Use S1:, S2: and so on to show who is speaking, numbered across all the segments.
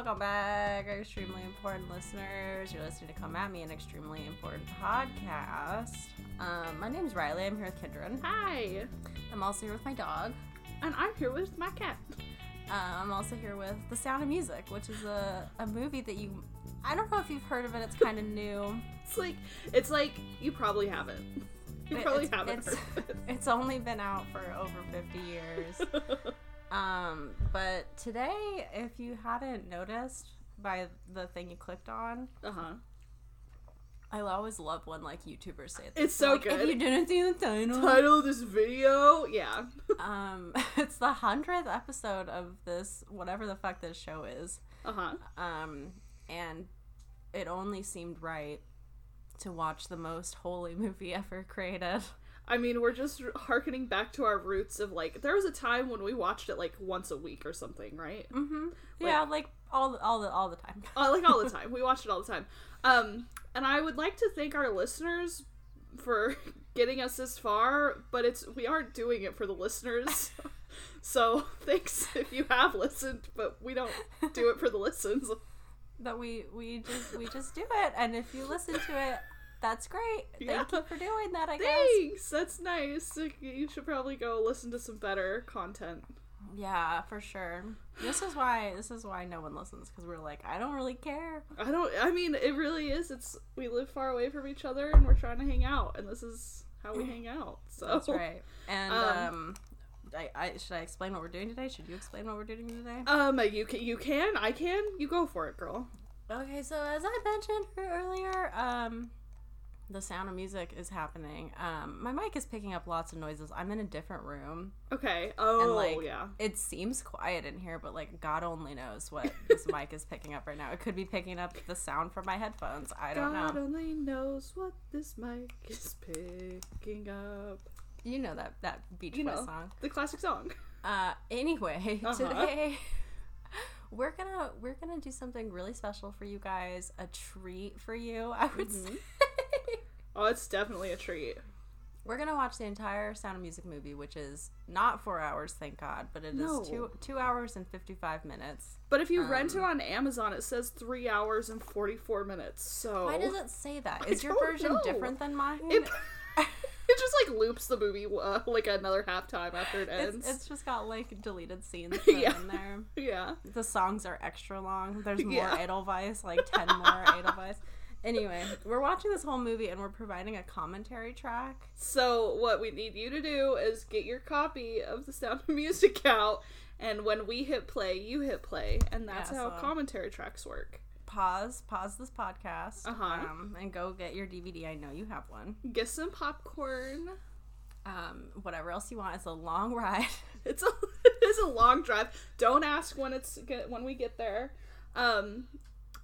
S1: Welcome back, our extremely important listeners. You're listening to Come At Me, an extremely important podcast. Um, my name's Riley. I'm here with Kendron.
S2: Hi,
S1: I'm also here with my dog.
S2: and I'm here with my cat.
S1: Uh, I'm also here with The Sound of Music, which is a, a movie that you. I don't know if you've heard of it. It's kind of new.
S2: It's like it's like you probably haven't. You
S1: It-
S2: probably
S1: it's-
S2: haven't
S1: it's-
S2: heard this.
S1: It's only been out for over 50 years. Um, but today, if you hadn't noticed by the thing you clicked on,
S2: Uh huh.
S1: I always love when like YouTubers say this.
S2: It's so
S1: Like, If
S2: good.
S1: you didn't see the title,
S2: Title of this video, yeah.
S1: um, it's the hundredth episode of this whatever the fuck this show is.
S2: Uh huh.
S1: Um, and it only seemed right to watch the most holy movie ever created.
S2: I mean, we're just harkening back to our roots of like there was a time when we watched it like once a week or something, right?
S1: Mm-hmm. yeah, like all the, all the all the time.
S2: uh, like all the time. We watched it all the time. Um, and I would like to thank our listeners for getting us this far, but it's we aren't doing it for the listeners. so thanks if you have listened, but we don't do it for the listens.
S1: But we we just we just do it, and if you listen to it, that's great. Thank
S2: Yeah.
S1: you for doing that. I guess.
S2: Thanks, that's nice. You should probably go listen to some better content.
S1: Yeah, for sure. This is why this is why no one listens because we're like, I don't really care.
S2: I don't. I mean, it really is. It's we live far away from each other, and we're trying to hang out, and this is how we hang out. So
S1: That's right. And um,
S2: Um,
S1: I, I should I explain what we're doing today? Should you explain what we're doing today?
S2: Um, you can, you can, I can. You go for it, girl.
S1: Oh, Okay, so as I mentioned earlier, um, the sound of music is happening. Um, my mic is picking up lots of noises. I'm in a different room.
S2: Okay. Oh,
S1: like,
S2: yeah.
S1: It seems quiet in here, but like God only knows what this mic is picking up right now. It could be picking up the sound from my headphones. I don't
S2: God
S1: know.
S2: only knows what this mic is picking up.
S1: You know that that Beach
S2: You
S1: Boys
S2: know.
S1: song.
S2: The classic song.
S1: Uh, anyway,
S2: Uh-huh.
S1: today we're gonna we're gonna do something really special for you guys, a treat for you. I would
S2: Mhm.
S1: say
S2: Oh, it's definitely a treat.
S1: we're gonna watch the entire Sound of Music movie, which is not four hours, thank God, but it is
S2: No.
S1: two two hours and fifty five minutes.
S2: But if you rent
S1: Um,
S2: it on Amazon, it says three hours and forty four minutes. So
S1: Why does it say that? Is your
S2: Oh. don't
S1: version
S2: know.
S1: different than mine?
S2: it? it just like loops the movie uh, like another halftime after it ends.
S1: it's, it's just got like deleted scenes thrown
S2: Yeah.
S1: in there.
S2: yeah.
S1: the songs are extra long. There's more
S2: Yeah.
S1: Edelweiss, like 10 more Edelweiss. Anyway, we're watching this whole movie and we're providing a commentary track.
S2: So what we need you to do is get your copy of the Sound of Music out, and when we hit play, you hit play, and that's
S1: Yeah,
S2: how
S1: so-
S2: commentary tracks work.
S1: Pause, pause this podcast,
S2: Uh-huh.
S1: um, and go get your DVD. I know you have one.
S2: Get some popcorn.
S1: Um, whatever else you want. It's a long ride.
S2: It's a it's a long drive. Don't ask when it's get- when we get there. Um,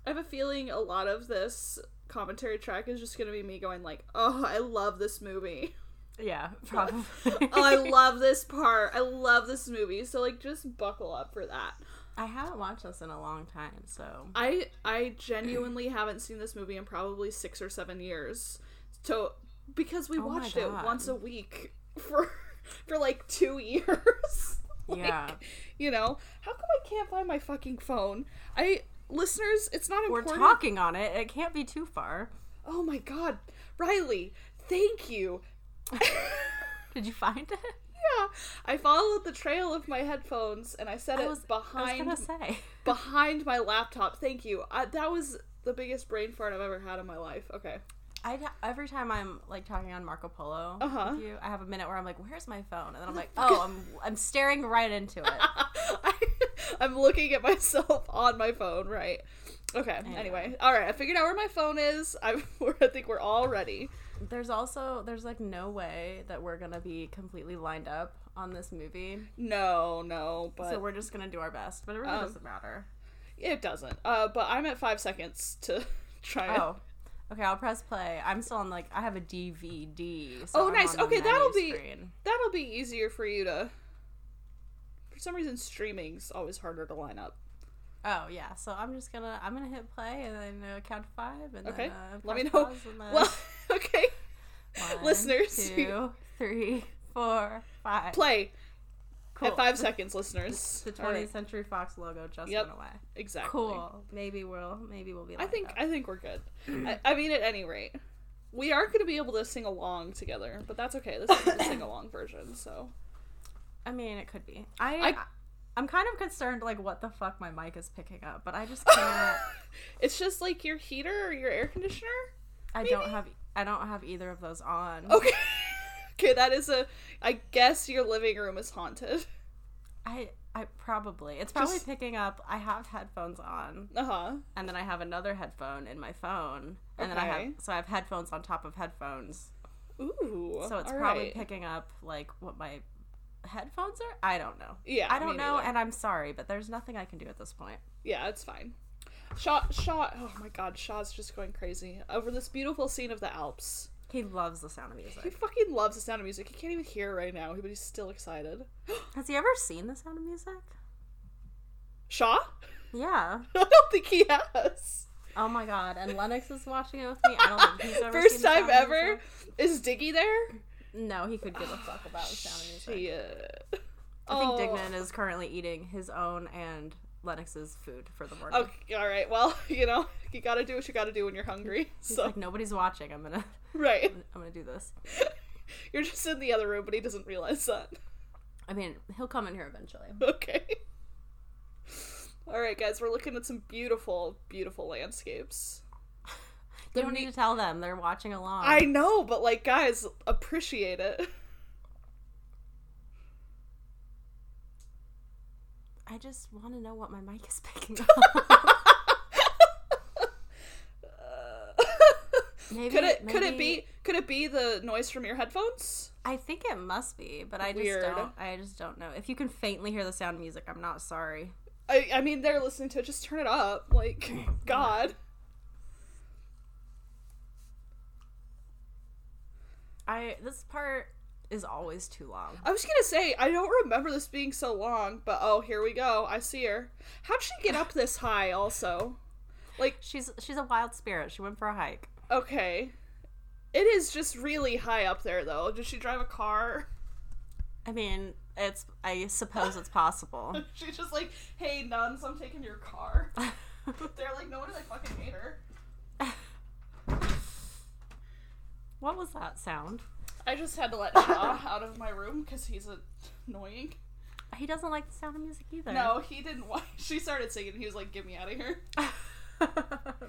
S2: I have a feeling a lot of this commentary track is just gonna be me going like, "Oh, I love this movie.
S1: yeah, probably.
S2: Oh, I love this part. I love this movie." So like, just buckle up for that.
S1: I haven't watched this in a long time, so
S2: I I genuinely haven't seen this movie in probably six or seven years. So because we
S1: Oh my
S2: watched it
S1: God.
S2: once a week for for like two years. Like,
S1: yeah.
S2: You know, how come I can't find my fucking phone? I listeners, it's not
S1: We're
S2: important.
S1: talking on it. It can't be too far.
S2: oh my god, Riley, thank you.
S1: Did you find it?
S2: Yeah, I followed the trail of my headphones and I set
S1: I
S2: it
S1: was, I
S2: behind
S1: was gonna say.
S2: behind my laptop. Thank you. I, that was the biggest brain fart I've ever had in my life. Okay.
S1: I every time I'm like talking on Marco Polo
S2: Uh-huh.
S1: with you, I have a minute where I'm like, "Where's my phone?" And then I'm like, "Oh, I'm I'm staring right into it."
S2: I, I'm looking at myself on my phone, right? Okay. Anyway, all right. I figured out where my phone is. I, I think we're all ready.
S1: There's also there's like no way that we're gonna be completely lined up on this movie,
S2: No, no, but
S1: so we're just gonna do our best. But it really
S2: Um,
S1: doesn't matter.
S2: it doesn't. Uh, but I'm at five seconds to try. it.
S1: Oh, okay. I'll press play. I'm still on like I have a DVD.
S2: Oh,
S1: So I'm
S2: nice.
S1: on the
S2: Okay,
S1: menu
S2: that'll be-
S1: screen.
S2: that'll be easier for you to. For some reason, streaming's always harder to line up.
S1: Oh yeah. So I'm just gonna I'm gonna hit play and then uh, count to five and
S2: Okay,
S1: then uh,
S2: let me
S1: press
S2: know.
S1: pause and then-
S2: Well, okay.
S1: One,
S2: Listeners, you-
S1: two, three, four, five.
S2: Play.
S1: Cool.
S2: At five seconds, listeners.
S1: The 20th
S2: All right.
S1: Century Fox logo just
S2: Yep.
S1: went away.
S2: Exactly.
S1: Cool. Maybe we'll maybe we'll be.
S2: I
S1: Like
S2: think
S1: that.
S2: I think we're good. I, I mean, at any rate, we are going to be able to sing along together, but that's okay. This is the sing along version, so
S1: I mean, it could be. I, I
S2: I-
S1: I'm kind of concerned, like what the fuck my mic is picking up, but I just can't.
S2: it's just like your heater or your air conditioner.
S1: I
S2: Maybe-
S1: don't have I don't have either of those on.
S2: Okay, okay, that is a. I guess your living room is haunted.
S1: I I probably it's probably
S2: Just-
S1: picking up. I have headphones on,
S2: Uh huh.
S1: and then I have another headphone in my phone, and then I have
S2: Okay.
S1: so I have headphones on top of headphones.
S2: Ooh.
S1: So it's
S2: all
S1: probably
S2: right.
S1: picking up like what my headphones are. I don't know.
S2: Yeah,
S1: I don't
S2: me
S1: know,
S2: neither.
S1: and I'm sorry, but there's nothing I can do at this point.
S2: Yeah, it's fine. Shaw, Shaw. Oh my God, Shaw's just going crazy over this beautiful scene of the Alps.
S1: He loves the sound of
S2: He
S1: music.
S2: fucking loves the sound of music. He can't even hear right now, but he's still excited.
S1: Has he ever seen the sound of music?
S2: Shaw?
S1: Yeah.
S2: I don't think he has.
S1: Oh my god. And Lennox is watching it with me. I don't think he's ever seen
S2: First
S1: The
S2: time
S1: Sound of
S2: ever.
S1: Music.
S2: Is Diggy there?
S1: No, he could give a fuck about the sound of music.
S2: Shit.
S1: I think
S2: Oh.
S1: Dignan is currently eating his own and Lennox's food for the morning.
S2: Oh, Okay, all right. Well, you know, you gotta do what you gotta do when you're hungry.
S1: He's
S2: So
S1: like nobody's watching. I'm gonna,
S2: right,
S1: I'm gonna do this.
S2: you're just in the other room, but he doesn't realize that.
S1: I mean, he'll come in here eventually.
S2: Okay. All right, guys. We're looking at some beautiful, beautiful landscapes.
S1: You don't
S2: we-
S1: need to tell them. They're watching along.
S2: I know, but like, guys, appreciate it.
S1: I just want to know what my mic is picking up. maybe,
S2: could it could it
S1: maybe-
S2: be could it be the noise from your headphones?
S1: I think it must be, but I just
S2: Weird.
S1: don't. I just don't know. If you can faintly hear the sound of music, I'm not sorry.
S2: I I mean, they're listening to it. Just turn it up, like God.
S1: I this part is always too long.
S2: I was gonna say I don't remember this being so long, but oh, here we go. I see her. How'd she get up this high? Also, like
S1: She's she's a wild spirit. She went for a hike.
S2: okay, it is just really high up there though. Did she drive a car?
S1: I mean, it's I suppose it's possible.
S2: She's just like, hey nuns, I'm taking your car. They're like, no wonder they fucking hate her.
S1: what was that sound?
S2: I just had to let Shaw out of my room because he's a- annoying.
S1: He doesn't like the sound of music either.
S2: No, he didn't want. She started singing. He was like, get me out of here.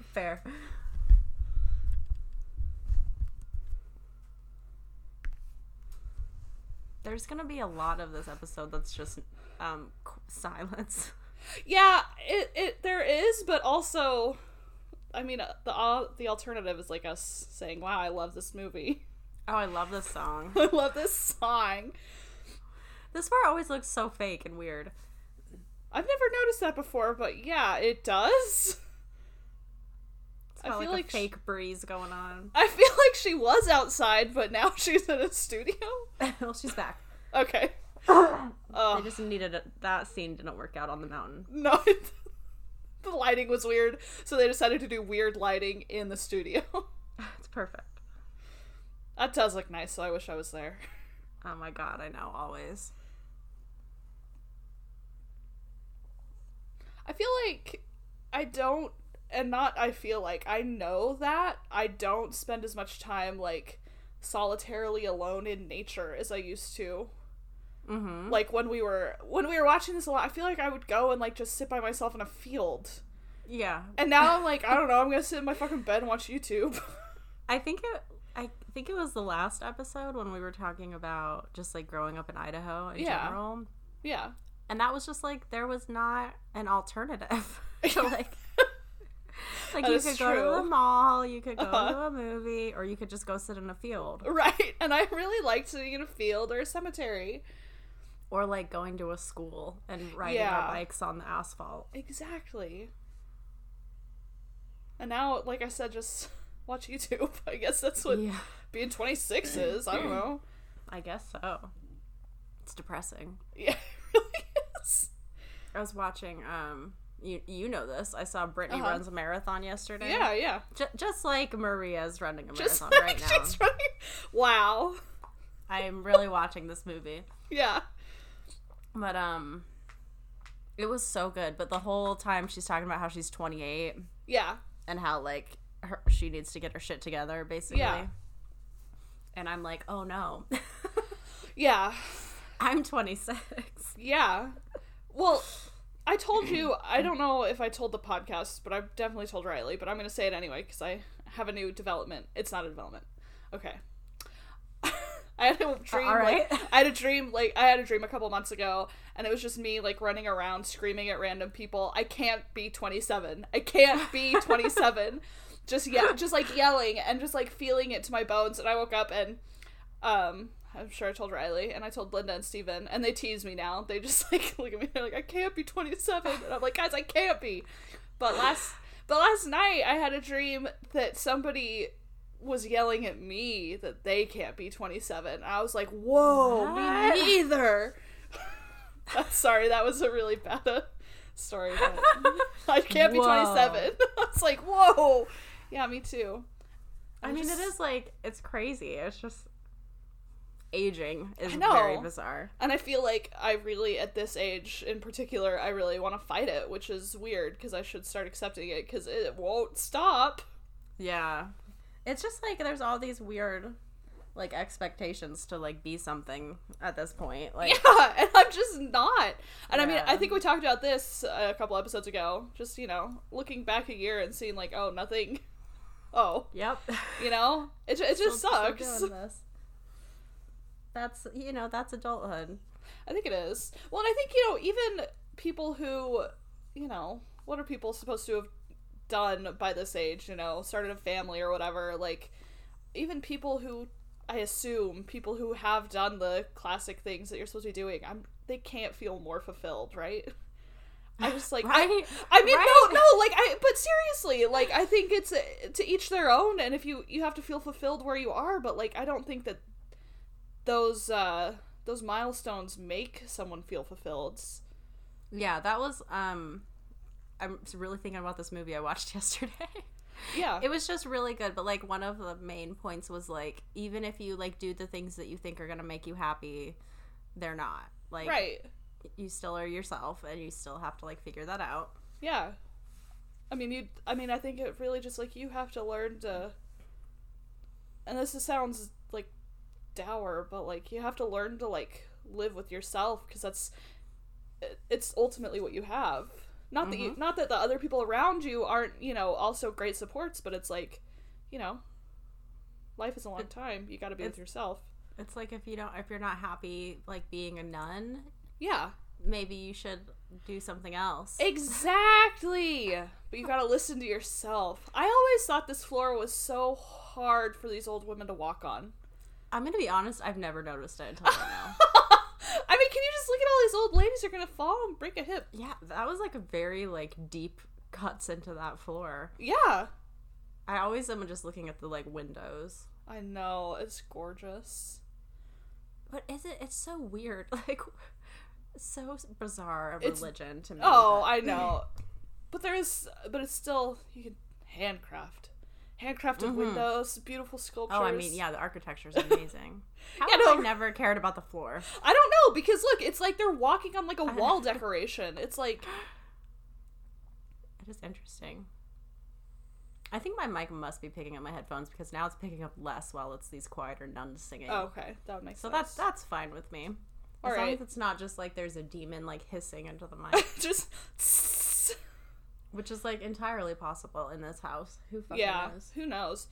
S1: Fair. There's gonna be a lot of this episode that's just um, qu- silence.
S2: Yeah, it, it there is, but also, I mean, uh, the uh, the alternative is like us saying, "Wow, I love this movie.
S1: Oh, I love this song.
S2: I love this song."
S1: This part always looks so fake and weird.
S2: I've never noticed that before, but yeah, it does.
S1: It's
S2: I
S1: got,
S2: feel
S1: like,
S2: like
S1: a
S2: sh-
S1: fake breeze going on.
S2: I feel like she was outside, but now she's in a studio.
S1: well, she's back.
S2: Okay.
S1: I
S2: Oh
S1: just needed it. that scene didn't work out on the mountain.
S2: no, the lighting was weird, so they decided to do weird lighting in the studio.
S1: It's perfect.
S2: that does look nice, so I wish I was there.
S1: Oh my god, I know always.
S2: I feel like I don't, and not I feel like I know that I don't spend as much time like solitarily alone in nature as I used to.
S1: Mm-hmm.
S2: Like when we were when we were watching this a lot, I feel like I would go and like just sit by myself in a field.
S1: Yeah,
S2: And now I'm like, I don't know, I'm gonna sit in my fucking bed and watch YouTube.
S1: I think it. I think it was the last episode when we were talking about just like growing up in Idaho in
S2: Yeah.
S1: general,
S2: yeah.
S1: and that was just like there was not an alternative. to, like, like
S2: That
S1: you
S2: is
S1: could go
S2: true.
S1: to the mall, you could go
S2: Uh-huh.
S1: to a movie, or you could just go sit in a field,
S2: Right. And I really liked sitting in a field or a cemetery.
S1: or like going to a school and riding
S2: Yeah.
S1: our bikes on the asphalt.
S2: Exactly. And now, like I said, just watch YouTube. I guess that's what
S1: Yeah,
S2: being 26 is. I don't know.
S1: I guess so. It's depressing.
S2: Yeah, it really is.
S1: I was watching. Um, you you know this. I saw Brittany
S2: Uh-huh.
S1: runs a marathon yesterday.
S2: Yeah, yeah.
S1: Ju- just like Maria's running a
S2: Just
S1: marathon right
S2: like
S1: now.
S2: she's running. Wow.
S1: I'm really watching this movie.
S2: Yeah.
S1: But um it was so good, but the whole time she's talking about how she's 28
S2: Yeah.
S1: and how like her, she needs to get her shit together basically.
S2: Yeah.
S1: And I'm like, "Oh no.
S2: Yeah.
S1: I'm 26."
S2: Yeah. Well, I told you, I don't know if I told the podcast, but I've definitely told Riley, but I'm going to say it anyway because I have a new development. It's not a development. Okay. I had a dream.
S1: Uh, all right.
S2: Like, I had a dream. Like I had a dream a couple months ago, and it was just me like running around screaming at random people. I can't be 27. I can't be 27. just yeah, just like yelling and just like feeling it to my bones. And I woke up and um I'm sure I told Riley and I told Linda and Steven and they tease me now. They just like look at me they're like I can't be 27 and I'm like guys I can't be. But last but last night I had a dream that somebody was yelling at me that they can't be 27. I was like, "Whoa,
S1: What?
S2: me neither." I'm sorry, that was a really bad uh, story. But I can't be
S1: Whoa.
S2: 27. I was like, "Whoa." Yeah, me too.
S1: I
S2: I'm
S1: mean,
S2: just-
S1: it is like it's crazy. It's just aging is
S2: I know.
S1: very bizarre.
S2: And I feel like I really, at this age in particular, I really want to fight it, which is weird because I should start accepting it because it won't stop.
S1: Yeah. It's just like there's all these weird like expectations to like be something at this point. Like
S2: Yeah, and I'm just not. And I mean,
S1: Yeah.
S2: I think we talked about this uh, a couple episodes ago. Just you know, looking back a year and seeing like, oh, nothing. Oh,
S1: Yep.
S2: you know, it ju- it just
S1: Still- still
S2: sucks.
S1: doing this. That's you know that's adulthood.
S2: I think it is. Well, and I think, you know, even people who, you know, what are people supposed to have done by this age, you know, started a family or whatever, like even people who I assume people who have done the classic things that you're supposed to be doing, I'm they can't feel more fulfilled, right? I just like I-
S1: Right?
S2: I mean,
S1: Right?
S2: no, no, like I. But seriously, like I think it's uh, to each their own, and if you you have to feel fulfilled where you are, but like I don't think that those uh those milestones make someone feel fulfilled.
S1: Yeah, that was um I'm really thinking about this movie I watched yesterday.
S2: Yeah,
S1: It was just really good, but like one of the main points was like even if you like do the things that you think are going to make you happy, they're not. Like
S2: right.
S1: you still are yourself and you still have to like figure that out.
S2: Yeah, I mean, you. I mean, I think it really just like you have to learn to. And this is- sounds like dour, but like you have to learn to like live with yourself because that's it- it's ultimately what you have. Not that you, not that the other people around you aren't, you know, also great supports, but it's like, you know, life is a long time. You got to be with
S1: it's-
S2: yourself.
S1: It's like if you don't if you're not happy like being a nun,
S2: Yeah,
S1: maybe you should do something else.
S2: Exactly. But you gotta listen to yourself. I always thought this floor was so hard for these old women to walk on.
S1: I'm going to be honest, I've never noticed it until right now.
S2: I mean, can you just look at all these old ladies? You're gonna fall and break a hip.
S1: Yeah, that was like a very like deep cuts into that floor.
S2: Yeah.
S1: I always am just looking at the like windows.
S2: I know. It's gorgeous.
S1: But is it? It's so weird. Like so bizarre a
S2: It's-
S1: religion to me.
S2: Oh,
S1: but-
S2: I know. But there is, but it's still you can handcraft, handcrafted windows, beautiful sculptures.
S1: Mm-hmm. Oh, I mean, yeah, the architecture is amazing. How
S2: Yeah,
S1: have
S2: no.
S1: I never cared about the floor?
S2: I don't know because look, it's like they're walking on like a wall decoration. It's like
S1: It is interesting. I think my mic must be picking up my headphones because now it's picking up less while it's these quieter nuns singing.
S2: oh, okay, that would make
S1: so
S2: sense.
S1: that's that's fine with me.
S2: All
S1: as long
S2: right.
S1: as it's not just like there's a demon like hissing into the mic.
S2: just.
S1: which is like entirely possible in this house. Who fucking
S2: yeah
S1: knows?
S2: who knows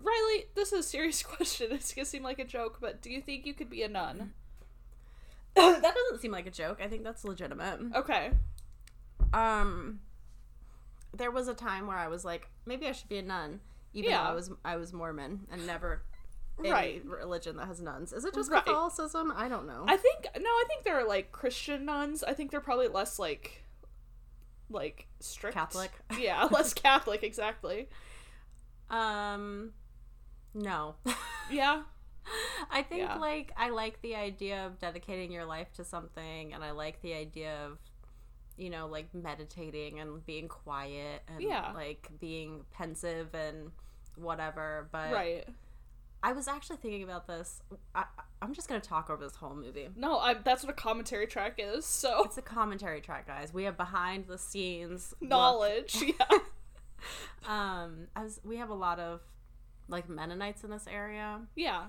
S2: riley this is a serious question it's gonna seem like a joke but do you think you could be a nun
S1: that doesn't seem like a joke. I think that's legitimate.
S2: okay
S1: Um, there was a time where I was like, maybe I should be a nun, even
S2: Yeah.
S1: though I was I was Mormon and never any
S2: Right.
S1: religion that has nuns. Is it just
S2: Right.
S1: Catholicism? I don't know.
S2: i think no i think they're like christian nuns i think they're probably less like like strict
S1: Catholic.
S2: yeah less catholic exactly
S1: um, no.
S2: yeah
S1: I think
S2: Yeah.
S1: like I like the idea of dedicating your life to something, and I like the idea of you know like meditating and being quiet and
S2: Yeah.
S1: like being pensive and whatever. But
S2: right
S1: I was actually thinking about this. I, I'm just gonna talk over this whole movie.
S2: No, I, that's what a commentary track is. So
S1: It's a commentary track, guys. We have behind the scenes look.
S2: knowledge. Yeah.
S1: Um, as we have a lot of like Mennonites in this area,
S2: Yeah.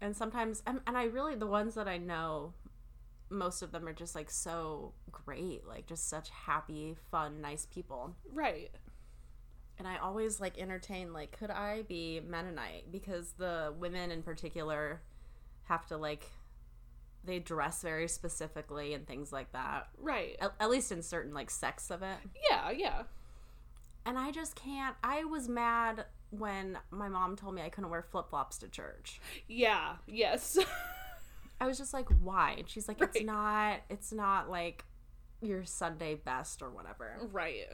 S1: and sometimes, and, and I really the ones that I know, most of them are just like so great, like just such happy, fun, nice people.
S2: Right.
S1: and I always like entertain like could I be Mennonite because the women in particular have to like they dress very specifically and things like that
S2: Right.
S1: at, at least in certain like sects of it
S2: Yeah, yeah.
S1: and I just can't I was mad when my mom told me I couldn't wear flip-flops to church
S2: Yeah. Yes.
S1: I was just like why and she's like it's
S2: Right.
S1: not it's not like your Sunday best or whatever
S2: right.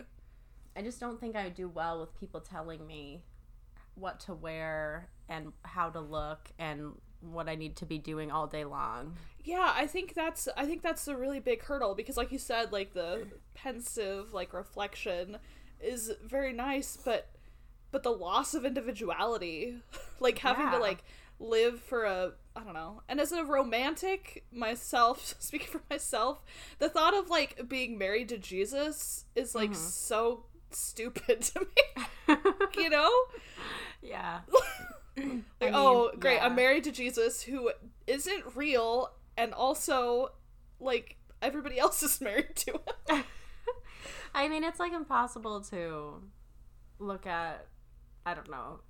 S1: I just don't think I do well with people telling me what to wear and how to look and what I need to be doing all day long.
S2: Yeah, I think that's I think that's a really big hurdle because like you said, like the pensive like reflection is very nice, but but the loss of individuality, like having
S1: Yeah.
S2: to like live for a I don't know. And as a romantic myself, speaking for myself, the thought of like being married to Jesus is like so stupid to me, you know?
S1: yeah.
S2: Like,
S1: I mean,
S2: oh, great.
S1: yeah.
S2: I'm married to Jesus who isn't real and also like everybody else is married to him.
S1: I mean, it's like impossible to look at, I don't know,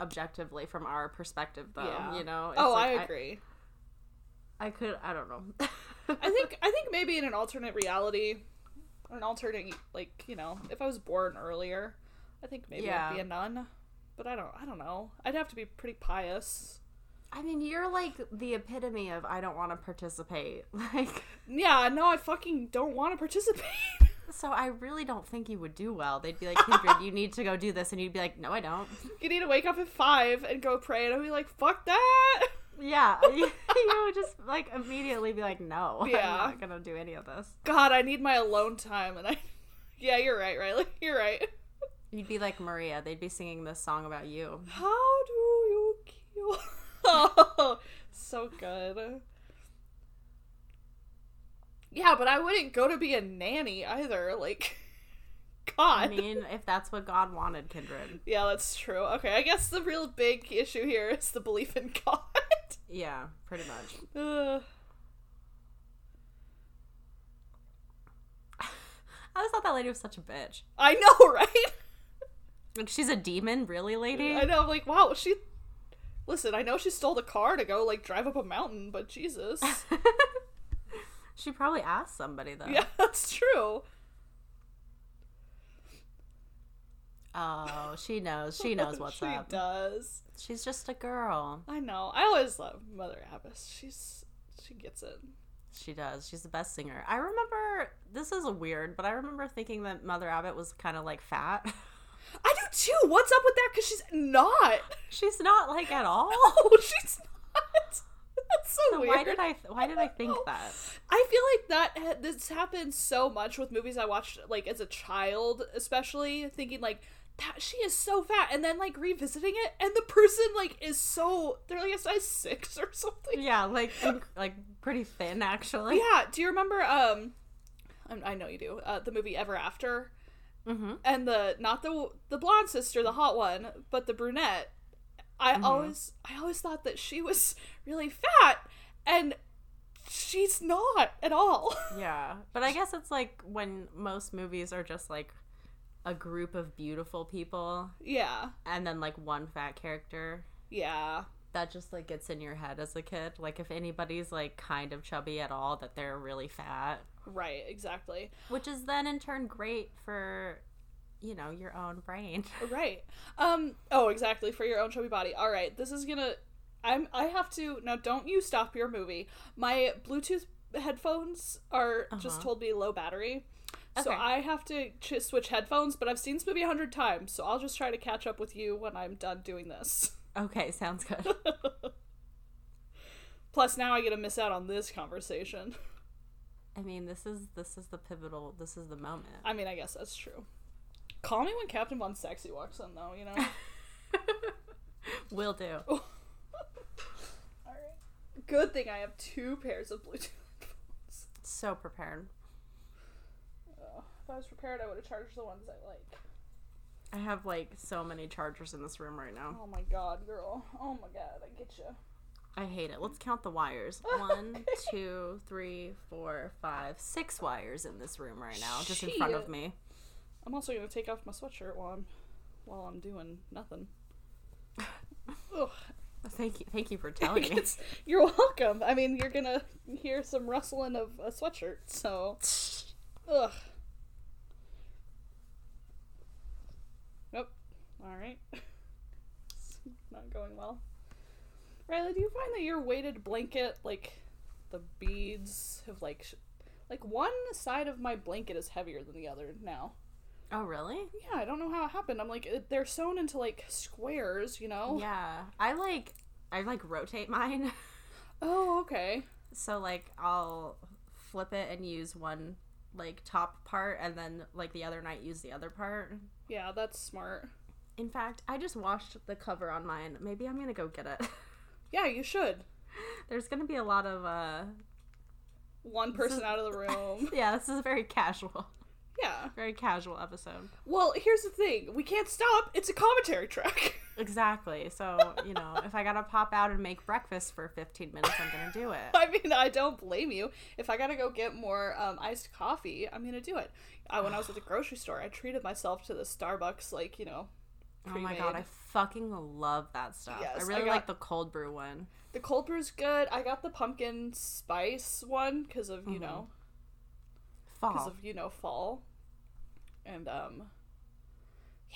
S1: objectively from our perspective, though.
S2: Yeah.
S1: You know? It's
S2: oh,
S1: like,
S2: I agree.
S1: I, could, I don't know.
S2: I think I think maybe in an alternate reality, an alternate like, you know, if I was born earlier, I think maybe
S1: Yeah.
S2: I'd be a nun. But I don't I don't know. I'd have to be pretty pious.
S1: I mean, you're like the epitome of I don't want to participate. Like,
S2: Yeah, no, I fucking don't want to participate.
S1: so I really don't think you would do well. They'd be like, Kindred, you need to go do this. And you'd be like, no, I don't.
S2: you need to wake up at five and go pray and I'll be like, fuck that
S1: Yeah, you, you would just like immediately be like, no,
S2: Yeah.
S1: I'm not gonna do any of this.
S2: God, I need my alone time and I Yeah, you're right, Riley. You're right.
S1: You'd be like Maria. They'd be singing this song about you.
S2: How do you kill? oh, so good. Yeah, but I wouldn't go to be a nanny either. Like,
S1: I
S2: God.
S1: mean, if that's what God wanted, Kindred.
S2: yeah, that's true. Okay, I guess the real big issue here is the belief in God.
S1: Yeah, pretty much.
S2: Ugh.
S1: I always thought that lady was such a bitch.
S2: I know, right?
S1: Like she's a demon, really, lady.
S2: I know. I'm like, wow, she. Listen, I know she stole the car to go like drive up a mountain, but Jesus.
S1: she probably asked somebody though.
S2: yeah, that's true.
S1: Oh, she knows. She knows what's
S2: she
S1: up.
S2: does.
S1: She's just a girl.
S2: I know. I always love Mother Abbess. She's she gets it.
S1: She does. She's the best singer. I remember this is weird, but I remember thinking that Mother Abbott was kind of like fat.
S2: I do too. What's up with that? Because she's not.
S1: she's not like at all.
S2: Oh, she's not. That's so,
S1: So
S2: weird. Oh
S1: why did I why did I think that?
S2: I feel like that ha- this happens so much with movies I watched like as a child, especially thinking like that she is so fat, and then like revisiting it, and the person like is so they're like a size six or something.
S1: Yeah, like inc- like pretty thin actually.
S2: Yeah. Do you remember? Um, I- I know you do. Uh, the movie Ever After.
S1: Mm-hmm.
S2: and the not the the blonde sister, the hot one, but the brunette. I always I always thought that she was really fat, and she's not at all.
S1: Yeah, but I guess it's like when most movies are just like a group of beautiful people
S2: yeah,
S1: and then like one fat character
S2: yeah,
S1: that just like gets in your head as a kid. Like if anybody's like kind of chubby at all, that they're really fat,
S2: right, exactly,
S1: which is then in turn great for you know your own brain.
S2: right. Um, oh, exactly for your own chubby body. All right, this is gonna. I'm. I have to now. Don't you stop your movie. My Bluetooth headphones are just
S1: Uh-huh.
S2: told me low battery. So
S1: Okay.
S2: I have to ch- switch headphones, but I've seen this movie a hundred times, so I'll just try to catch up with you when I'm done doing this.
S1: Okay, sounds good.
S2: Plus, now I get to miss out on this conversation.
S1: I mean, this is this is the pivotal. This is the moment.
S2: I mean, I guess that's true. Call me when Captain Von Sexy walks in, though. You know,
S1: Will do.
S2: Good thing I have two pairs of Bluetooth headphones.
S1: So prepared.
S2: Oh, if I was prepared, I would have charged the ones I like.
S1: I have like so many chargers in this room right now.
S2: Oh my god, girl. Oh my god, I get you.
S1: I hate it. Let's count the wires. One, two, three, four, five, six wires in this room right now, just in front of
S2: Shit.
S1: me.
S2: I'm also gonna take off my sweatshirt while I'm while I'm doing nothing. Ugh.
S1: Thank you, thank you for telling me.
S2: It's- you're welcome. I mean, you're gonna hear some rustling of a sweatshirt. So, ugh. Nope. All right. It's Not going well. Riley, do you find that your weighted blanket, like, the beads have like, sh- like one side of my blanket is heavier than the other now?
S1: Oh, really?
S2: Yeah, I don't know how it happened. I'm like, it, they're sewn into like squares, you know?
S1: Yeah. I like, I like rotate mine.
S2: Oh, okay.
S1: So like, I'll flip it and use one like top part, and then like the other night use the other part.
S2: Yeah, that's smart.
S1: In fact, I just washed the cover on mine. Maybe I'm gonna go get it.
S2: Yeah, you should.
S1: There's gonna be a lot of uh,
S2: one person out of the room.
S1: yeah. This is a very casual,
S2: Yeah.
S1: very casual episode.
S2: Well, here's the thing. We can't stop. It's a commentary track.
S1: Exactly. So, you know, if I gotta pop out and make breakfast for 15 minutes, I'm gonna do it.
S2: I mean, I don't blame you. If I gotta go get more um, iced coffee, I'm gonna do it. I, when I was at the grocery store, I treated myself to the Starbucks, like, you know,
S1: Oh my god, I
S2: pre-made.
S1: fucking love that stuff.
S2: Yes,
S1: I
S2: I
S1: really
S2: got-
S1: like the cold brew one.
S2: the cold brew's good. I got the pumpkin spice one because of, you know,
S1: Mm-hmm.
S2: because
S1: Fall.
S2: of, you know, fall. And, um,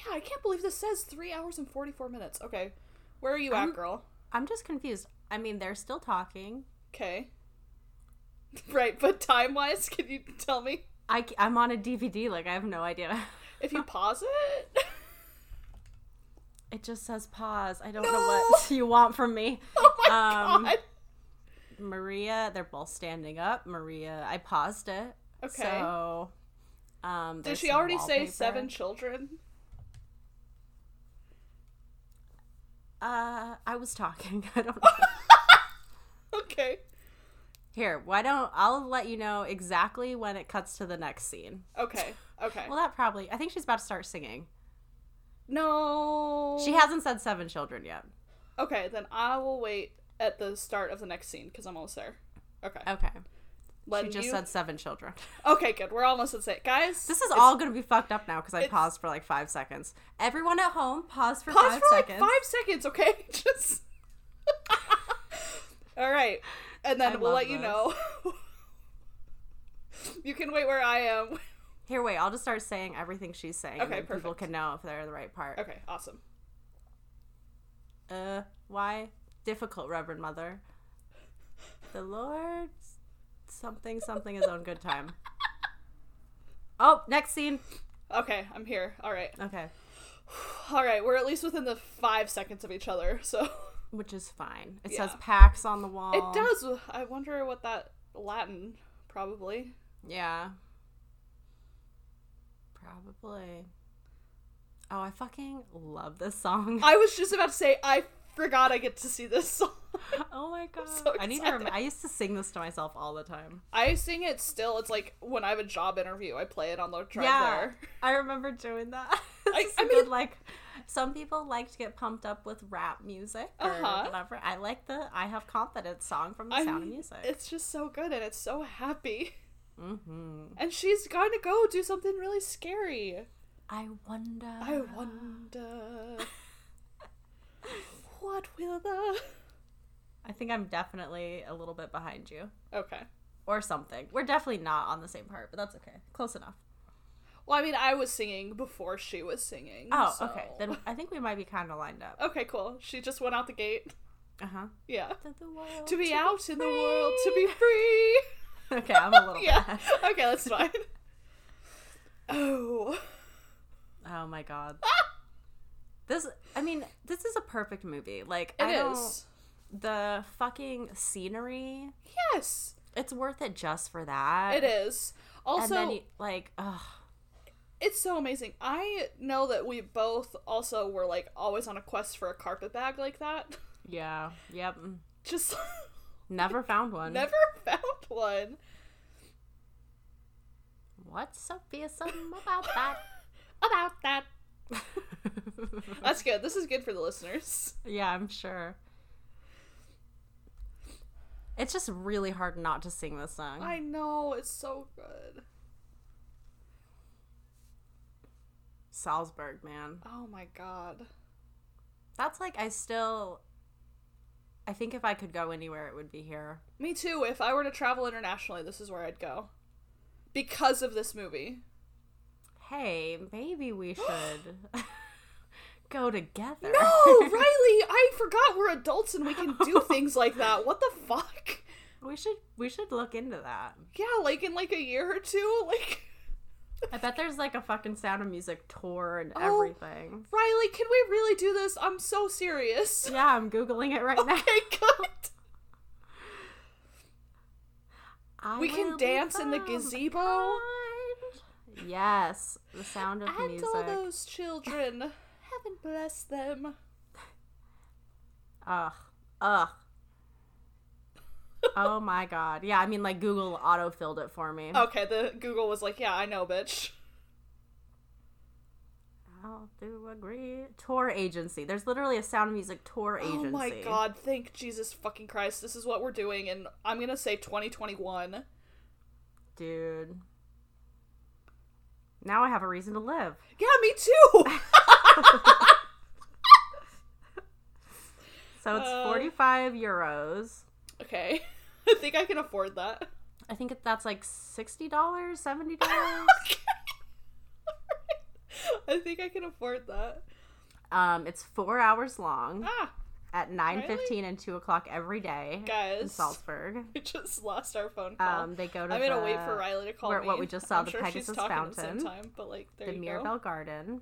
S2: yeah, I can't believe this says three hours and 44 minutes. Okay. Where are you
S1: I'm-
S2: at, girl?
S1: I'm just confused. I mean, they're still talking.
S2: Okay. Right, but time wise, can you tell me
S1: I, am on a DVD, like, I have no idea.
S2: if you pause it?
S1: It just says pause. I don't know
S2: No!
S1: what you want from me.
S2: oh my
S1: Um,
S2: god!
S1: Maria, they're both standing up. Maria, I paused it.
S2: Okay.
S1: So, um,
S2: Did
S1: there's
S2: she
S1: some
S2: already say
S1: wallpaper.
S2: seven children?
S1: Uh, I was talking. I don't know.
S2: Okay.
S1: Here, why don't I'll let you know exactly when it cuts to the next scene.
S2: Okay. Okay.
S1: Well, that probably. I think she's about to start singing.
S2: no.
S1: She hasn't said seven children yet.
S2: Okay, then I will wait at the start of the next scene because I'm almost there. Okay.
S1: Okay.
S2: Let
S1: Uh, she just
S2: you-
S1: said seven children.
S2: Okay, good. We're almost at it, guys.
S1: This is all going to be fucked up now because I
S2: it's-
S1: paused for like five seconds. Everyone at home, pause for
S2: pause
S1: five
S2: for
S1: seconds.
S2: like five seconds, okay? Just all right, and then
S1: I
S2: we'll
S1: love
S2: let you know. you can wait where I am.
S1: Here, wait. I'll just start saying everything she's saying.
S2: Okay,
S1: and then People
S2: perfect.
S1: can know if they're the right part.
S2: Okay, awesome.
S1: Uh, why difficult, Reverend Mother? The Lord, something, something is on good time. Oh, next scene.
S2: Okay, I'm here. All right,
S1: Okay.
S2: all right. We're at least within the five seconds of each other, so
S1: which is fine. It says
S2: Yeah.
S1: Pax on the wall.
S2: it does. I wonder what that Latin probably.
S1: Yeah. Probably. Oh, I fucking love this song.
S2: I was just about to say I forgot I get to see this song.
S1: oh my god.
S2: so
S1: I need to
S2: excited.
S1: remember. I used to sing this to myself all the time.
S2: I sing it still. It's like when I have a job interview, I play it on the drive there.
S1: I remember doing that.
S2: I-
S1: It's
S2: I
S1: a good,
S2: mean-
S1: like some people like to get pumped up with rap music or
S2: Uh-huh.
S1: whatever. I like the I have confidence song from The
S2: I
S1: Sound of
S2: mean,
S1: Music.
S2: It's just so good and it's so happy.
S1: hmm
S2: And she's going to go do something really scary.
S1: I wonder.
S2: I wonder what will the
S1: I think I'm definitely a little bit behind you.
S2: Okay.
S1: or something. We're definitely not on the same part, but that's okay. Close enough.
S2: Well, I mean, I was singing before she was singing.
S1: Oh,
S2: so-
S1: okay. Then I think we might be kind of lined up.
S2: Okay, cool. She just went out the gate.
S1: Uh huh.
S2: Yeah.
S1: To the world.
S2: To be out in the world, to be free.
S1: okay, I'm a little
S2: Yeah.
S1: bad.
S2: Okay, that's fine. Oh.
S1: Oh my god. This, I mean, this is a perfect movie. Like,
S2: it
S1: I
S2: is.
S1: don't. The fucking scenery,
S2: Yes.
S1: it's worth it just for that.
S2: It is. Also,
S1: and then, you, like, ugh.
S2: It's so amazing. I know that we both also were like always on a quest for a carpet bag like that.
S1: Yeah. Yep.
S2: Just
S1: Never found one.
S2: Never found one.
S1: What's Sophia something about that?
S2: About that. That's good. This is good for the listeners.
S1: yeah, I'm sure. It's just really hard not to sing this song.
S2: I know, it's so good.
S1: Salzburg, man.
S2: Oh my god.
S1: That's like I still I think if I could go anywhere it would be here.
S2: Me too. If I were to travel internationally, this is where I'd go. Because of this movie.
S1: Hey, maybe we should go together.
S2: No, Riley, I forgot we're adults and we can do things like that. What the fuck?
S1: We should we should look into that.
S2: Yeah, like in like a year or two, like
S1: I bet there's like a fucking Sound of Music tour and
S2: Oh.
S1: everything.
S2: Riley, can we really do this? I'm so serious.
S1: Yeah, I'm googling it
S2: Oh,
S1: right now.
S2: Okay, good.
S1: I
S2: We can
S1: will be
S2: dance in the
S1: found
S2: gazebo.
S1: kind. Yes, the sound of
S2: And
S1: music.
S2: all those children. Heaven bless them.
S1: Ugh, ugh. oh my god. Yeah, I mean, like Google auto filled it for me.
S2: Okay, the Google was like, yeah, I know, bitch.
S1: I'll do agree. Tour agency. There's literally a sound of music tour agency.
S2: Oh my god, thank Jesus fucking Christ. This is what we're doing, and I'm gonna say 2021.
S1: dude. Now I have a reason to live.
S2: Yeah, me too!
S1: So it's
S2: Uh.
S1: 45 euros.
S2: okay, I think I can afford that.
S1: I think it- that's like $60, $70.
S2: I think I can afford that.
S1: um, it's four hours long
S2: Ah,
S1: at 9.15 and 2 o'clock every day in
S2: guys.
S1: Salzburg.
S2: We just lost our phone call.
S1: Um, they go to
S2: I'm gonna
S1: the,
S2: wait for Riley to call
S1: where-
S2: me.
S1: what we just saw,
S2: I'm
S1: the
S2: sure she's
S1: Pegasus
S2: talking at the same
S1: Fountain,
S2: time, but like, there
S1: the
S2: you
S1: Mirabelle
S2: go.
S1: Garden,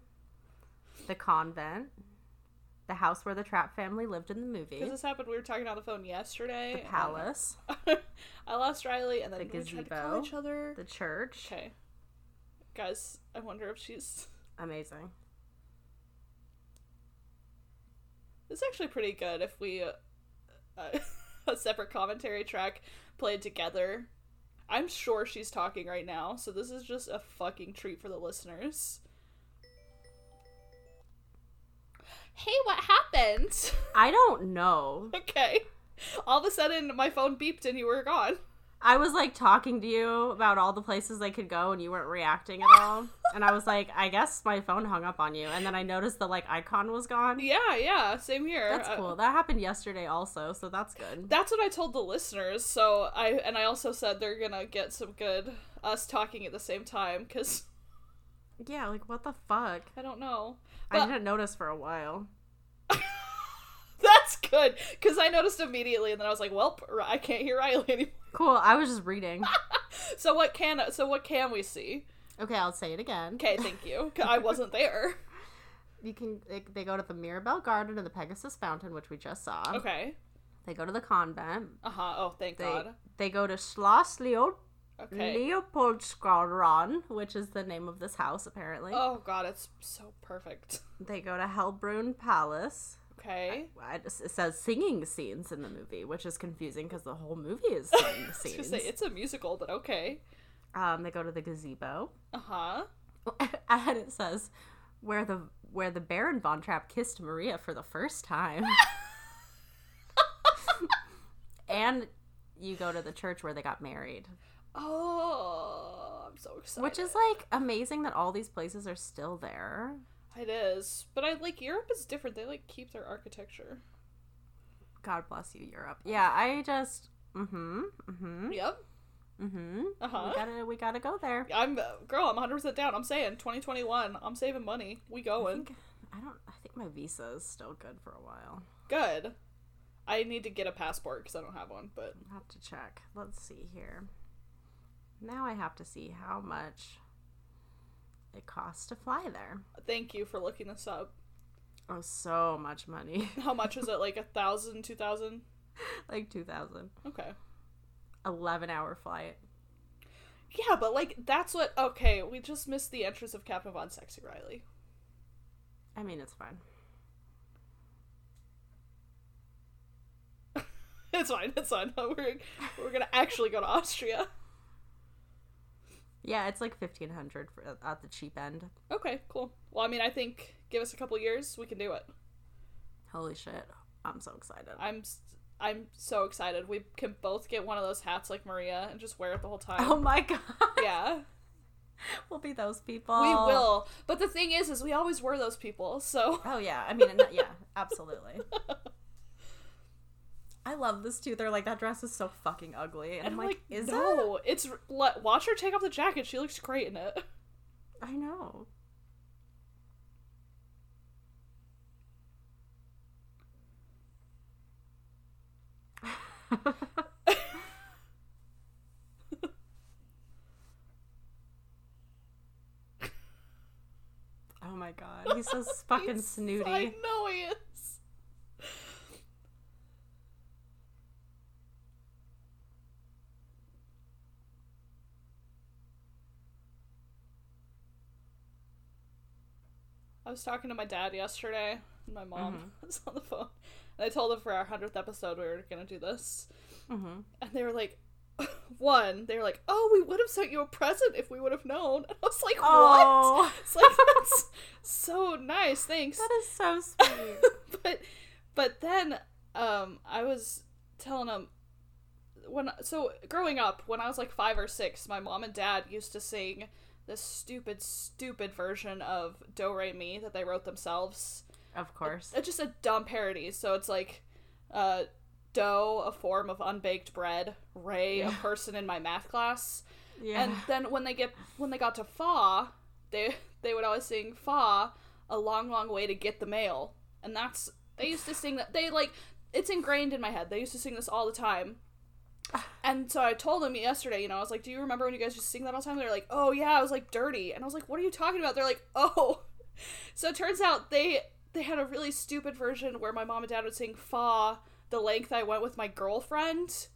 S1: the convent, the house where the Trap family lived in the movie,
S2: Because this happened, we were talking on the phone yesterday.
S1: the
S2: and
S1: palace,
S2: I lost Riley, and then
S1: The
S2: we tried to call
S1: gazebo.
S2: each other.
S1: the church.
S2: Okay, guys, I wonder if she's.
S1: Amazing.
S2: It's actually pretty good if we uh, uh, a separate commentary track played together. I'm sure she's talking right now, so this is just a fucking treat for the listeners. Hey, what happened?
S1: I don't know.
S2: okay. All of a sudden, my phone beeped and you were gone.
S1: I was like talking to you about all the places they could go and you weren't reacting at all. and I was like, I guess my phone hung up on you. And then I noticed the like icon was gone.
S2: Yeah, yeah, same here.
S1: That's
S2: Uh,
S1: cool. That happened yesterday also, so that's good.
S2: that's what I told the listeners. So I and I also said they're gonna get some good us talking at the same time because
S1: Yeah, like what the fuck?
S2: I don't know.
S1: I
S2: But-
S1: didn't notice for a while.
S2: That's good because I noticed immediately, and then I was like, "Well, I can't hear Riley anymore."
S1: Cool. I was just reading.
S2: So what can so what can we see?
S1: Okay, I'll say it again.
S2: Okay, thank you. 'cause I wasn't there.
S1: You can they, they go to the Mirabelle Garden and the Pegasus Fountain, which we just saw.
S2: Okay.
S1: They go to the convent.
S2: Uh huh. Oh, thank
S1: They
S2: God.
S1: they go to Schloss Leo-
S2: Okay.
S1: Leopoldskron, which is the name of this house apparently.
S2: Oh God, it's so perfect.
S1: They go to Hellbrunn Palace.
S2: Okay.
S1: I- It says singing scenes in the movie, which is confusing because the whole movie is singing
S2: I was
S1: scenes.
S2: gonna say it's a musical, but okay.
S1: Um, they go to the gazebo,
S2: Uh huh.
S1: and it says where the where the Baron von Trapp kissed Maria for the first time. and you go to the church where they got married,
S2: Oh, I'm so excited.
S1: which is like amazing that all these places are still there.
S2: it is, but I like Europe is different. They like keep their architecture.
S1: God bless you, Europe. Yeah, I just mm-hmm, mm-hmm,
S2: Yep.
S1: mm-hmm.
S2: Uh huh.
S1: We gotta we gotta go there.
S2: I'm girl. I'm 100 percent down. I'm saying 2021. I'm saving money. We
S1: I
S2: going.
S1: think I don't. I think my visa is still good for a while.
S2: Good. I need to get a passport because I don't have one, but
S1: I'll have to check. Let's see here. Now I have to see how much it costs to fly there.
S2: thank you for looking this up.
S1: Oh, so much money.
S2: How much is it? Like a thousand, two thousand?
S1: like two thousand.
S2: Okay.
S1: Eleven hour flight.
S2: Yeah, but like that's what. Okay, we just missed the entrance of Captain Von Sexy Riley.
S1: I mean, it's fine.
S2: It's fine. It's fine. We're we're gonna actually go to Austria.
S1: Yeah, it's like fifteen hundred for at the cheap end.
S2: Okay, cool. Well, I mean, I think give us a couple years, we can do it.
S1: Holy shit! I'm so excited.
S2: I'm s- I'm so excited. We can both get one of those hats like Maria and just wear it the whole time.
S1: oh my god,
S2: yeah,
S1: we'll be those people.
S2: we will. But the thing is, is we always were those people. So
S1: Oh yeah, I mean, and- yeah, absolutely. I love this too. They're like that dress is so fucking ugly, and,
S2: I'm like,
S1: is it?
S2: no, it's let, watch her take off the jacket. She looks great in it.
S1: I know. oh my god, he's so fucking
S2: He's-
S1: snooty.
S2: I know he is. I was talking to my dad yesterday and my mom
S1: Mm-hmm.
S2: was on the phone. And I told them for our hundredth episode we were gonna do this.
S1: hmm
S2: And they were like one, they were like, Oh, we would have sent you a present if we would have known. And I was like, What?
S1: Oh,
S2: It's like that's so nice, thanks.
S1: that is so sweet.
S2: but but then um I was telling him when so growing up when I was like 5 or 6 my mom and dad used to sing this stupid stupid version of Do Re Mi that they wrote themselves.
S1: of course.
S2: It's just a dumb parody. So it's like uh dough a form of unbaked bread, Ray a
S1: Yeah.
S2: person in my math class.
S1: Yeah.
S2: And then when they get when they got to Fa, they they would always sing Fa, a long long way to get the mail, and that's they used to sing that they like it's ingrained in my head. They used to sing this all the time. And so I told them yesterday, you know, I was like, "Do you remember when you guys just sing that all the time?" They're like, "Oh yeah," I was like, "Dirty," and I was like, "What are you talking about?" They're like, "Oh." So it turns out they they had a really stupid version where my mom and dad would sing "Fa," the length I went with my girlfriend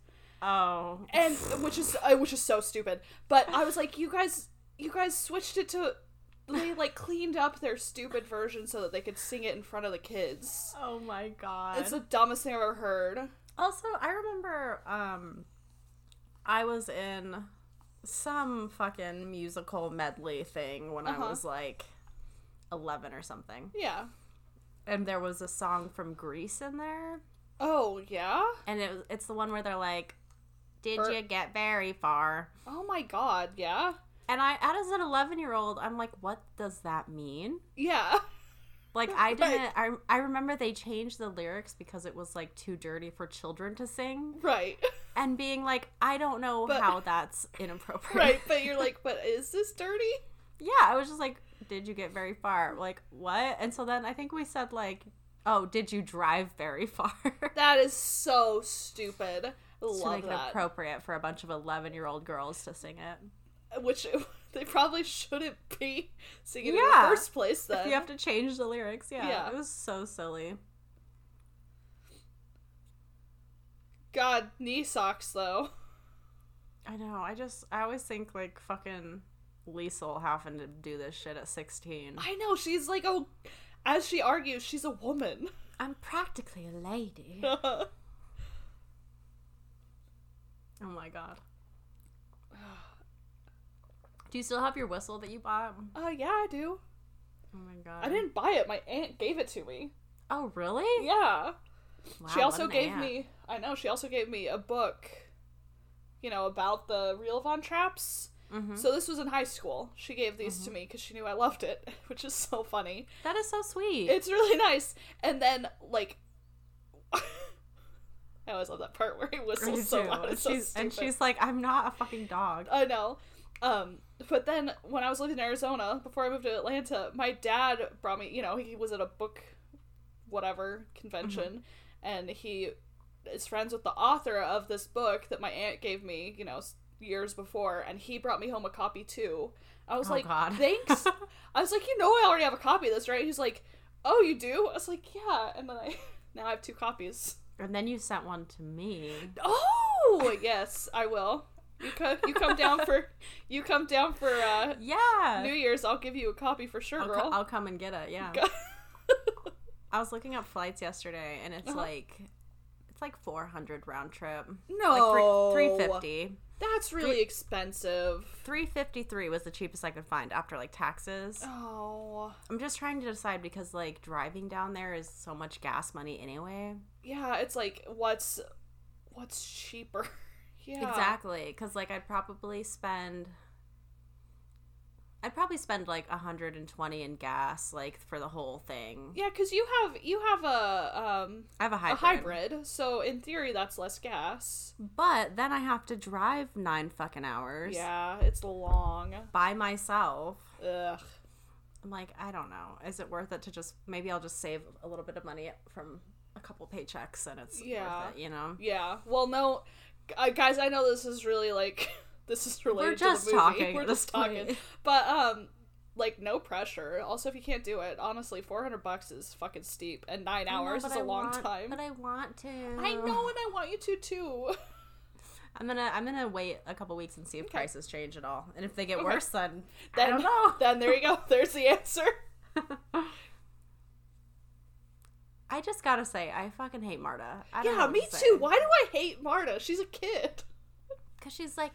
S1: oh.
S2: and which is uh, which is so stupid. But I was like, you guys, you guys switched it to they like cleaned up their stupid version so that they could sing it in front of the kids.
S1: Oh my god.
S2: It's the dumbest thing I've ever heard.
S1: Also, I remember um I was in some fucking musical medley thing when
S2: Uh-huh.
S1: I was like 11 or something.
S2: Yeah.
S1: And there was a song from Greece in there,
S2: Oh yeah.
S1: and it was, it's the one where they're like did
S2: Or-
S1: you get very far?
S2: Oh my god. Yeah.
S1: And I as an 11-year-old, I'm like what does that mean?
S2: Yeah.
S1: Like I
S2: Right.
S1: didn't I I remember they changed the lyrics because it was like too dirty for children to sing
S2: Right.
S1: and being like I don't know
S2: But-
S1: how that's inappropriate.
S2: Right. But you're like, but is this dirty?
S1: yeah, I was just like, did you get very far? Like, what? And so then I think we said, like, oh, did you drive very far?
S2: That is so stupid.
S1: to make
S2: Love
S1: it
S2: that.
S1: appropriate for a bunch of 11 year old girls to sing it.
S2: Which they probably shouldn't be singing in
S1: Yeah.
S2: the first place. Then
S1: If you have to change the lyrics. Yeah.
S2: Uh, Yeah.
S1: It was so silly.
S2: God, knee socks though.
S1: I know. I just, I always think, like, fucking Liesel having to do this shit at 16.
S2: I know she's like oh, as she argues, she's a woman. Uh,
S1: I'm practically a lady.
S2: I
S1: oh my God. Do you still have your whistle that you bought?
S2: Oh yeah, I do.
S1: Oh my god.
S2: I didn't buy it. My aunt gave it to me.
S1: Oh really?
S2: Yeah.
S1: Wow,
S2: she also
S1: what an
S2: gave
S1: aunt.
S2: me. I know. She also gave me a book. You know about the real Von Traps.
S1: Mhm.
S2: So this was in high school. She gave these
S1: Mm-hmm.
S2: to me because she knew I loved it, which is so funny.
S1: That is so sweet.
S2: It's really nice. And then like. I always love that part where he
S1: I do
S2: whistles so
S1: too.
S2: loud.
S1: And
S2: It's so
S1: she's, and
S2: stupid.
S1: she's like, I'm not a fucking dog.
S2: I know. Um, but then when I was living in Arizona before I moved to Atlanta, my dad brought me. You know, he was at a book, whatever
S1: Mm-hmm.
S2: convention, and he is friends with the author of this book that my aunt gave me. You know, s- years before, and he brought me home a copy too. I was
S1: Oh,
S2: like,
S1: God.
S2: thanks. I was like, you know, I already have a copy of this, right? He's like, oh, you do? I was like, yeah. And then I now I have two copies.
S1: And then you sent one to me.
S2: Oh yes, I will. You come, you come down for, you come down for uh,
S1: Yeah.
S2: New Year's. I'll give you a copy for sure,
S1: I'll, co-
S2: girl.
S1: I'll come and get it. Yeah. I was looking up flights yesterday, and it's
S2: Uh-huh.
S1: like It's like 400 round trip.
S2: No.
S1: Like three- 350.
S2: That's really expensive.
S1: 353 was the cheapest I could find after like taxes.
S2: Oh.
S1: I'm just trying to decide because like driving down there is so much gas money anyway.
S2: Yeah, it's like what's what's cheaper? yeah.
S1: Exactly, cuz like I'd probably spend I'd probably spend like 120 in gas like for the whole thing.
S2: Yeah, cuz you have you have a um
S1: I have a
S2: a
S1: hybrid.
S2: hybrid, so in theory that's less gas.
S1: But then I have to drive 9 fucking hours
S2: Yeah, it's long.
S1: by myself.
S2: Ugh.
S1: I'm like, I don't know. Is it worth it to just maybe I'll just save a little bit of money from a couple paychecks and it's
S2: Yeah.
S1: worth it, you know?
S2: Yeah. Well, no, uh, guys, I know this is really like this is related
S1: We're just
S2: to the movie.
S1: talking.
S2: We're
S1: at
S2: just
S1: this point.
S2: talking. But um like no pressure. Also if you can't do it, honestly 400 bucks is fucking steep and 9
S1: I know,
S2: hours
S1: but
S2: is a
S1: I
S2: long
S1: want-
S2: time.
S1: But I want to.
S2: I know and I want you to too.
S1: I'm gonna I'm gonna wait a couple weeks and see if
S2: Okay.
S1: prices change at all. And if they get
S2: Okay.
S1: worse, then,
S2: Then
S1: I don't know.
S2: then there you go. There's the answer.
S1: I just gotta say, I fucking hate Marta. I don't
S2: Yeah,
S1: know
S2: me too. Why do I hate Marta? She's a kid.
S1: Because she's like,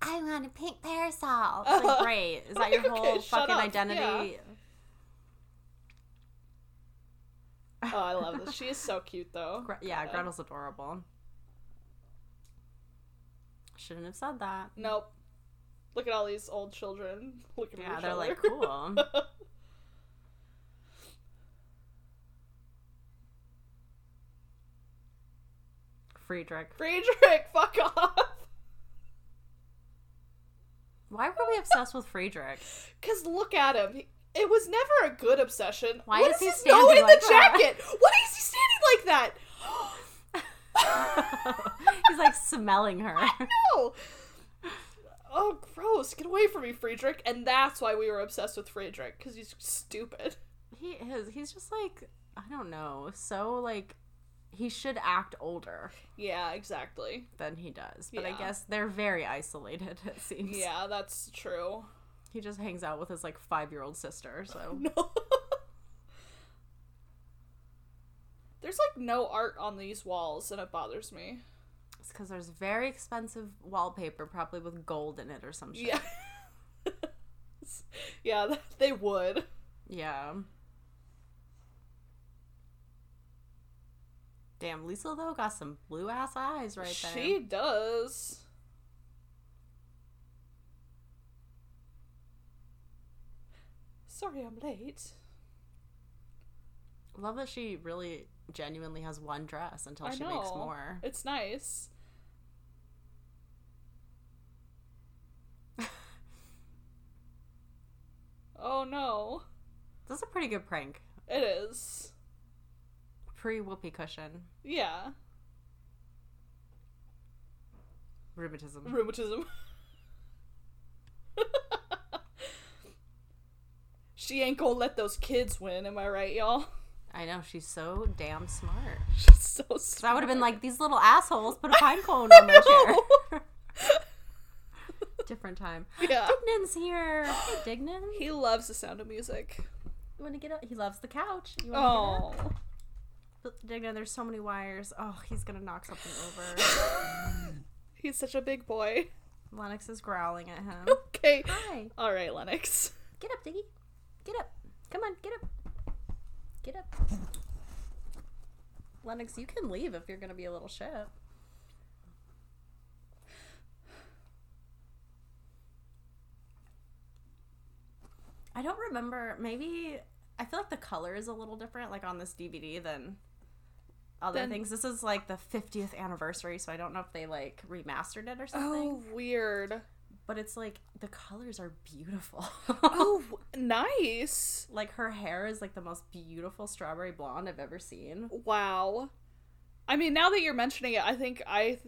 S1: I want a pink parasol. It's like,
S2: Uh-huh.
S1: great. Is that your
S2: Okay,
S1: whole
S2: shut
S1: fucking
S2: up.
S1: identity?
S2: Oh, I love this. She is so cute though. Uh,
S1: Gre- yeah,
S2: God.
S1: Gretel's adorable. Shouldn't have said that.
S2: Nope. Look at all these old children looking at
S1: Yeah,
S2: each
S1: they're
S2: other.
S1: like cool. Friedrich.
S2: Friedrich, fuck off.
S1: Why were we obsessed with Friedrich?
S2: Cause look at him. He- It was never a good obsession.
S1: Why
S2: What
S1: is he
S2: his
S1: standing
S2: no in
S1: like
S2: the
S1: that?
S2: jacket? What is he standing like that?
S1: He's like smelling her.
S2: no. Oh, gross! Get away from me, Friedrich. And that's why we were obsessed with Friedrich because he's stupid.
S1: He is. He's just like I don't know. So like he should act older
S2: Yeah, exactly.
S1: than he does. But I
S2: Yeah.
S1: guess they're very isolated. It seems.
S2: Yeah, that's true.
S1: He just hangs out with his like five year old sister. So
S2: No. There's like no art on these walls, and it bothers me.
S1: it's because there's very expensive wallpaper, probably with gold in it or some shit.
S2: Yeah. yeah, th- they would.
S1: Yeah. Damn, Lisa though got some blue ass eyes right there.
S2: She does. Sorry, I'm late.
S1: Love that she really genuinely has one dress until
S2: I
S1: she
S2: know.
S1: makes more.
S2: It's nice. oh no.
S1: That's a pretty good prank.
S2: It is.
S1: Pre whoopee cushion.
S2: Yeah.
S1: Rheumatism.
S2: Rheumatism. she ain't gonna let those kids win, am I right, y'all?
S1: I know, she's so damn smart.
S2: She's so
S1: So I
S2: smart.
S1: would have been like, these little assholes put a pine cone on my chair. Different time.
S2: Yeah.
S1: Dignan's here. Hey, Dignan.
S2: He loves the sound of music.
S1: You want to get up? He loves the couch. You want to get up?
S2: Oh.
S1: But Dignan, there's so many wires. Oh, he's gonna knock something over.
S2: He's such a big boy.
S1: Lennox is growling at him.
S2: Okay.
S1: Hi,
S2: All right, Lennox.
S1: get up, Diggy. Get up. Come on, get up. Get up. Lennox, you can leave if you're gonna be a little shit. I don't remember. Maybe I feel like the color is a little different, like on this DVD than other
S2: Then-
S1: things. This is like the 50th anniversary, so I don't know if they like remastered it or something.
S2: Oh, weird.
S1: But it's like the colors are beautiful.
S2: Oh, nice.
S1: like her hair is like the most beautiful strawberry blonde I've ever seen.
S2: Wow. I mean, now that you're mentioning it, I think I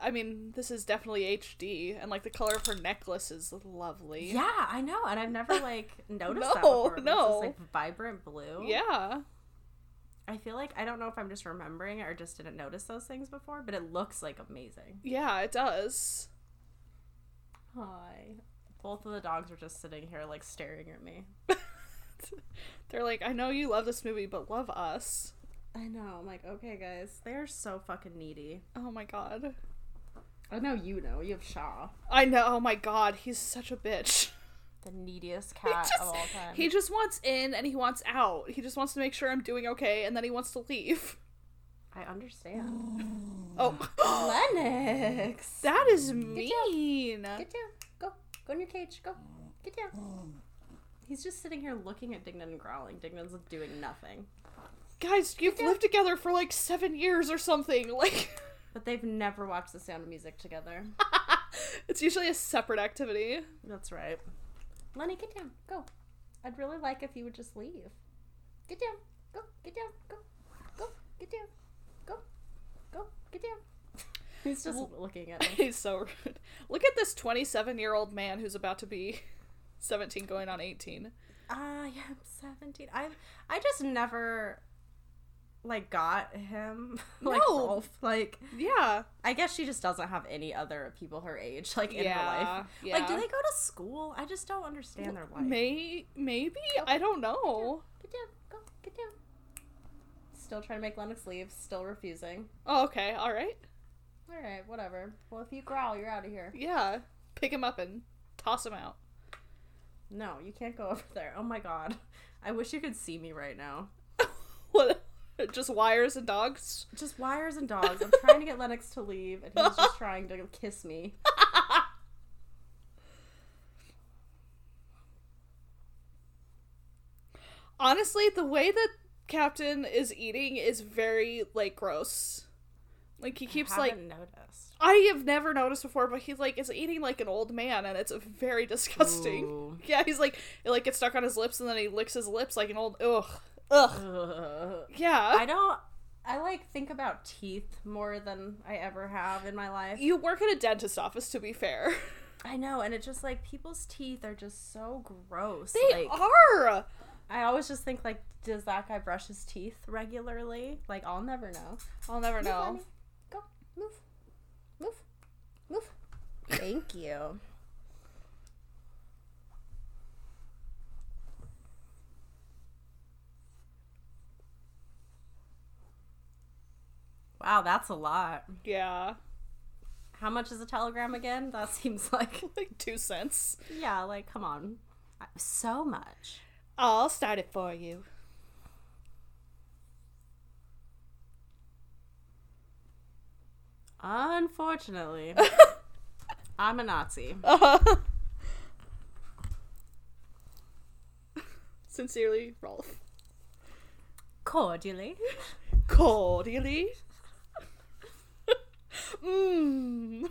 S2: I mean, this is definitely HD and like the color of her necklace is lovely.
S1: Yeah, I know, and I've never like noticed that
S2: No,
S1: before. It's
S2: no.
S1: just, like vibrant blue.
S2: Yeah.
S1: I feel like I don't know if I'm just remembering it or just didn't notice those things before, but it looks like amazing.
S2: Yeah, it does.
S1: Hi. Both of the dogs are just sitting here like staring at me.
S2: They're like, "I know you love this movie, but love us."
S1: I know. I'm like, okay, guys, they are so fucking needy.
S2: Oh my god.
S1: I know you know. You have Shaw,
S2: I know. Oh my god, he's such a bitch.
S1: the neediest
S2: He
S1: cat
S2: just,
S1: of all time.
S2: he just wants in and he wants out. He just wants to make sure I'm doing okay and then he wants to leave.
S1: I understand.
S2: Oh,
S1: Lennox,
S2: that is mean.
S1: get down. Go. Go in your cage. Go. Get down. He's just sitting here looking at Dignan and growling. Dignan's doing nothing.
S2: Guys, you've lived together for like seven years or something. Like,
S1: But they've never watched The Sound of Music together.
S2: it's usually a separate activity.
S1: That's right. Lenny, get down. Go. I'd really like if you would just leave. Get down. Go. Get down. Go. Go. Get down. Go. Go. Get down. He's just looking at me.
S2: He's so rude. Look at this 27 year old man who's about to be 17 going on 18.
S1: I am 17. I I just never like got him like
S2: No.
S1: Rolf. Like
S2: Yeah.
S1: I guess she just doesn't have any other people her age like in her
S2: Yeah,
S1: life. Like do
S2: yeah.
S1: they go to school? I just don't understand their life.
S2: May maybe? I don't know.
S1: Get down. Go. Get down. Still trying to make Lennox leave. Still refusing.
S2: Oh, okay. All right.
S1: All right, whatever. Well, if you growl, you're out of here.
S2: Yeah. Pick him up and toss him out.
S1: No, you can't go over there. Oh my god. I wish you could see me right now.
S2: what? Just wires and dogs?
S1: Just wires and dogs. I'm trying to get Lennox to leave, and he's just trying to kiss me.
S2: Honestly, the way that Captain is eating is very like gross. Like he keeps like
S1: Haven't noticed.
S2: I have never noticed before, but he's like is eating like an old man, and it's very disgusting.
S1: Ooh.
S2: Yeah, he's like it like gets stuck on his lips, and then he licks his lips like an old ugh ugh.
S1: Ugh.
S2: Yeah,
S1: I don't. I like think about teeth more than I ever have in my life.
S2: you work at a dentist office, to be fair.
S1: I know, and it's just like people's teeth are just so gross.
S2: They
S1: like,
S2: are.
S1: I always just think like, does that guy brush his teeth regularly? Like, I'll never know.
S2: I'll never know.
S1: Go, move, move, move. Thank you. Wow, that's a lot.
S2: Yeah,
S1: How much is a telegram again? That seems like
S2: like two cents.
S1: yeah, like come on, I- so much.
S2: I'll start it for you.
S1: Unfortunately, I'm a Nazi.
S2: Sincerely, Rolf.
S1: Cordially.
S2: cordially. Mmm.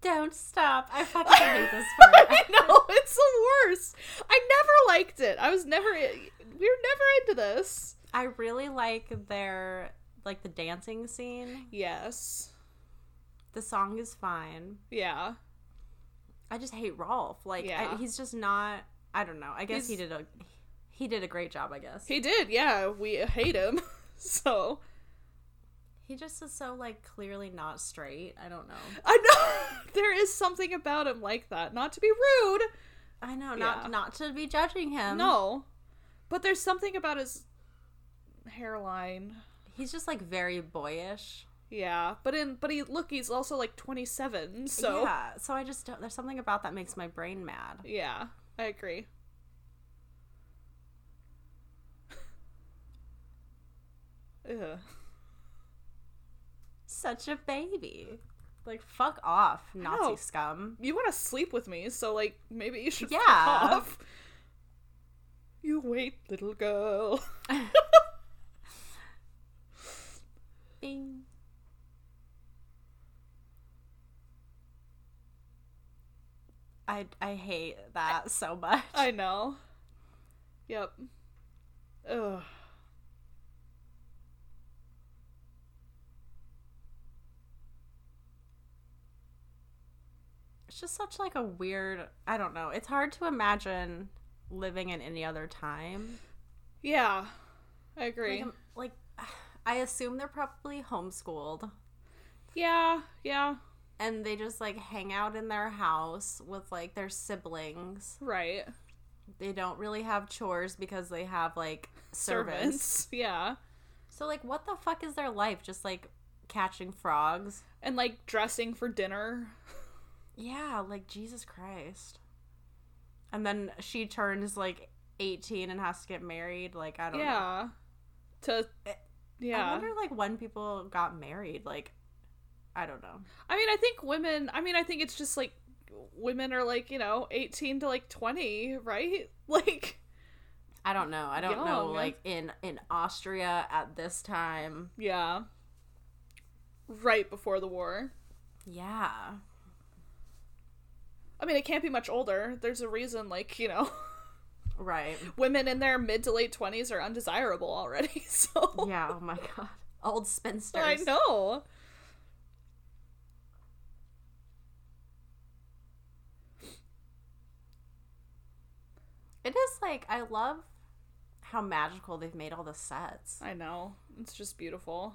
S1: Don't stop. I fucking hate this part.
S2: I know it's the worst. I never liked it. I was never. i- We were never into this.
S1: I really like their like the dancing scene.
S2: Yes.
S1: The song is fine.
S2: Yeah.
S1: I just hate Rolf. Like I,
S2: Yeah.
S1: he's just not. I don't know. I guess he
S2: He's-
S1: did a he did a great job. I guess he,
S2: He did. Yeah. We hate him. So
S1: just is so like clearly not straight. I don't know.
S2: I know there is something about him like that. Not to be rude.
S1: I know not
S2: Yeah.
S1: not to be judging him.
S2: no. But there's something about his hairline.
S1: he's just like very boyish.
S2: Yeah. But in but he look he's also like 27. So
S1: yeah, so I just don't, there's something about that makes my brain mad.
S2: Yeah, I agree. Ugh.
S1: Such a baby. Like fuck off, Nazi
S2: know.
S1: scum.
S2: You want to sleep with me, so like maybe you should yeah.
S1: Yeah.
S2: off. You wait, little girl.
S1: Bing. I, I hate that so much.
S2: I know. Yep. Ugh.
S1: It's just such like a weird. I don't know. It's hard to imagine living in any other time.
S2: Yeah, I agree.
S1: Like, um, I'm- like I assume they're probably homeschooled
S2: yeah, yeah,
S1: and they just like hang out in their house with like their siblings
S2: right.
S1: They don't really have chores because they have like servants.
S2: Yeah.
S1: So like what the fuck is their life? Just like catching frogs?
S2: And like dressing for dinner.
S1: Yeah, like Jesus Christ. And then she turns like 18 and has to get married. Like I don't know. Eh,
S2: Yeah. To yeah.
S1: I wonder like when people got married. Like I don't know.
S2: I mean, I think women. I mean, I think it's just like women are like you know eighteen to like twenty, right? Like
S1: I don't know. I don't
S2: Yeah,
S1: know
S2: man.
S1: like in in Austria at this time.
S2: yeah, right before the war.
S1: Yeah.
S2: I mean, it can't be much older. There's a reason, like you know,
S1: Right.
S2: women in their mid to late twenties are undesirable already. So
S1: Yeah, oh my god. Old spinsters.
S2: I know.
S1: It is like I love how magical they've made all the sets.
S2: I know. It's just beautiful.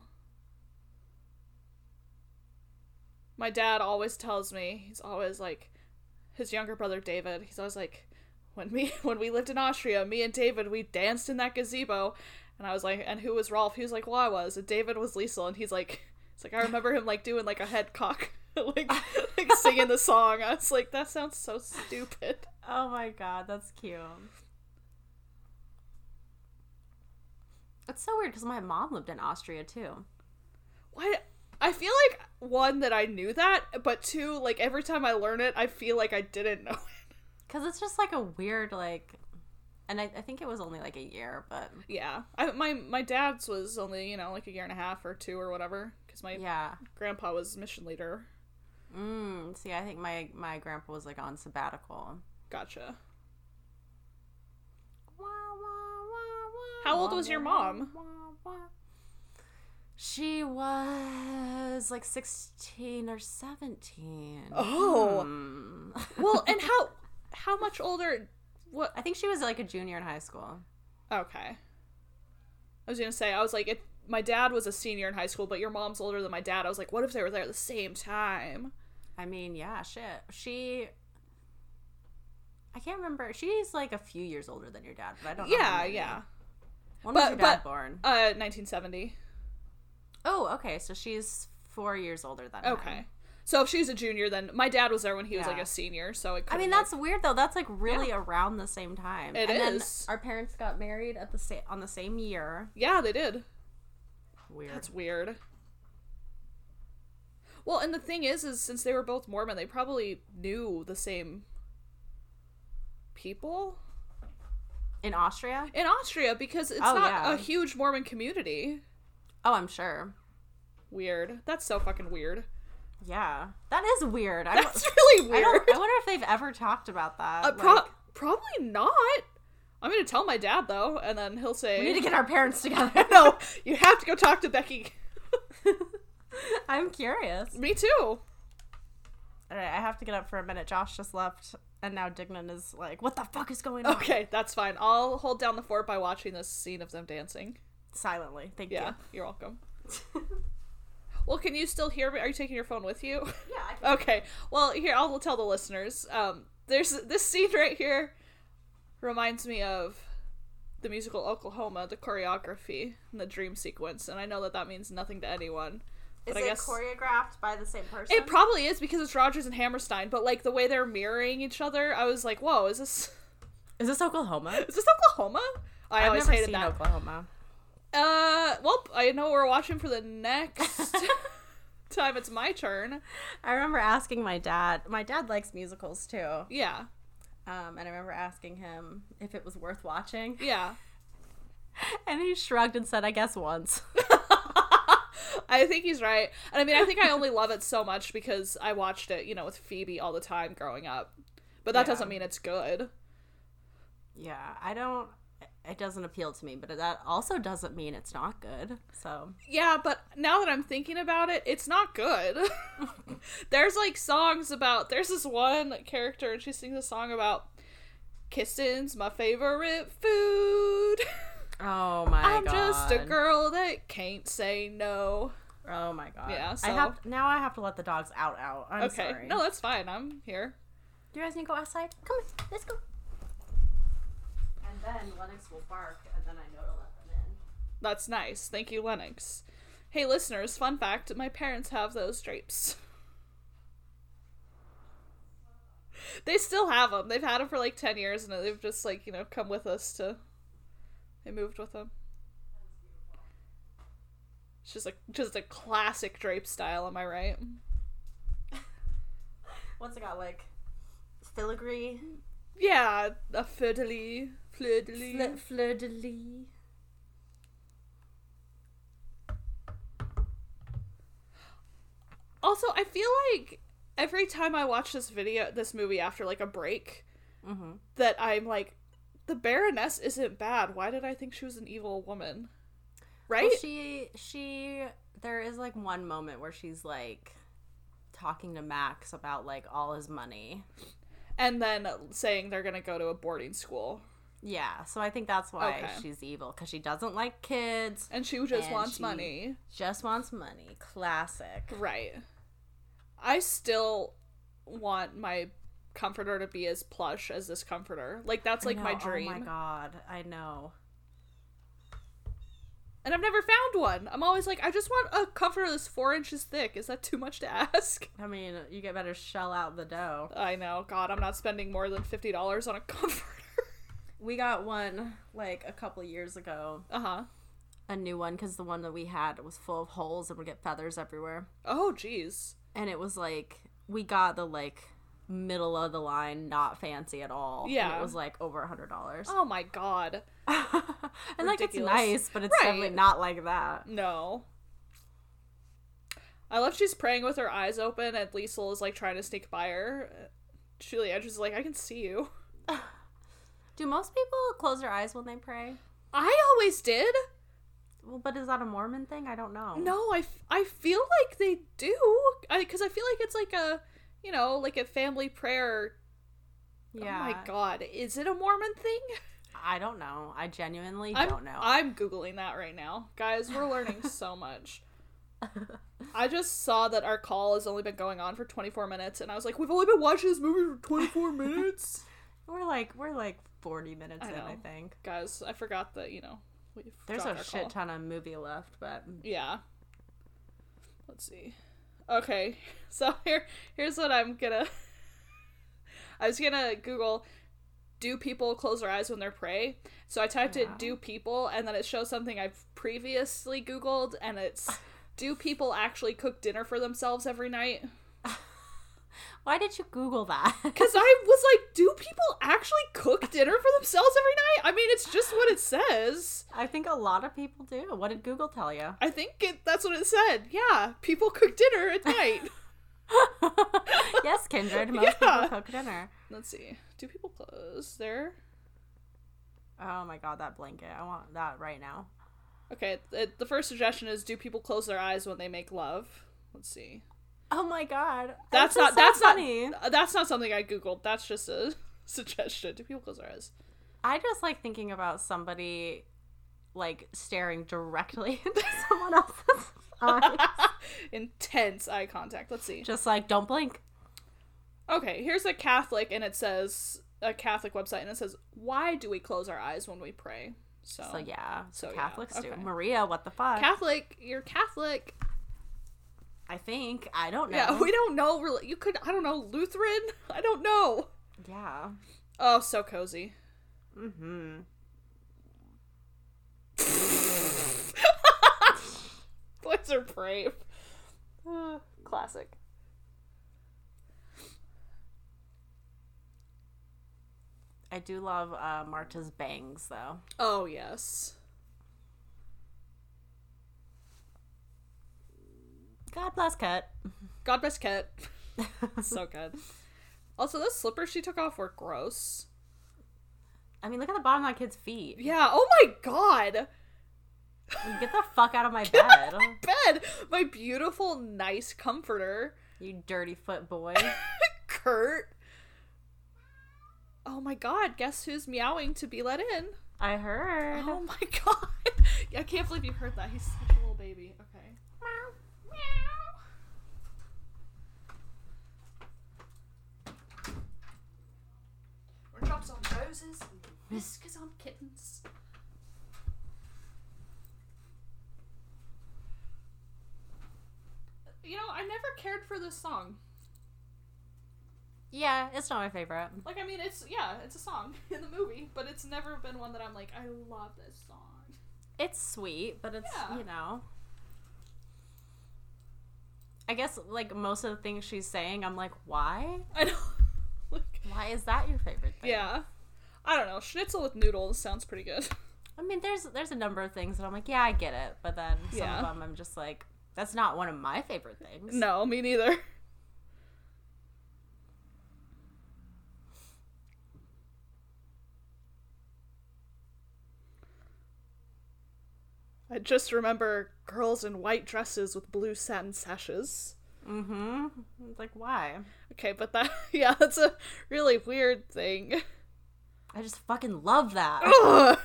S2: My dad always tells me, he's always like his younger brother David, he's always like when we when we lived in Austria, me and David we danced in that gazebo and I was like and who was Rolf? He was like, Well I was and David was Liesel and he's like it's like I remember him like doing like a head cock like like singing the song. I was like, that sounds so stupid.
S1: Oh my god, that's cute. It's so weird because my mom lived in Austria too.
S2: Why? I feel like one that I knew that, but two, like every time I learn it, I feel like I didn't know it.
S1: Because it's just like a weird, like, and I, I think it was only like a year, but
S2: Yeah, I, my my dad's was only you know like a year and a half or two or whatever, because my
S1: yeah.
S2: grandpa was mission leader.
S1: Mm, see, I think my my grandpa was like on sabbatical.
S2: Gotcha. How old was your mom?
S1: She was like 16 or 17.
S2: Oh.
S1: Hmm.
S2: Well, and how how much older? What?
S1: I think she was like a junior in high school.
S2: Okay. I was gonna say I was like it. My dad was a senior in high school, but your mom's older than my dad. I was like, what if they were there at the same time?
S1: I mean, yeah, shit. She. I can't remember. She's like a few years older than your dad, but I don't know. how
S2: Yeah,
S1: many.
S2: yeah.
S1: When
S2: But-
S1: was your dad
S2: but-
S1: born?
S2: Uh, 1970.
S1: Oh, okay. So she's four years older than him.
S2: Okay. So if she's a junior, then my dad was there when he was like
S1: Yeah.
S2: a senior. So it.
S1: I mean,
S2: couldn't
S1: that's weird though. That's like really around the same time.
S2: It
S1: and
S2: is.
S1: Then our parents got married at the sa- on the same year.
S2: work. Yeah, they did.
S1: Weird.
S2: That's weird. Well, and the thing is, is since they were both Mormon, they probably knew the same people
S1: In Austria?
S2: in Austria because it's
S1: Oh,
S2: not
S1: yeah.
S2: a huge Mormon community.
S1: Oh, I'm sure.
S2: Weird. That's so fucking weird.
S1: Yeah, that is weird. I,
S2: That's really
S1: I,
S2: weird.
S1: don't, I wonder if they've ever talked about that.
S2: Uh,
S1: Like,
S2: pro- probably not. I'm gonna tell my dad though, and then he'll say,
S1: we need to get our parents together.
S2: "No, you have to go talk to Becky."
S1: I'm curious.
S2: Me too.
S1: All right, I have to get up for a minute. Josh just left, and now Dignan is like, "What the fuck is going on?"
S2: Okay, that's fine. I'll hold down the fort by watching this scene of them dancing.
S1: Silently. Thank
S2: Yeah, you're welcome. Well, can you still hear me? Are you taking your phone with you?
S1: you. yeah. I can-
S2: okay. Well, here I'll tell the listeners. Um, there's this scene right here reminds me of the musical Oklahoma, the choreography and the dream sequence, and I know that that means nothing to anyone.
S1: Is
S2: I
S1: it
S2: guess-
S1: choreographed by the same person?
S2: It probably is because it's Rogers and Hammerstein, but like the way they're mirroring each other, I was like, "Whoa, is this
S1: is this Oklahoma?
S2: is this Oklahoma?" I
S1: I've
S2: always
S1: never
S2: hated
S1: seen
S2: that.
S1: Oklahoma.
S2: Uh, well, I know what we're watching for the next time it's my turn.
S1: I remember asking my dad. My dad likes musicals too,
S2: Yeah,
S1: um, and I remember asking him if it was worth watching,
S2: yeah.
S1: and he shrugged and said, "I guess once."
S2: I think he's right. And I mean, I think I only love it so much because I watched it, you know, with Phoebe all the time growing up. But that
S1: Yeah.
S2: doesn't mean it's good.
S1: yeah, I don't. It doesn't appeal to me, but that also doesn't mean it's not good. So
S2: Yeah, but now that I'm thinking about it, it's not good. there's like songs about there's this one character and she sings a song about kissing's my favorite food.
S1: Oh my
S2: I'm
S1: god.
S2: just a girl that can't say no.
S1: Oh my god.
S2: Yeah,
S1: I
S2: so-
S1: have now I have to let the dogs out out. I'm
S2: okay.
S1: sorry.
S2: No, that's fine. I'm here.
S1: Do you guys need to go outside? Come on, let's go. and then Lennox will bark, and then I know to let them in.
S2: That's nice. Thank you, Lennox. Hey, listeners, fun fact my parents have those drapes. They still have them. They've had them for like 10 years and they've just like, you know, come with us to. They moved with them. It's just a, just a classic drape style, am I right?
S1: What's it got like? Filigree,
S2: Yeah, a fleur de lis. Fleur de
S1: Fle-
S2: lis.
S1: fleur de lis.
S2: Also, I feel like every time I watch this video, this movie after like a break,
S1: Mm-hmm.
S2: that I'm like, the Baroness isn't bad. Why did I think she was an evil woman? Right?
S1: Well, she she there is like one moment where she's like talking to Max about like all his money.
S2: and then saying they're gonna go to a boarding school,
S1: Yeah, so I think that's why
S2: Okay.
S1: she's evil because she doesn't like kids.
S2: and she just
S1: And
S2: wants
S1: she-
S2: money.
S1: Just wants money. Classic.
S2: Right. I still want my comforter to be as plush as this comforter. Like that's like
S1: I
S2: my
S1: know,
S2: dream.
S1: Oh my god, I know.
S2: And I've never found one. I'm always like, I just want a comforter that's four inches thick. Is that too much to ask?
S1: I mean, you get better shell out the dough.
S2: I know. God, I'm not spending more than fifty dollars on a comforter.
S1: We got one like a couple years ago,
S2: uh huh.
S1: a new one because the one that we had was full of holes and would get feathers everywhere.
S2: Oh, jeez.
S1: and it was like we got the like middle of the line, not fancy at all. and
S2: Yeah.
S1: it was like over a hundred dollars.
S2: Oh my God.
S1: and like it's
S2: Oh. ridiculous.
S1: nice, but it's
S2: Right.
S1: definitely not like that.
S2: No. I love she's praying with her eyes open and Liesel is like trying to sneak by her. Julie Andrews is like, I can see you.
S1: Do most people close their eyes when they pray?
S2: I always did.
S1: Well, but is that a Mormon thing? I don't know.
S2: No, I, f- I feel like they do. Because I, feel like it's like a, you know, like a family prayer.
S1: Yeah.
S2: Oh my God. Is it a Mormon thing?
S1: I don't know. I genuinely
S2: I'm,
S1: don't know.
S2: I'm Googling that right now. Guys, we're learning so much. I just saw that our call has only been going on for 24 minutes, and I was like, we've only been watching this movie for 24 minutes.
S1: we're like we're like forty minutes
S2: I
S1: in, I
S2: know.
S1: think.
S2: guys i forgot that you know we've
S1: There's
S2: dropped
S1: a
S2: our
S1: shit
S2: call.
S1: ton of movie left, but
S2: yeah let's see okay so here here's what i'm gonna i was gonna google do people close their eyes when they're pray so i typed in
S1: Yeah.
S2: do people and then it shows something i've previously googled and it's do people actually cook dinner for themselves every night
S1: why did you Google that?
S2: because i was like do people actually cook dinner for themselves every night i mean it's just what it says
S1: I think a lot of people do. What did Google tell you?
S2: I think it, that's what it said. Yeah, people cook dinner at night.
S1: yes, Kindred. Most
S2: Yeah.
S1: people cook dinner.
S2: Let's see. Do people close there?
S1: Oh my god, that blanket. I want that right now.
S2: Okay, th- the first suggestion is do people close their eyes when they make love? Let's see.
S1: Oh my god.
S2: That's
S1: just so
S2: not that's
S1: funny.
S2: not that's not something I googled. That's just a suggestion. Do people close their eyes?
S1: I just like thinking about somebody like staring directly into someone else's eye.
S2: Intense eye contact. Let's see.
S1: just like don't blink.
S2: Okay, here's a Catholic and it says a Catholic website and it says why do we close our eyes when we pray? So,
S1: So yeah.
S2: Oh. So,
S1: So
S2: yeah,
S1: Catholics
S2: okay.
S1: do. Maria, what the fuck?
S2: Catholic, you're Catholic.
S1: I think. I don't know.
S2: Yeah, we don't know. really- You could, I don't know, Lutheran? I don't know.
S1: yeah.
S2: Oh, so cozy.
S1: Mm-hmm.
S2: Boys are brave. Uh, classic.
S1: I do love uh, Marta's bangs though.
S2: Oh, yes.
S1: God bless Cut.
S2: God bless Ket. so good. Also, those slippers she took off were gross.
S1: I mean, look at the bottom of that kid's feet.
S2: Yeah, oh my god.
S1: Get the fuck out of my bed,
S2: Bed! My beautiful, nice comforter.
S1: you dirty foot boy.
S2: Kurt. Oh my god, guess who's meowing to be let in?
S1: I heard.
S2: Oh my god. I can't believe you heard that. He's such a little baby. Okay. We're dropped on roses and Miss because I'm kittens. You know, I never cared for this song.
S1: Yeah, it's not my favorite.
S2: Like, I mean, it's yeah, it's a song in the movie, but it's never been one that I'm like, I love this song.
S1: It's sweet, but it's
S2: Yeah.
S1: you know. I guess like most of the things she's saying, I'm like, why?
S2: I don't. Like,
S1: Why is that your favorite thing?
S2: yeah, I don't know. Schnitzel with noodles sounds pretty good.
S1: I mean, there's there's a number of things that I'm like, yeah, I get it, but then some
S2: Yeah.
S1: of them I'm just like, that's not one of my favorite things.
S2: No, me neither. I just remember girls in white dresses with blue satin sashes.
S1: Mm-hmm. It's like why?
S2: Okay, but that yeah, that's a really weird thing.
S1: I just fucking love that.
S2: Ugh.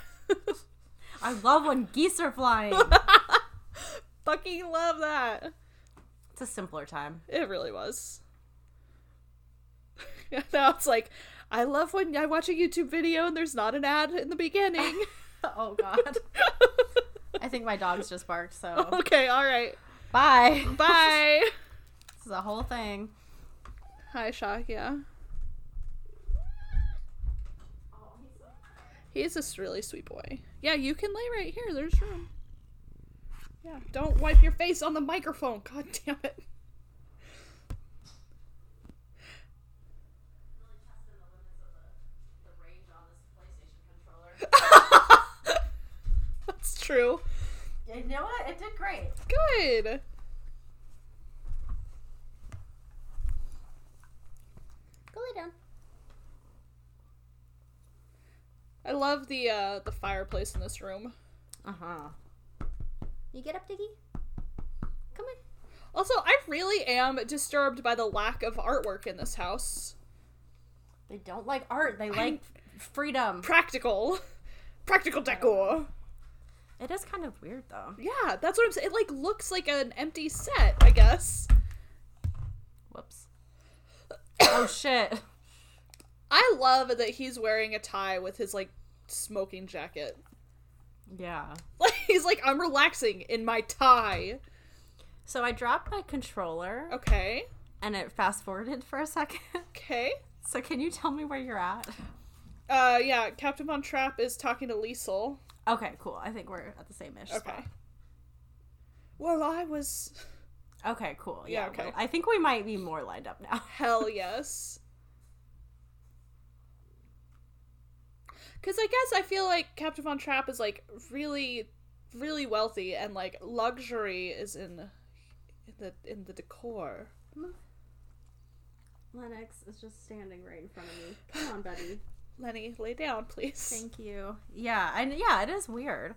S1: I love when geese are flying.
S2: Fucking love that.
S1: it's a simpler time.
S2: It really was. now it's like, I love when I watch a YouTube video and there's not an ad in the beginning.
S1: oh god. I think my dog's just barked, so
S2: okay, all right.
S1: bye.
S2: Bye.
S1: This is a whole thing.
S2: Hi, Shakya. He's just really sweet boy. Yeah, you can lay right here. There's room. Yeah, don't wipe your face on the microphone. God damn it. That's true.
S1: You know what? It did great.
S2: Good.
S1: Go lay down.
S2: I love the uh the fireplace in this room.
S1: Uh huh. You get up, Diggy? Come on.
S2: Also, I really am disturbed by the lack of artwork in this house.
S1: They don't like art. They like freedom.
S2: Practical. Practical decor.
S1: It is kind of weird though.
S2: Yeah, that's what I'm saying. It like looks like an empty set, I guess.
S1: Whoops. oh shit.
S2: I love that he's wearing a tie with his like smoking jacket.
S1: Yeah.
S2: Like he's like I'm relaxing in my tie.
S1: So I dropped my controller
S2: Oh. Okay.
S1: and it fast forwarded for a second.
S2: Okay.
S1: so can you tell me where you're at?
S2: Uh yeah, Captain Von Trapp is talking to Liesel.
S1: Okay, cool. I think we're at the same ish.
S2: Okay. Well, I was
S1: Okay, cool.
S2: Yeah,
S1: Yeah,
S2: okay.
S1: well, I think we might be more lined up now.
S2: Hell yes. Because I guess I feel like Captain Von Trapp is like really, really wealthy, and like luxury is in, in the in the decor.
S1: Lennox is just standing right in front of me. Come on, buddy.
S2: Lenny, lay down, please.
S1: Thank you. Yeah, and yeah, it is weird.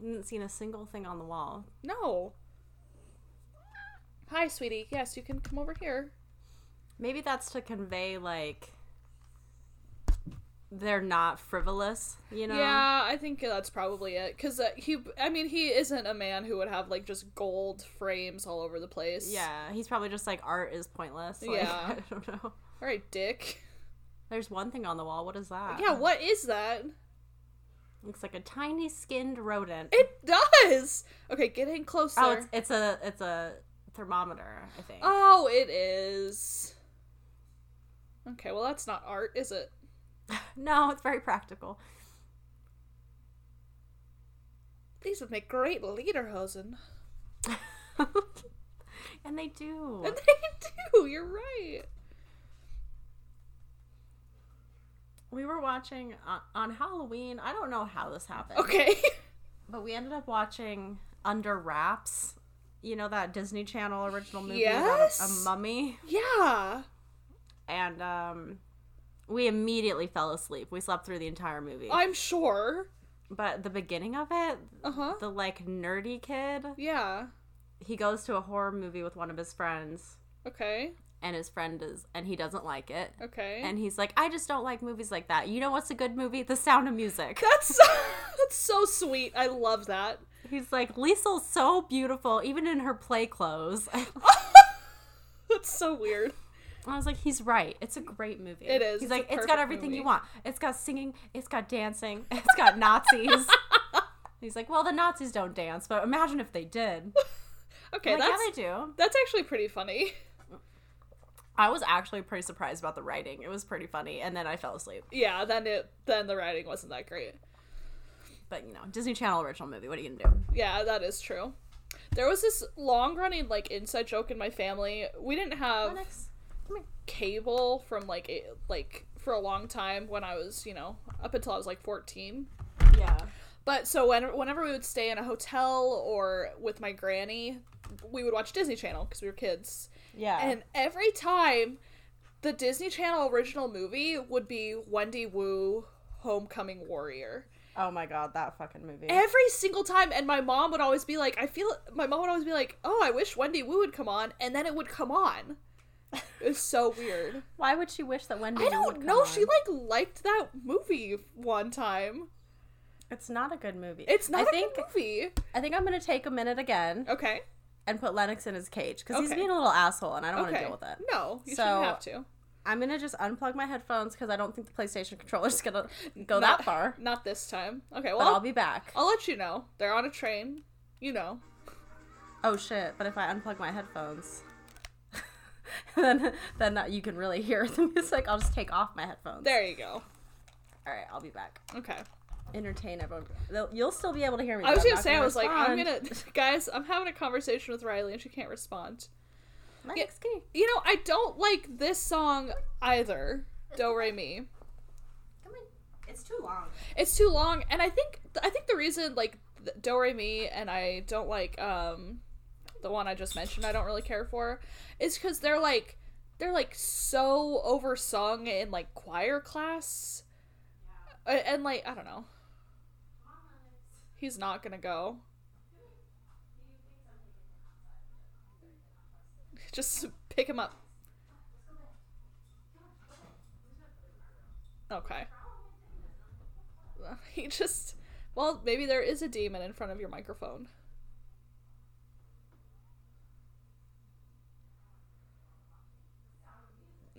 S1: I haven't seen a single thing on the wall.
S2: no. Hi, sweetie. Yes, you can come over here.
S1: Maybe that's to convey like they're not frivolous, you know?
S2: Yeah, I think that's probably it. Because uh, he, I mean, he isn't a man who would have like just gold frames all over the place.
S1: Yeah, he's probably just like art is pointless. Like,
S2: Yeah.
S1: I don't know.
S2: All right, Dick.
S1: There's one thing on the wall. What is that?
S2: Yeah, what is that?
S1: looks like a tiny skinned rodent.
S2: It does. Okay, get in closer.
S1: oh, it's, it's a it's a thermometer, I think.
S2: Oh, it is. Okay, well that's not art, is it?
S1: No, it's very practical.
S2: These would make great lederhosen.
S1: and they do.
S2: And they do. You're right.
S1: We were watching uh, on Halloween. I don't know how this happened,
S2: Okay.
S1: but we ended up watching Under Wraps. You know that Disney Channel original movie about a- a,
S2: Yes.
S1: mummy,
S2: yeah.
S1: and um, we immediately fell asleep. We slept through the entire movie,
S2: I'm sure.
S1: but the beginning of it,
S2: Uh huh.
S1: the like nerdy kid,
S2: Yeah.
S1: he goes to a horror movie with one of his friends,
S2: Okay.
S1: and his friend is, and he doesn't like it.
S2: Okay.
S1: And he's like, I just don't like movies like that. You know what's a good movie? The Sound of Music.
S2: that's so, that's so sweet. I love that.
S1: He's like, Liesel's so beautiful, even in her play clothes.
S2: that's so weird.
S1: And I was like, he's right. It's a great movie.
S2: It is.
S1: He's
S2: It's
S1: like,
S2: a
S1: it's got
S2: perfect
S1: everything you
S2: movie."
S1: want. It's got singing. It's got dancing. It's got Nazis. he's like, well, the Nazis don't dance, but imagine if they did.
S2: Okay,
S1: I'm like,
S2: that's
S1: yeah, they do.
S2: that's actually pretty funny.
S1: I was actually pretty surprised about the writing. It was pretty funny, and then I fell asleep.
S2: Yeah, then it then the writing wasn't that great.
S1: But you know, Disney Channel original movie. What are you gonna do?
S2: Yeah, that is true. There was this long running like inside joke in my family. We didn't have
S1: Lennox, come here.
S2: cable from like a, like for a long time when I was you know up until I was like fourteen.
S1: Yeah.
S2: But so when, whenever we would stay in a hotel or with my granny, we would watch Disney Channel because we were kids.
S1: Yeah.
S2: And every time, the Disney Channel original movie would be Wendy Wu Homecoming Warrior.
S1: oh my god, that fucking movie.
S2: Every single time, and my mom would always be like, I feel, my mom would always be like, oh, I wish Wendy Wu would come on, and then it would come on. It was so weird.
S1: Why would she wish that Wendy?
S2: I
S1: Wu would
S2: don't
S1: come
S2: know.
S1: on?
S2: She like liked that movie one time.
S1: It's not a good movie.
S2: It's not
S1: I
S2: a
S1: think
S2: good movie.
S1: I think I'm gonna take a minute again
S2: Okay.
S1: and put Lennox in his cage because he's
S2: Okay.
S1: being a little asshole, and I don't want to
S2: Okay.
S1: deal with it.
S2: No, you
S1: So-
S2: shouldn't have to.
S1: I'm gonna just unplug my headphones because I don't think the PlayStation controller's gonna go
S2: Not-
S1: that far.
S2: Not this time. Okay,
S1: But
S2: well,
S1: I'll
S2: I'll,
S1: be back.
S2: I'll let you know. They're on a train. You know.
S1: Oh shit! But if I unplug my headphones, then then you can really hear the music. I'll just take off my headphones.
S2: There you go.
S1: All right, I'll be back.
S2: Okay.
S1: Entertain everyone. They'll- You'll still be able to hear me.
S2: I was
S1: but I'm
S2: gonna
S1: not
S2: say, I was like, I'm
S1: respond.
S2: gonna, guys, I'm having a conversation with Riley and she can't respond.
S1: Lennox, come here.
S2: You know, I don't like this song either. Do re mi.
S1: Come in. It's too long.
S2: It's too long, and I think, I think the reason like th- Do re mi and I don't like um the one I just mentioned. I don't really care for is because they're like they're like so oversung in like choir class, A- and like I don't know. He's not gonna go. Just pick him up. Okay. He just. Well, maybe there is a demon in front of your microphone.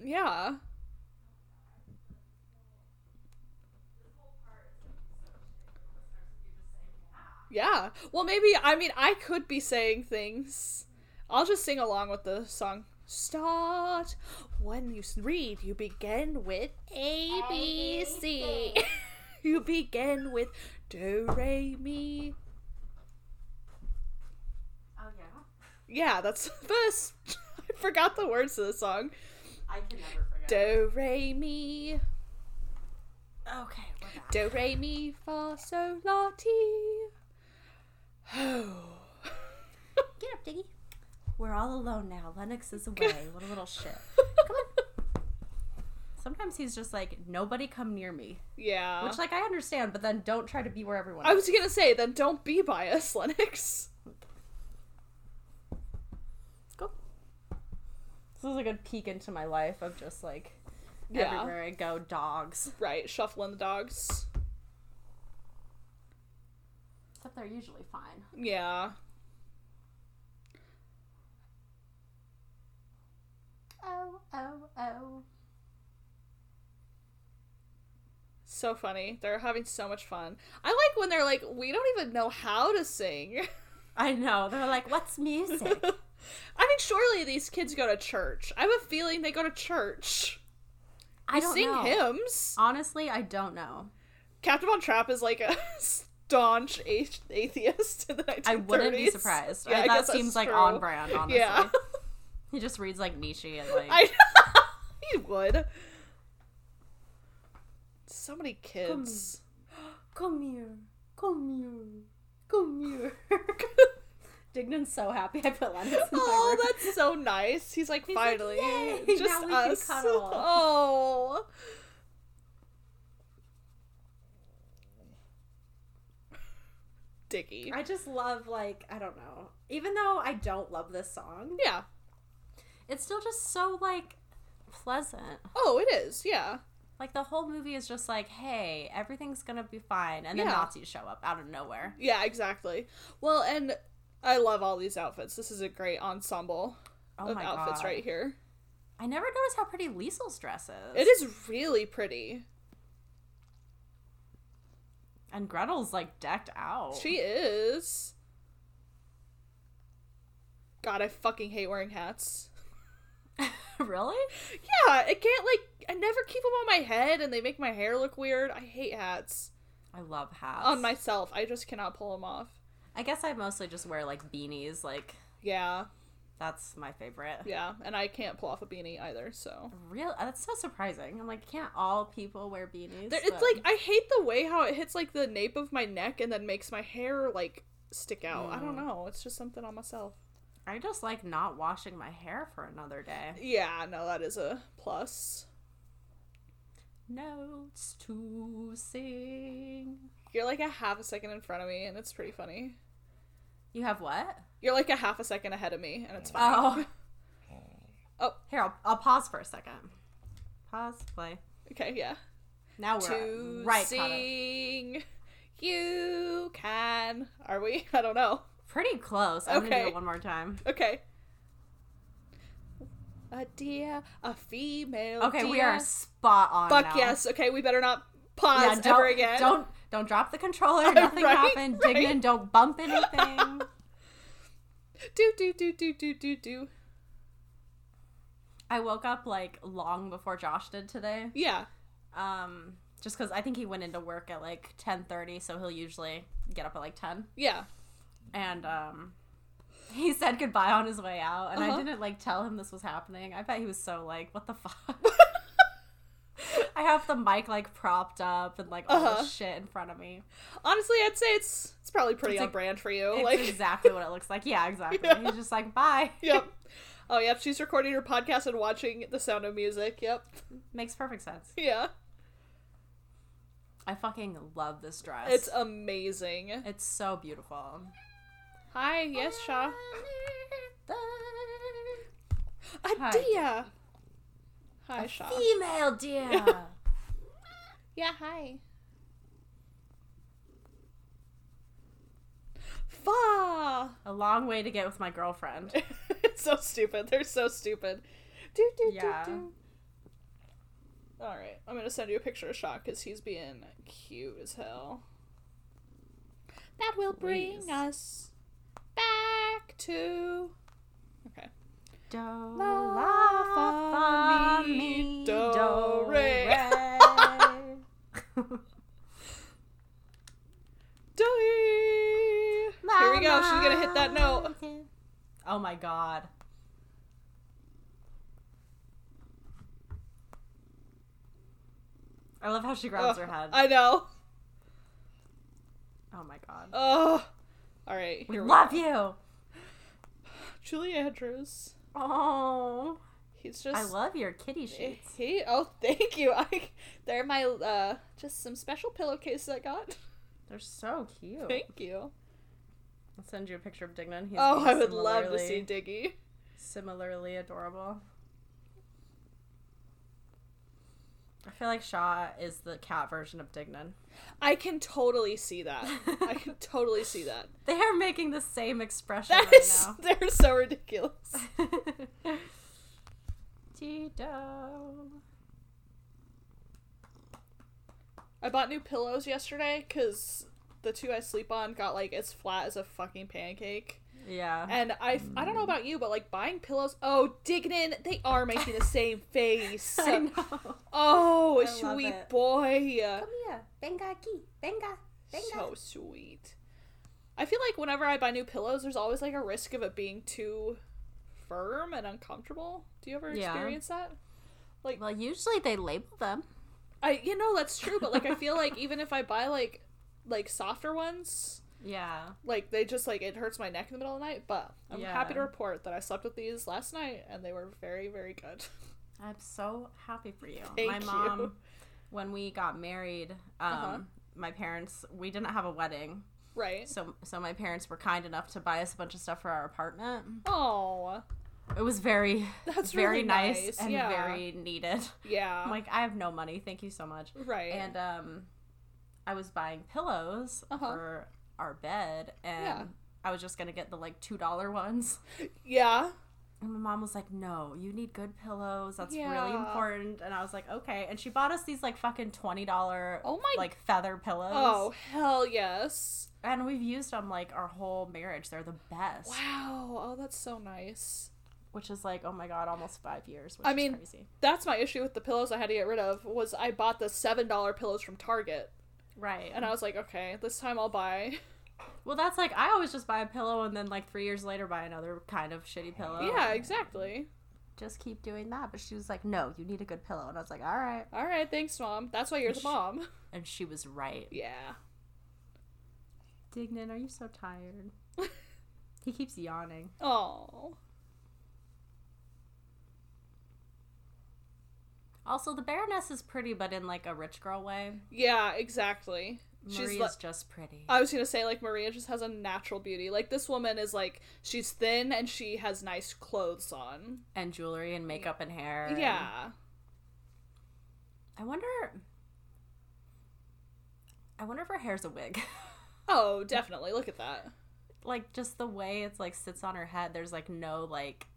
S2: Yeah. Yeah. Well, maybe, I mean, I could be saying things. I'll just sing along with the song. Start when you s- read, you begin with A, B, C. you begin with Do, Re, Mi.
S1: Oh yeah.
S2: Yeah, that's this. I forgot the words to the song.
S1: I can never forget.
S2: Do, Re, Mi.
S1: okay. We're back.
S2: Do re mi fa so la ti.
S1: Get up, Diggy. We're all alone now. Lennox is away. What a little shit.
S2: Come on.
S1: Sometimes he's just like, nobody come near me.
S2: Yeah.
S1: Which, like, I understand, but then don't try to be where everyone
S2: Uh-huh. I
S1: is.
S2: was gonna say then don't be biased, Lennox.
S1: Go. This is a good peek into my life of just like
S2: Yeah.
S1: everywhere I go, dogs.
S2: Right, shuffling the dogs.
S1: Except they're usually fine.
S2: Yeah.
S1: Oh, oh, oh.
S2: So funny. They're having so much fun. I like when they're like, we don't even know how to sing.
S1: I know. They're like, what's music?
S2: I mean, surely these kids go to church. I have a feeling they go to church.
S1: I don't
S2: Sing
S1: know.
S2: hymns.
S1: Honestly, I don't know.
S2: Captain Von Trapp is like a staunch a- atheist in the 1930s.
S1: I wouldn't be surprised. I-
S2: I
S1: that
S2: guess that's
S1: seems like
S2: true.
S1: on brand, honestly.
S2: Yeah,
S1: He just reads like Nietzsche and like,
S2: I he would. So many kids.
S1: come here, come here, come here. Dignan's so happy I put Lennox in my
S2: Oh,
S1: room.
S2: that's so nice. He's like,
S1: He's like,
S2: finally,
S1: "Yay,
S2: just
S1: now we can
S2: us.
S1: cuddle."
S2: Oh, Dicky.
S1: I just love like I don't know. Even though I don't love this song,
S2: Yeah.
S1: it's still just so like pleasant.
S2: Oh, it is. Yeah.
S1: Like the whole movie is just like, hey, everything's gonna be fine, and then
S2: Yeah.
S1: Nazis show up out of nowhere.
S2: Yeah, exactly. Well, and I love all these outfits. This is a great ensemble
S1: Oh
S2: of
S1: my
S2: outfits
S1: god!
S2: right here.
S1: I never noticed how pretty Liesel's dress is.
S2: It is really pretty.
S1: And Gretel's like decked out.
S2: She is. God, I fucking hate wearing hats.
S1: really?
S2: Yeah, I can't like I never keep them on my head and they make my hair look weird. I hate hats.
S1: I love hats.
S2: On myself, I just cannot pull them off.
S1: I guess I mostly just wear like beanies. Like
S2: Yeah.
S1: that's my favorite.
S2: Yeah, and I can't pull off a beanie either, so.
S1: Real. uh, That's so surprising. I'm like, can't all people wear beanies?
S2: There, it's
S1: But-
S2: like I hate the way how it hits like the nape of my neck and then makes my hair like stick out. I don't
S1: Mm.
S2: know. It's just something on myself.
S1: I just like not washing my hair for another day.
S2: Yeah, no, that is a plus.
S1: Notes to sing.
S2: You're like a half a second in front of me, and it's pretty funny.
S1: You have what?
S2: You're like a half a second ahead of me, and it's funny.
S1: Oh.
S2: Oh.
S1: Here, I'll, I'll pause for a second. Pause, play.
S2: Okay, yeah.
S1: Now we're
S2: to
S1: right. caught up.
S2: sing, you can. Are we? I don't know.
S1: Pretty close. I'm gonna do
S2: Okay.
S1: it one more time.
S2: Okay. A deer, a female.
S1: Okay, we are
S2: deer.
S1: spot on.
S2: Fuck
S1: now.
S2: yes. Okay, we better not
S1: Yeah,
S2: pause
S1: don't,
S2: ever again.
S1: Don't don't drop the controller. Nothing
S2: Right,
S1: happened.
S2: right.
S1: Dig in. Don't bump anything.
S2: do do do do do do do.
S1: I woke up like long before Josh did today.
S2: Yeah.
S1: Um, just because I think he went into work at like ten thirty, so he'll usually get up at like ten.
S2: Yeah.
S1: And um, he said goodbye on his way out, and
S2: Uh-huh.
S1: I didn't like tell him this was happening. I bet he was so like, what the fuck. I have the mic like propped up and like all
S2: Uh-huh.
S1: this shit in front of me.
S2: Honestly, I'd say it's it's probably pretty
S1: It's
S2: on
S1: like-
S2: brand for you.
S1: It's
S2: like
S1: exactly what it looks like. Yeah, exactly.
S2: Yeah.
S1: He's just like, bye.
S2: Yep. Oh yep, she's recording her podcast and watching The Sound of Music. Yep.
S1: Makes perfect sense.
S2: Yeah.
S1: I fucking love this dress.
S2: It's amazing.
S1: it's so beautiful.
S2: Hi, yes, Shaw.
S1: Hi.
S2: Adia. Hi, Shaw.
S1: Female dear.
S2: Yeah, hi. Fa.
S1: A long way to get with my girlfriend.
S2: it's so stupid. They're so stupid. Do do
S1: Yeah.
S2: do do. All right, I'm gonna send you a picture of Shock because he's being cute as hell. That will bring
S1: Please.
S2: us back to. Okay.
S1: Do
S2: La, fa, mi, do, re. Doi! Here we go. She's gonna hit that note.
S1: Oh my god. I love how she grabs
S2: Ugh,
S1: her head.
S2: I know.
S1: oh my god.
S2: Oh. All right.
S1: we
S2: here
S1: love
S2: go.
S1: you.
S2: Julie Andrews.
S1: Oh,
S2: He's just.
S1: I love your kitty sheets.
S2: He oh thank you. I they're my uh just some special pillowcases I got.
S1: They're so cute.
S2: Thank you.
S1: I'll send you a picture of Dignan. Oh. He's
S2: oh, I would love to see
S1: similarly-
S2: Diggy.
S1: Similarly adorable. I feel like Shaw is the cat version of Dignan.
S2: I can totally see that. I can totally see that.
S1: They are making the same expression
S2: That
S1: right
S2: is they're so ridiculous.
S1: now. Tito.
S2: I bought new pillows yesterday because the two I sleep on got like as flat as a fucking pancake.
S1: Yeah.
S2: And I I
S1: Mm.
S2: don't know about you, but like buying pillows. Oh, Dignan, they are making the same face.
S1: I know.
S2: Oh,
S1: I love
S2: sweet
S1: it.
S2: boy.
S1: here. Venga aquí. Venga.
S2: So sweet. I feel like whenever I buy new pillows, there's always like a risk of it being too firm and uncomfortable. Do you ever
S1: Yeah.
S2: experience that?
S1: Well, usually they label them.
S2: I you know that's true, but like I feel like even if I buy like like softer ones,
S1: Yeah.
S2: like they just like it hurts my neck in the middle of the night, but I'm happy to
S1: Yeah.
S2: report that I slept with these last night and they were very very good.
S1: I'm so happy for you.
S2: Thank
S1: my
S2: you.
S1: mom, when we got married, um,
S2: Uh-huh.
S1: my parents, we didn't have a wedding,
S2: Right.
S1: so so my parents were kind enough to buy us a bunch of stuff for our apartment.
S2: Oh.
S1: It was very,
S2: That's
S1: very
S2: really
S1: nice,
S2: nice,
S1: and
S2: yeah.
S1: very needed.
S2: Yeah.
S1: I'm like, I have no money. Thank you so much.
S2: right.
S1: And um, I was buying pillows
S2: Uh-huh.
S1: for our bed, and
S2: Yeah.
S1: I was just gonna get the like two dollar ones.
S2: yeah.
S1: And my mom was like, "No, you need good pillows. That's really
S2: Yeah.
S1: important." And I was like, "Okay." And she bought us these like fucking twenty dollar
S2: Oh my-
S1: like feather pillows.
S2: Oh hell yes!
S1: and we've used them like our whole marriage. They're the best,
S2: Wow. Oh, that's so nice.
S1: which is like, oh my god, almost five years. Which
S2: I
S1: is
S2: mean-
S1: crazy,
S2: That's my issue with the pillows I had to get rid of was I bought the seven dollar pillows from Target,
S1: right?
S2: and I was like, okay, this time I'll buy.
S1: well, that's like I always just buy a pillow and then like three years later buy another kind of shitty pillow.
S2: Yeah, exactly.
S1: just keep doing that. But she was like, "No, you need a good pillow," and I was like, "All right."
S2: All right, thanks, mom. That's why you're the mom.
S1: And she was right.
S2: Yeah.
S1: Dignan, are you so tired? he keeps yawning.
S2: Oh.
S1: Also, the Baroness is pretty, but in like a rich girl way.
S2: Yeah, exactly.
S1: Maria's
S2: She's like,
S1: just pretty.
S2: I was gonna say like Maria just has a natural beauty. Like this woman is like she's thin and she has nice clothes on.
S1: and jewelry and makeup and hair. and-
S2: Yeah.
S1: I wonder. I wonder if her hair's a wig.
S2: Oh, definitely. Look at that.
S1: like just the way it's like sits on her head. There's like no like.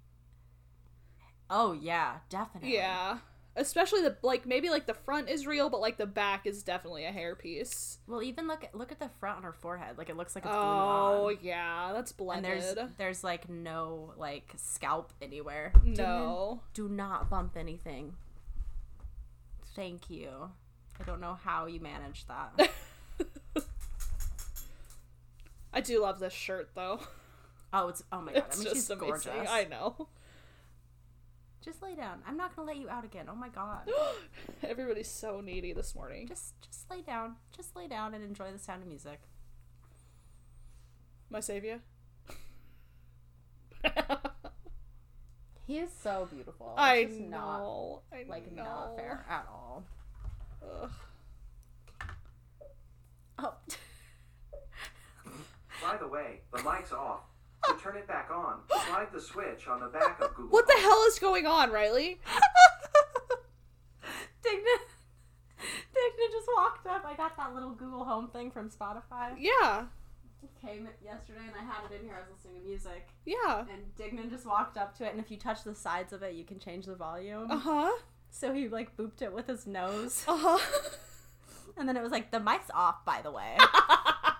S1: Oh yeah, definitely.
S2: Yeah. Especially the like maybe like the front is real, but like the back is definitely a hairpiece.
S1: Well, even look at look at the front on her forehead. Like it looks like it's
S2: Oh
S1: glued on.
S2: yeah, that's
S1: And
S2: blended.
S1: there's there's like no like scalp anywhere.
S2: no.
S1: Do not bump anything. Thank you. I don't know how you managed that.
S2: I do love this shirt though.
S1: oh, it's oh my god.
S2: It's
S1: I mean, she's
S2: just amazing.
S1: gorgeous.
S2: I know.
S1: Just lay down. I'm not gonna let you out again. Oh my god.
S2: Everybody's so needy this morning.
S1: just just lay down. Just lay down and enjoy the sound of music.
S2: My savior.
S1: He is so beautiful.
S2: I
S1: It's just Not,
S2: know. I
S1: like
S2: know.
S1: not fair at all.
S2: Ugh.
S1: Oh.
S3: By the way, the mic's off. To turn it back on, slide the switch on the back of Google.
S2: What the hell is going on, Riley?
S1: Digna Digna just walked up. I got that little Google Home thing from Spotify.
S2: Yeah.
S1: It came yesterday and I had it in here. I was listening to music.
S2: Yeah.
S1: And Dignan just walked up to it, and if you touch the sides of it, you can change the volume.
S2: Uh huh.
S1: So he like booped it with his nose,
S2: Uh
S1: and then it was like the mic's off, by the way.
S2: huh.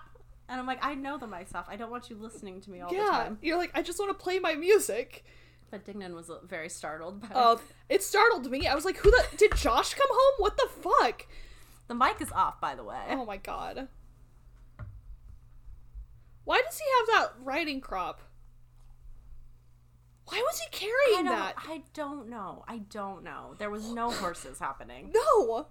S1: And I'm like, I know the mic's off. I don't want you listening to me all the
S2: yeah.
S1: time.
S2: You're like, I just want to play my music.
S1: But Dignan was uh, very startled by
S2: Oh, it startled me. I was like, who the. Did Josh come home? What the fuck?
S1: the mic is off, by the way.
S2: Oh my god. Why does he have that riding crop? Why was he
S1: I
S2: carrying
S1: don't,
S2: that?
S1: I don't know. I don't know. There was no horses happening.
S2: No!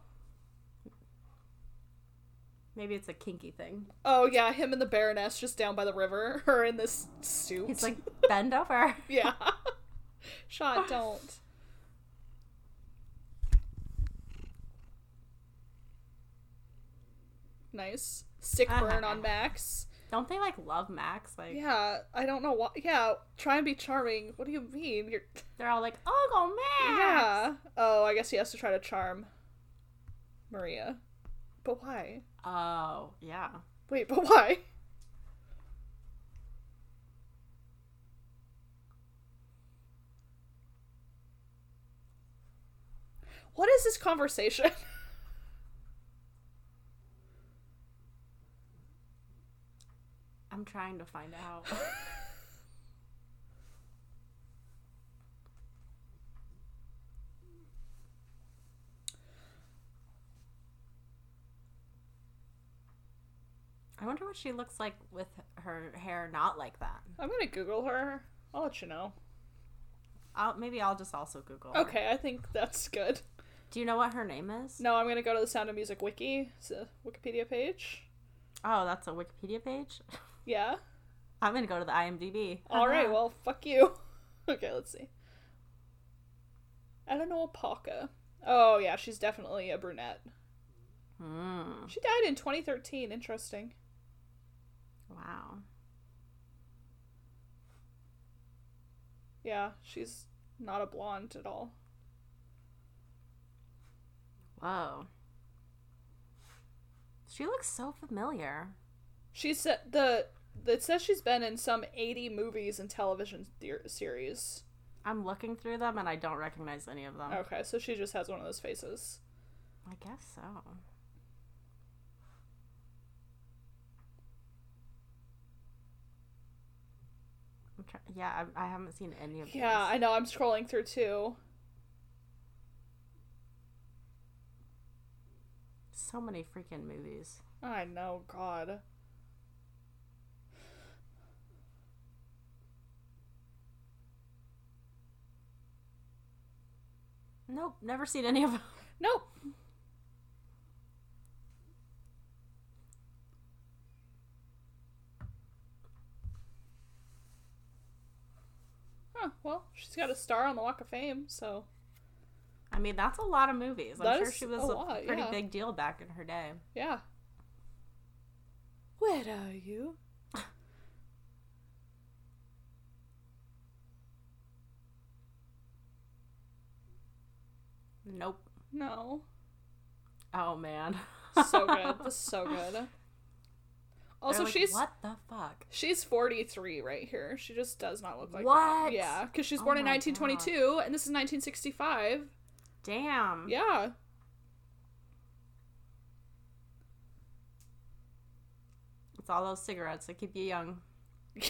S1: Maybe it's a kinky thing.
S2: Oh yeah, him and the Baroness just down by the river, or in this suit.
S1: He's like, bend over.
S2: yeah. Shot, don't. Nice stick burn on Max.
S1: Don't they like love Max? Like
S2: Yeah, I don't know why. Yeah, try and be charming. What do you mean? You're
S1: they're all like, oh, go Max.
S2: yeah. Oh, I guess he has to try to charm Maria. But why?
S1: Oh yeah.
S2: Wait, but why? What is this conversation?
S1: I'm trying to find out. I wonder what she looks like with her hair not like that.
S2: I'm gonna Google her. I'll let you know.
S1: I'll, maybe I'll just also Google. her.
S2: Okay, I think that's good.
S1: Do you know what her name is?
S2: No, I'm gonna go to the Sound of Music wiki, it's a Wikipedia page.
S1: Oh, that's a Wikipedia page.
S2: Yeah.
S1: I'm gonna go to the IMDb.
S2: All right.
S1: Uh-huh.
S2: Well, fuck you. okay, let's see. I don't know Palka. Oh yeah, she's definitely a brunette.
S1: Mm,
S2: She died in 2013. Interesting.
S1: wow.
S2: Yeah, she's not a blonde at all.
S1: Whoa. She looks so familiar.
S2: She said the it says she's been in some 80 movies and television ther- series.
S1: I'm looking through them and I don't recognize any of them.
S2: Okay, so she just has one of those faces.
S1: I guess so. I'm try- yeah, I, I haven't seen any of
S2: Yeah,
S1: these.
S2: I know. I'm scrolling through too.
S1: So many freaking movies.
S2: I know, God.
S1: Nope, never seen any of them.
S2: Nope. Huh, well, she's got a star on the Walk of Fame, so.
S1: I mean, that's a lot of movies. I'm
S2: That
S1: sure
S2: is
S1: she was a,
S2: a lot,
S1: pretty
S2: yeah.
S1: big deal back in her day.
S2: Yeah. Where are you?
S1: Nope.
S2: No.
S1: Oh man.
S2: So good. this is so good. Also,
S1: They're like,
S2: she's
S1: what the fuck?
S2: she's 43 right here. She just does not look like that.
S1: What?
S2: Yeah, because shewas
S1: Oh
S2: born in
S1: my
S2: 1922, and this is 1965.
S1: Damn.
S2: Yeah.
S1: It's all those cigarettes that keep you young.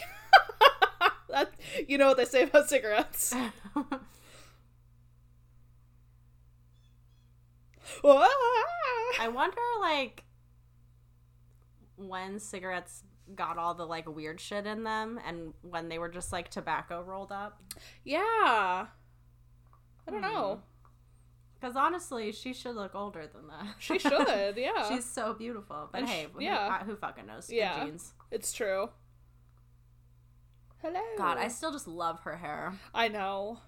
S2: that you know what they say about cigarettes.
S1: I wonder, like, when cigarettes got all the like weird shit in them, and when they were just like tobacco rolled up.
S2: yeah. I don't
S1: Hmm.
S2: know.
S1: Because honestly, she should look older than that.
S2: She should, yeah.
S1: She's so beautiful. But
S2: And sh-
S1: hey, who-
S2: yeah.
S1: uh, who, fucking knows? Good
S2: Yeah.
S1: genes.
S2: It's true. Hello.
S1: God, I still just love her hair.
S2: I know.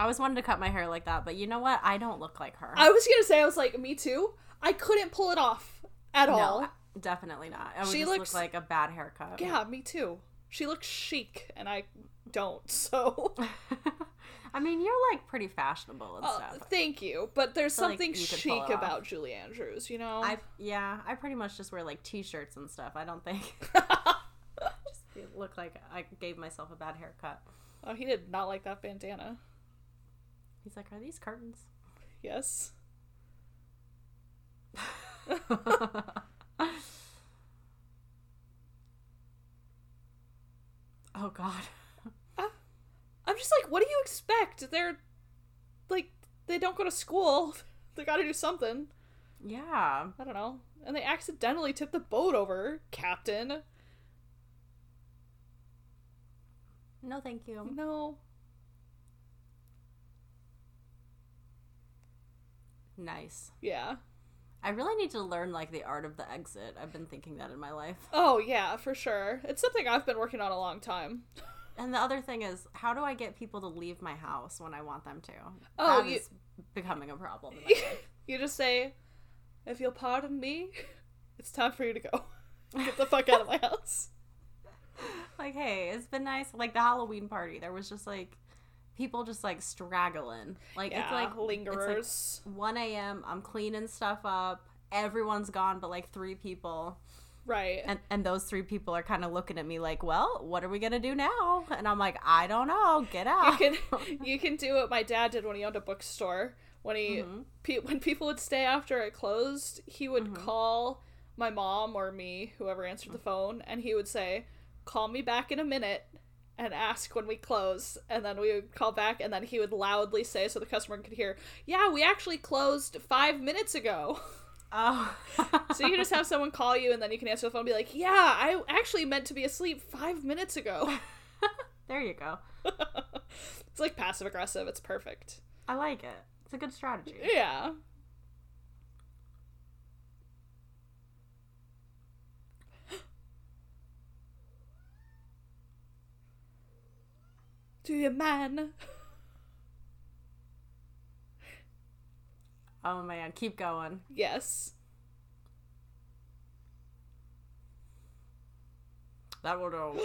S1: I always wanted to cut my hair like that, but you know what? I don't look like her.
S2: I was gonna say I was like, me too. I couldn't pull it off at all.
S1: No, definitely not. I would
S2: She
S1: just
S2: looks-
S1: look like a bad haircut.
S2: Yeah, me too. She looks chic, and I don't. So,
S1: I mean, you're like pretty fashionable and
S2: Uh,
S1: stuff.
S2: thank you. But there's
S1: So, like,
S2: something
S1: you could pull
S2: chic
S1: it off.
S2: about Julie Andrews, you know.
S1: I yeah, I pretty much just wear like t-shirts and stuff. I don't think just look like I gave myself a bad haircut.
S2: oh, he did not like that bandana.
S1: He's like, "Are these curtains?"
S2: Yes.
S1: oh god.
S2: I'm just like, what do you expect? They're like they don't go to school. They gotta do something.
S1: Yeah.
S2: I don't know. And they accidentally tipped the boat over, Captain.
S1: No, thank you.
S2: No.
S1: Nice.
S2: Yeah.
S1: I really need to learn like the art of the exit. I've been thinking that in my life.
S2: Oh yeah, for sure. It's something I've been working on a long time.
S1: And the other thing is, how do I get people to leave my house when I want them to?
S2: Oh,
S1: That
S2: you-
S1: is becoming a problem. in my life.
S2: you just say, if you'll pardon me, it's time for you to go. Get the fuck out of my house.
S1: like, hey, it's been nice. Like the Halloween party, there was just like people just like straggling. Like
S2: Yeah,
S1: it's like
S2: lingerers.
S1: It's like 1 a.m. I'm cleaning stuff up. Everyone's gone, but like three people,
S2: right.
S1: and and those three people are kind of looking at me like, well, what are we gonna do now? And I'm like, I don't know. Get out.
S2: you can you can do what my dad did when he owned a bookstore. When he pe- when people would stay after it closed, he would call my mom or me, whoever answered the phone, and he would say, "Call me back in a minute." And ask when we close, and then we would call back, and then he would loudly say, so the customer could hear, "Yeah, we actually closed five minutes ago."
S1: oh.
S2: so you can just have someone call you, and then you can answer the phone, and be like, "Yeah, I actually meant to be asleep five minutes ago."
S1: there you go.
S2: it's like passive aggressive. It's perfect.
S1: I like it. It's a good strategy.
S2: Yeah. Do you man?
S1: Oh man, keep going.
S2: Yes.
S1: That will do.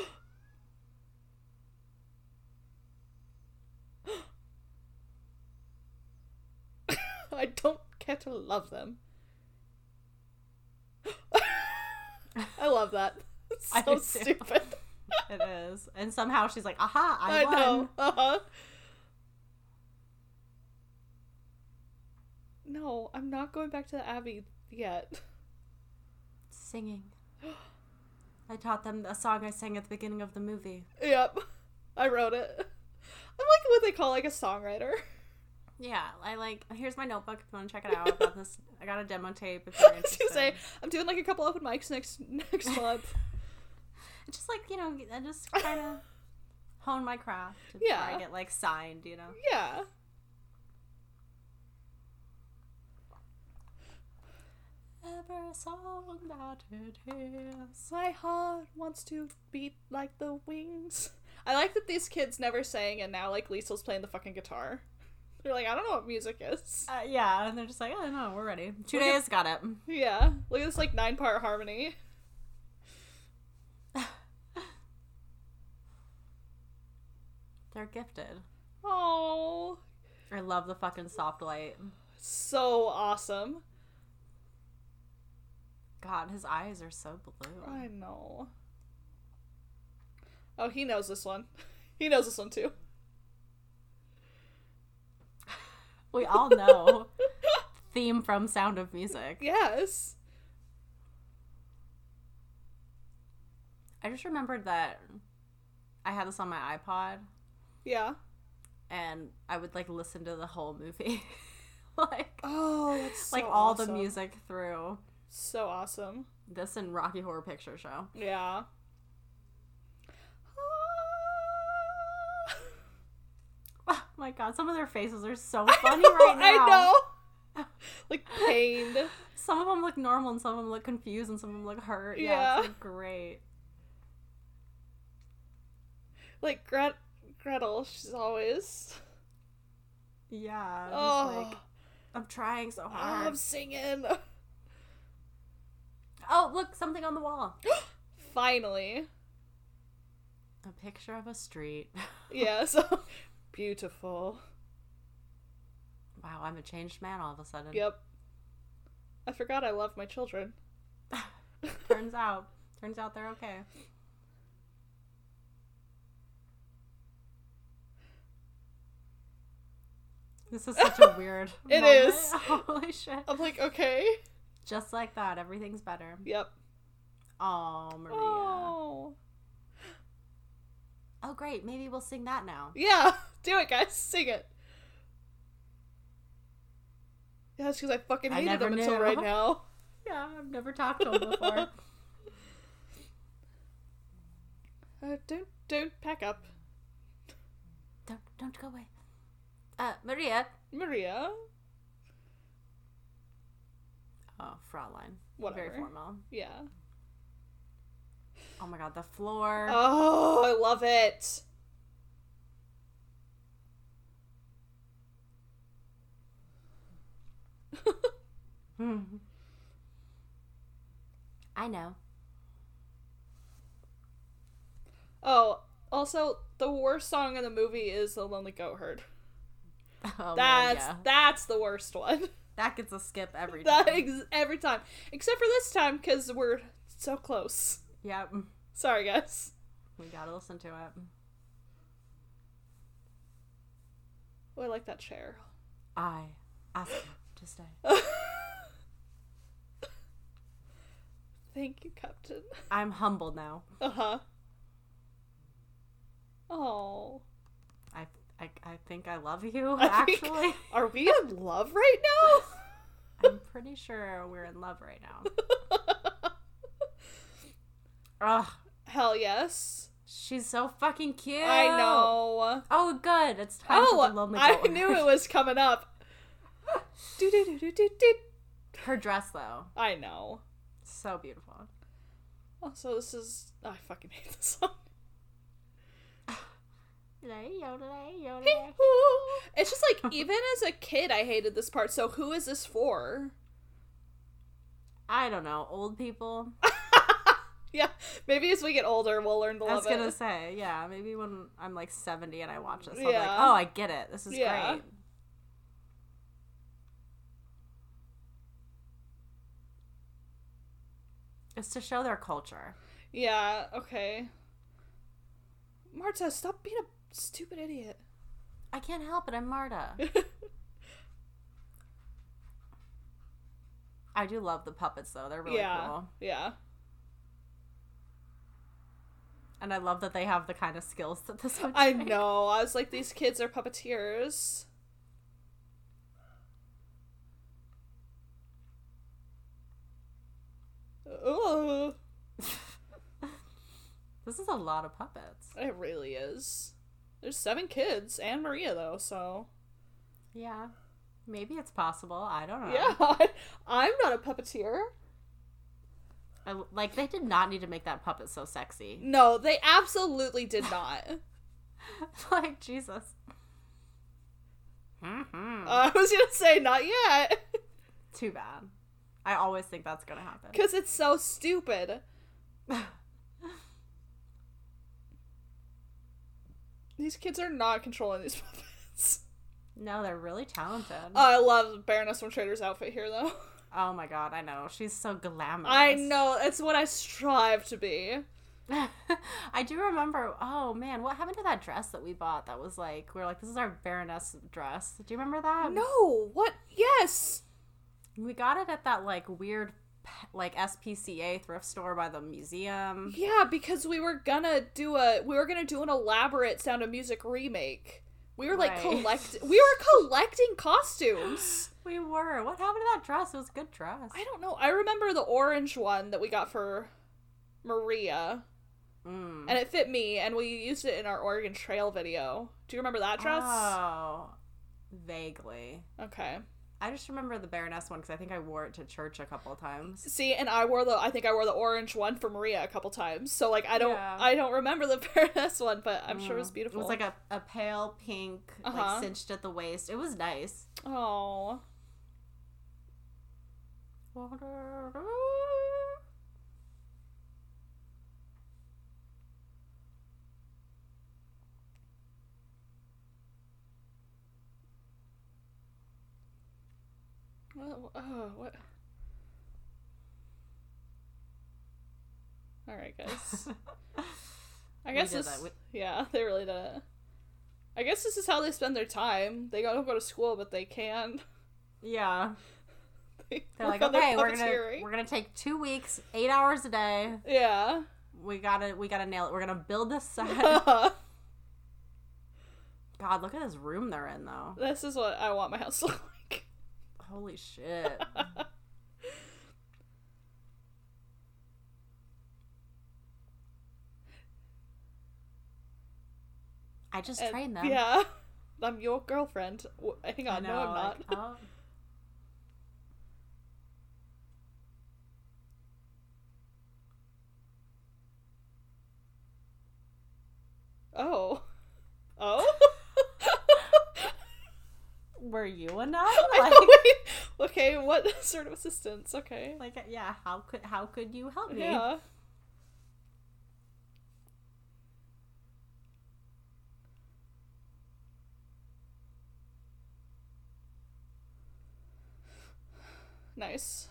S2: I don't care to love them. I love that. It's
S1: I
S2: so
S1: do too.
S2: stupid.
S1: it is. And somehow she's like, aha, I,
S2: I
S1: won.
S2: know. Uh-huh. No, I'm not going back to the Abbey yet.
S1: Singing. I taught them a song I sang at the beginning of the movie.
S2: yep. I wrote it. I'm like what they call like a songwriter.
S1: Yeah, I like. Here's my notebook. If you want to check it out, I got this. I got a demo tape. If you're
S2: I was gonna
S1: interested.
S2: say I'm doing like a couple open mics next next month.
S1: It's just like you know, I just kind of hone my craft. before
S2: Yeah.
S1: I get like signed. You know,
S2: yeah.
S1: ever song that it is.
S2: My heart wants to beat like the wings. I like that these kids never sang and now like Liesl's playing the fucking guitar. They're like, I don't know what music is.
S1: Uh, yeah, and they're just like, oh no, we're ready. Two
S2: Look at-
S1: days, got it.
S2: Yeah. Look at this like nine part harmony.
S1: They're gifted.
S2: Oh
S1: I love the fucking soft light.
S2: so awesome.
S1: God, his eyes are so blue.
S2: I know. Oh, he knows this one. He knows this one too.
S1: We all know theme from Sound of Music.
S2: Yes.
S1: I just remembered that I had this on my iPod
S2: Yeah.
S1: and I would like listen to the whole movie. like
S2: Oh, that's so
S1: like all the
S2: awesome.
S1: music through
S2: So awesome.
S1: this and Rocky Horror Picture Show.
S2: Yeah.
S1: Oh my god, some of their faces are so funny right now.
S2: I know. Like pained.
S1: Some of them look normal and some of them look confused and some of them look hurt. Yeah, it's
S2: Yeah.
S1: like, great.
S2: Like Gret- Gretel, she's always.
S1: Yeah. just
S2: Oh,
S1: like I'm trying so hard.
S2: I'm singing.
S1: Oh, look, something on the wall.
S2: Finally.
S1: A picture of a street.
S2: Yeah, so beautiful.
S1: Wow, I'm a changed man all of a sudden.
S2: Yep. I forgot I love my children.
S1: Turns out, turns out they're okay. This is such a weird.
S2: It
S1: moment.
S2: is.
S1: Holy shit!
S2: I'm like, okay.
S1: Just like that, everything's better.
S2: Yep.
S1: Oh, Maria. Oh,
S2: Oh.
S1: great. Maybe we'll sing that now.
S2: Yeah, do it, guys. Sing it. Yeah, that's because I fucking
S1: I
S2: hated
S1: never
S2: them until
S1: knew. Uh-huh.
S2: right now.
S1: Yeah, I've never talked to him before.
S2: Uh, don't don't pack up,
S1: don't, don't go away. Uh, Maria.
S2: Maria.
S1: Oh, Fraulein.
S2: Whatever.
S1: Very formal.
S2: Yeah.
S1: Oh my god, the floor.
S2: Oh, I love it.
S1: Mhm. I know.
S2: Oh, also the worst song in the movie is "The Lonely Goat Herd."
S1: Oh, man,
S2: That's
S1: yeah.
S2: that's the worst one.
S1: That gets a skip every time.
S2: That ex- every time, except for this time because we're so close.
S1: Yep.
S2: Sorry, guys.
S1: We gotta listen to it.
S2: Oh, I like that chair.
S1: I ask you to stay.
S2: Thank you, Captain.
S1: I'm humble now.
S2: Uh huh. Oh.
S1: I, I, I think I love you,
S2: I think-
S1: actually.
S2: Are we in love right now?
S1: I'm pretty sure we're in love right now. Ugh.
S2: Hell yes.
S1: She's so fucking cute.
S2: I know.
S1: Oh, good. It's time for the
S2: Oh,
S1: lonely
S2: I
S1: Goat
S2: knew
S1: Herd.
S2: it was coming up. Do do do do do do.
S1: Her dress, though,
S2: I know.
S1: so beautiful.
S2: Also, this is. I fucking hate this song. It's just like, even as a kid, I hated this part, so who is this for?
S1: I don't know. Old people.
S2: Yeah, maybe as we get older, we'll learn to
S1: I
S2: love
S1: was gonna
S2: it.
S1: say, yeah, maybe when I'm like 70 and I watch this, I'm like,
S2: Yeah.
S1: oh, I get it. This is
S2: Yeah.
S1: great. It's to show their culture.
S2: Yeah, okay. Marta, stop being a stupid idiot.
S1: I can't help it. I'm Marta. I do love the puppets though. They're really
S2: yeah.
S1: cool.
S2: Yeah.
S1: And I love that they have the kind of skills that this would
S2: I
S1: take.
S2: know. I was like, these kids are puppeteers. Ooh,
S1: This is a lot of puppets.
S2: it really is. There's seven kids and Maria though, so
S1: Yeah. Maybe it's possible. I don't know.
S2: yeah, I, I'm not a puppeteer.
S1: I- like they did not need to make that puppet so sexy.
S2: No, they absolutely did not.
S1: like Jesus. Mhm.
S2: Uh, I was gonna say not yet,
S1: Too bad. I always think that's gonna happen.
S2: because it's so stupid. These kids are not controlling these puppets.
S1: No, they're really talented.
S2: Oh, I love Baroness from Trader's outfit here, though.
S1: oh my god, I know. She's so glamorous.
S2: I know it's what I strive to be.
S1: I do remember. Oh man, what happened to that dress that we bought? That was like we were like, this is our Baroness dress. Do you remember that?
S2: No, what? Yes,
S1: We got it at that like weird, p- like SPCA thrift store by the museum.
S2: yeah, because we were gonna do a we were gonna do an elaborate Sound of Music remake. We were like
S1: Right.
S2: collect we were collecting costumes.
S1: We were. What happened to that dress? It was a good dress.
S2: I don't know. I remember the orange one that we got for Maria,
S1: Mm.
S2: and it fit me, and we used it in our Oregon Trail video. Do you remember that dress?
S1: Oh, vaguely.
S2: Okay.
S1: I just remember the Baroness one because I think I wore it to church a couple of times.
S2: See, and I wore the I think I wore the orange one for Maria a couple times. So like I don't
S1: Yeah.
S2: I don't remember the Paris one, but I'm sure it was
S1: Mm.
S2: beautiful.
S1: It was like a, a pale pink,
S2: Uh-huh.
S1: like cinched at the waist. It was nice.
S2: oh well, oh what. All right, guys. I
S1: We
S2: guess
S1: did
S2: this.
S1: that.
S2: Yeah, they really did it. I guess this is how they spend their time. They don't go to school, but they can.
S1: yeah.
S2: They
S1: They're like,
S2: work on their
S1: okay, we're gonna
S2: puppeteering."
S1: we're gonna take two weeks, eight hours a day.
S2: Yeah.
S1: We gotta we gotta nail it. We're gonna build this set.
S2: this
S1: God, look at this room they're in though.
S2: is what I want my house to look like.
S1: Holy shit. I just
S2: And-
S1: trained them.
S2: Yeah. I'm your girlfriend. W- Hang
S1: I
S2: on,
S1: know,
S2: no, I'm not.
S1: like, oh.
S2: Oh. Oh?
S1: Were you enough?
S2: I
S1: Like,
S2: know, wait. okay, what sort of assistance? Okay.
S1: like, yeah. How could how could you help me?
S2: Yeah. Nice.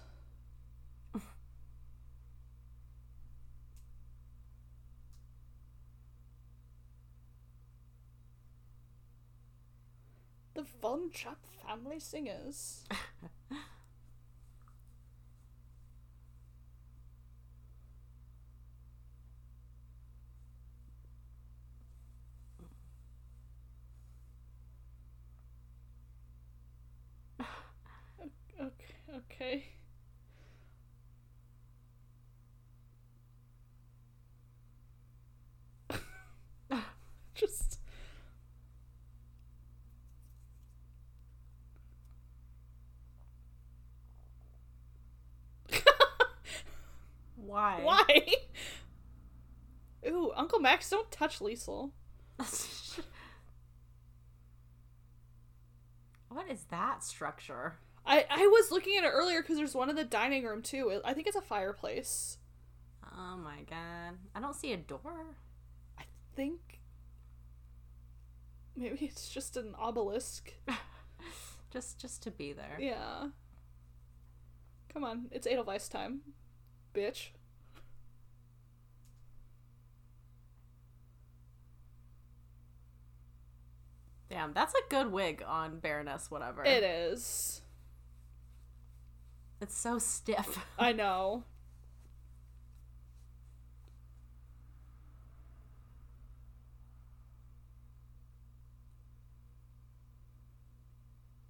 S2: The Von Trapp Family Singers. Okay, okay. Just
S1: Why?
S2: why? Ooh, Uncle Max, don't touch Liesel.
S1: what is that structure?
S2: I I was looking at it earlier because there's one in the dining room too. It- I think it's a fireplace.
S1: Oh my god. I don't see a door.
S2: I think maybe it's just an obelisk.
S1: Just just to be there.
S2: Yeah. Come on, it's Edelweiss time, bitch.
S1: Damn, that's a good wig on Baroness whatever.
S2: It is.
S1: It's so stiff.
S2: I know.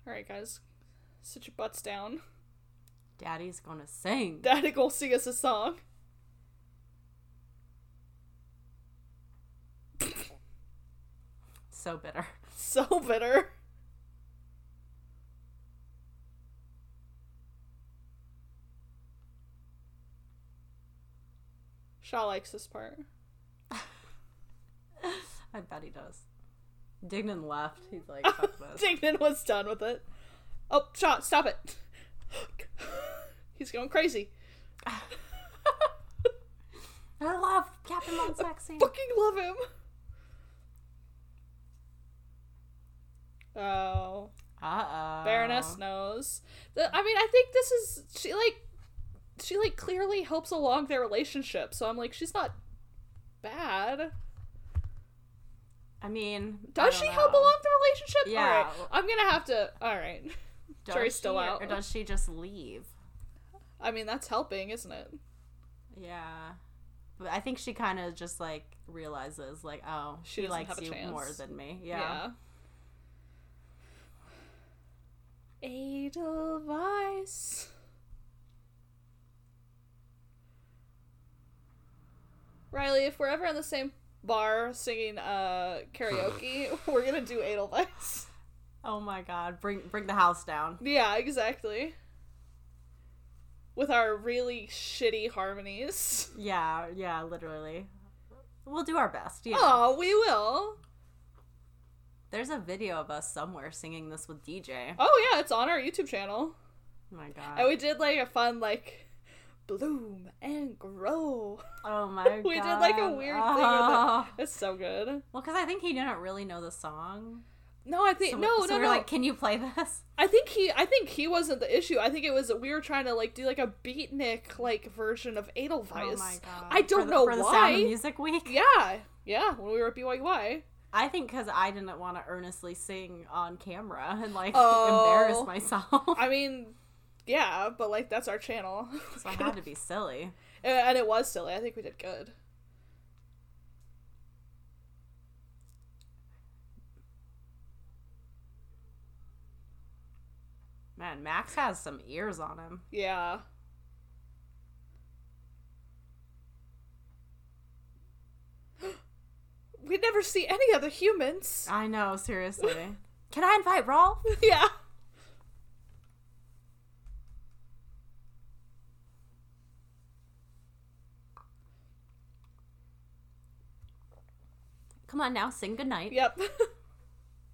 S2: Alright, guys. Sit your butts down.
S1: Daddy's gonna sing.
S2: Daddy go sing us a song.
S1: so bitter.
S2: So bitter. Shaw likes this part.
S1: I bet he does. Dignan left. He's like, fuck this.
S2: Dignan was done with it. Oh, Shaw, stop it. He's going crazy.
S1: I love Captain Von Saxon.
S2: Fucking love him. Oh.
S1: Uh oh.
S2: Baroness knows. The- I mean, I think this is she like she like clearly helps along their relationship. So I'm like, she's not bad.
S1: I mean, I
S2: Does
S1: don't
S2: she help
S1: know.
S2: along the relationship?
S1: Yeah.
S2: All right. I'm gonna have to. All right.
S1: Does
S2: Jury's still
S1: she,
S2: out.
S1: Or does she just leave?
S2: I mean, that's helping, isn't it?
S1: Yeah. But I think she kind of just like realizes, like, oh, she,
S2: She doesn't
S1: likes
S2: have a
S1: you
S2: chance.
S1: more than me. Yeah.
S2: yeah. Edelweiss. Riley, if we're ever in the same bar singing uh, karaoke, we're gonna do Edelweiss.
S1: Oh my God, bring bring the house down.
S2: Yeah, exactly. With our really shitty harmonies.
S1: Yeah, yeah, literally. We'll do our best. Yeah.
S2: Oh, we will.
S1: There's a video of us somewhere singing this with DJ. Oh
S2: Oh yeah, it's on our YouTube channel.
S1: my God.
S2: And we did like a fun like bloom and grow.
S1: oh my God.
S2: we did like a weird thing with
S1: Oh.
S2: It's so good.
S1: Well, because I think he didn't really know the song.
S2: No, I think
S1: So,
S2: no,
S1: so
S2: no,
S1: we were
S2: no.
S1: like, can you play this?
S2: I think he, I think he wasn't the issue. I think it was that we were trying to like do like a beatnik like version of Edelweiss.
S1: Oh my God.
S2: I don't
S1: for the,
S2: know
S1: for the Sound of
S2: why.
S1: Music Week.
S2: Yeah, yeah. When we were at BYY.
S1: I think because I didn't want to earnestly sing on camera and like
S2: Oh.
S1: embarrass myself.
S2: I mean, yeah, but like that's our channel,
S1: so I had to be silly.
S2: and it was silly. I think we did good.
S1: Man, Max has some ears on him.
S2: Yeah. We never see any other humans.
S1: I know, seriously. Can I invite Rolf?
S2: yeah.
S1: Come on now, sing goodnight.
S2: Yep.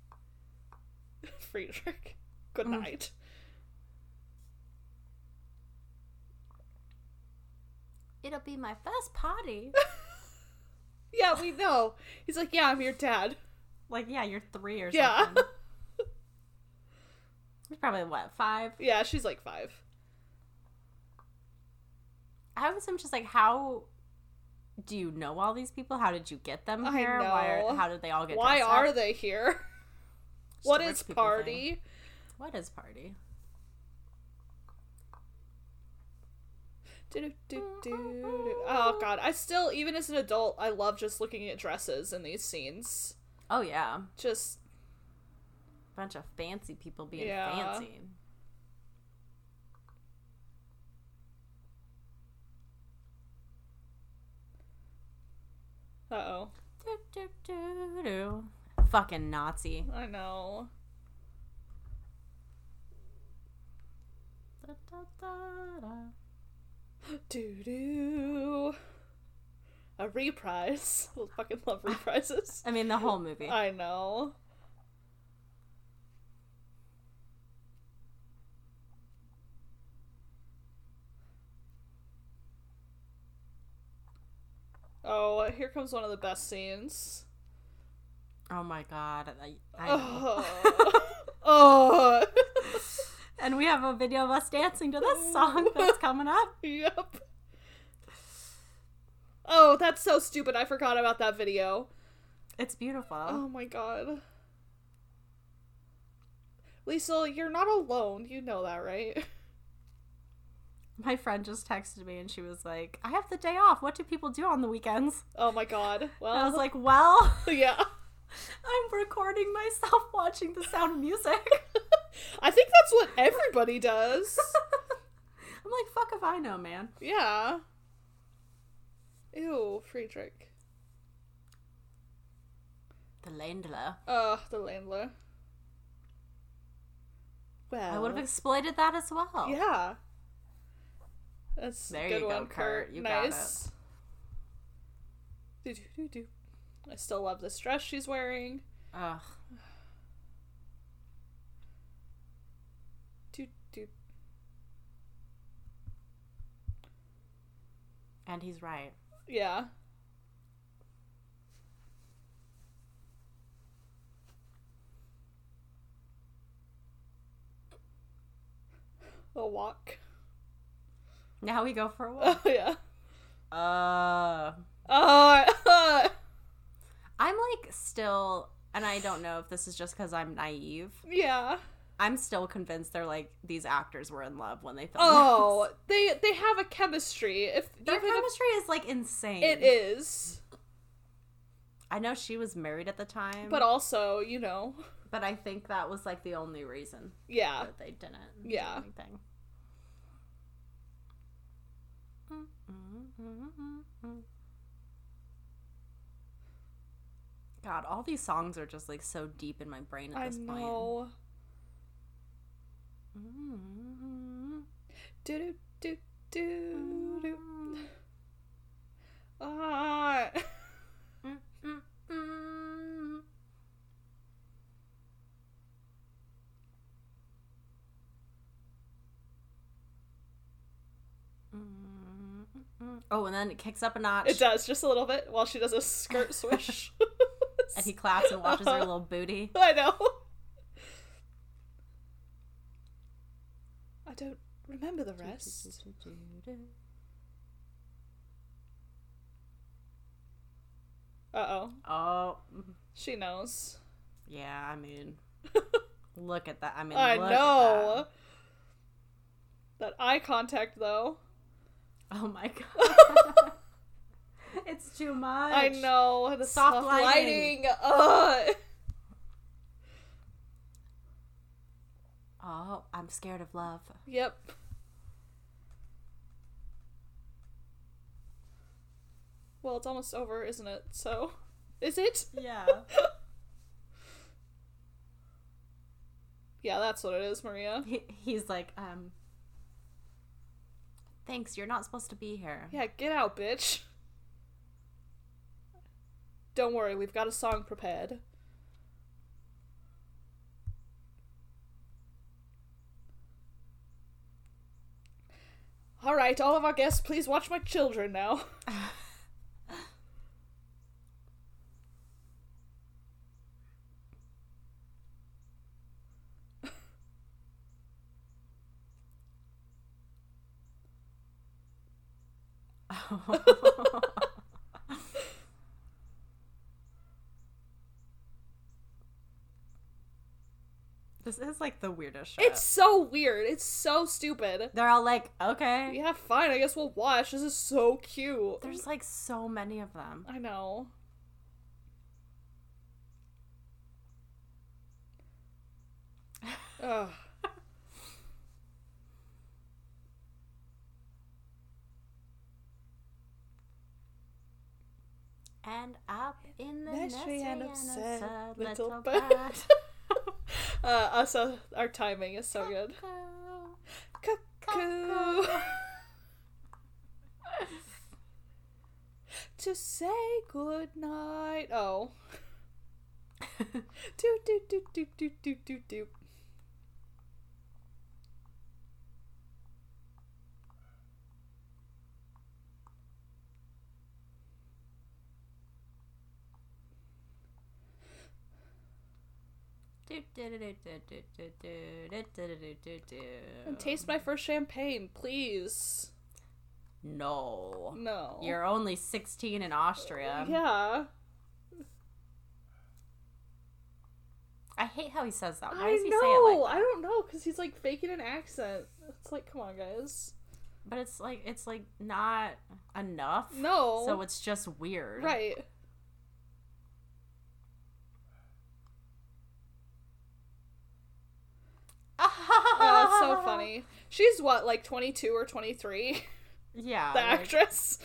S2: Friedrich. Good
S1: Mm.
S2: night.
S1: It'll be my first party.
S2: Yeah, we know. He's like, yeah, I'm your dad.
S1: like, yeah, you're three or
S2: Yeah.
S1: something. You're probably what, five?
S2: Yeah, she's like five.
S1: I was I'm just like, how do you know all these people? How did you get them
S2: I
S1: here? Why
S2: know.
S1: are, how did they all get
S2: Why
S1: dressed
S2: are
S1: up?
S2: they here?
S1: Just
S2: What
S1: a
S2: is
S1: rich people thing.
S2: party?
S1: What is party?
S2: Do, do, do, do. Oh god, I still, even as an adult, I love just looking at dresses in these scenes.
S1: Oh yeah.
S2: Just
S1: bunch of fancy people being
S2: Yeah.
S1: fancy.
S2: uh oh,
S1: Do, do, do, do. Fucking Nazi.
S2: I know.
S1: Da, da, da, da.
S2: Do do. A reprise. I fucking love reprises.
S1: I mean, the whole movie.
S2: I know. Oh, here comes one of the best scenes.
S1: oh my god. I, I know.
S2: Oh. oh.
S1: and we have a video of us dancing to this song that's coming up.
S2: yep. Oh, that's so stupid. I forgot about that video.
S1: It's beautiful.
S2: Oh my god. Lisa, you're not alone. You know that, right?
S1: My friend just texted me and she was like, I have the day off. What do people do on the weekends?
S2: Oh my god. Well,
S1: And I was like, Well,
S2: yeah.
S1: I'm recording myself watching the sound of music.
S2: I think that's what everybody does.
S1: I'm like, Fuck if I know, man.
S2: yeah. Ew, Friedrich.
S1: The Landler.
S2: Ugh, the landlord. Well,
S1: I would have exploited that as well.
S2: Oh. Yeah. That's a
S1: There
S2: good
S1: you go,
S2: one,
S1: Kurt. You got it.
S2: nice. Do, do, do, do. I still love this dress she's wearing.
S1: Ugh.
S2: Do, do.
S1: And he's right.
S2: Yeah. A walk.
S1: Now we go for a walk.
S2: Oh yeah.
S1: uh,
S2: Oh. I-
S1: I'm like still, and I don't know if this is just because I'm naive.
S2: yeah.
S1: I'm still convinced they're like these actors were in love when they filmed.
S2: Oh, they they have a chemistry. If
S1: this. their
S2: even if
S1: chemistry is like insane.
S2: it is,
S1: I know she was married at the time,
S2: but also you know,
S1: but I think that was like the only reason
S2: yeah.
S1: that they didn't.
S2: Yeah.
S1: Do anything. God, all these songs are just like so deep in my brain at
S2: I
S1: this
S2: know.
S1: point.
S2: Do do do do do. Ah.
S1: Oh, and then it kicks up a notch,
S2: It does just a little bit while she does a skirt swish.
S1: and he claps and watches her little booty.
S2: I know. I don't remember the rest. Uh oh.
S1: Oh,
S2: She knows.
S1: yeah. I mean, look at that. I mean,
S2: I
S1: look at
S2: know. That eye contact though.
S1: that. Oh my god, it's too much.
S2: I know the soft,
S1: Soft
S2: lighting.
S1: lighting.
S2: Ugh.
S1: Oh, I'm scared of love.
S2: Yep. Well, it's almost over, isn't it? So, is it?
S1: Yeah.
S2: Yeah, that's what it is, Maria.
S1: He, he's like, um, thanks. You're not supposed to be here.
S2: Yeah, get out, bitch. Don't worry, we've got a song prepared. All right, all of our guests, please watch my children now.
S1: this is like the weirdest show.
S2: It's so weird. It's so stupid.
S1: They're all like, okay.
S2: Yeah, fine. I guess we'll watch. This is so cute.
S1: There's like so many of them.
S2: I know. Ugh.
S1: And up in the
S2: Nursery
S1: nursery
S2: and
S1: and
S2: upset
S1: upset
S2: little
S1: little,
S2: bird.
S1: bird.
S2: Uh, us, uh, our timing is so good.
S1: Cuckoo.
S2: Cuckoo. to say good night. Oh. do do do do do do do do.
S1: Do, do, do, do, do, do, do, do, do, do, do, do, do.
S2: And taste my first champagne, please.
S1: No.
S2: No.
S1: You're um, only 16 in Austria.
S2: Yeah.
S1: I hate how he says that. Why
S2: I
S1: does he
S2: know.
S1: say it like that?
S2: I don't know because he's like faking an accent. It's like, come on, guys.
S1: but it's like it's like not enough.
S2: No.
S1: So it's just weird.
S2: right. Oh, that's so funny. She's what, like 22 or 23?
S1: Yeah.
S2: the
S1: like-
S2: actress?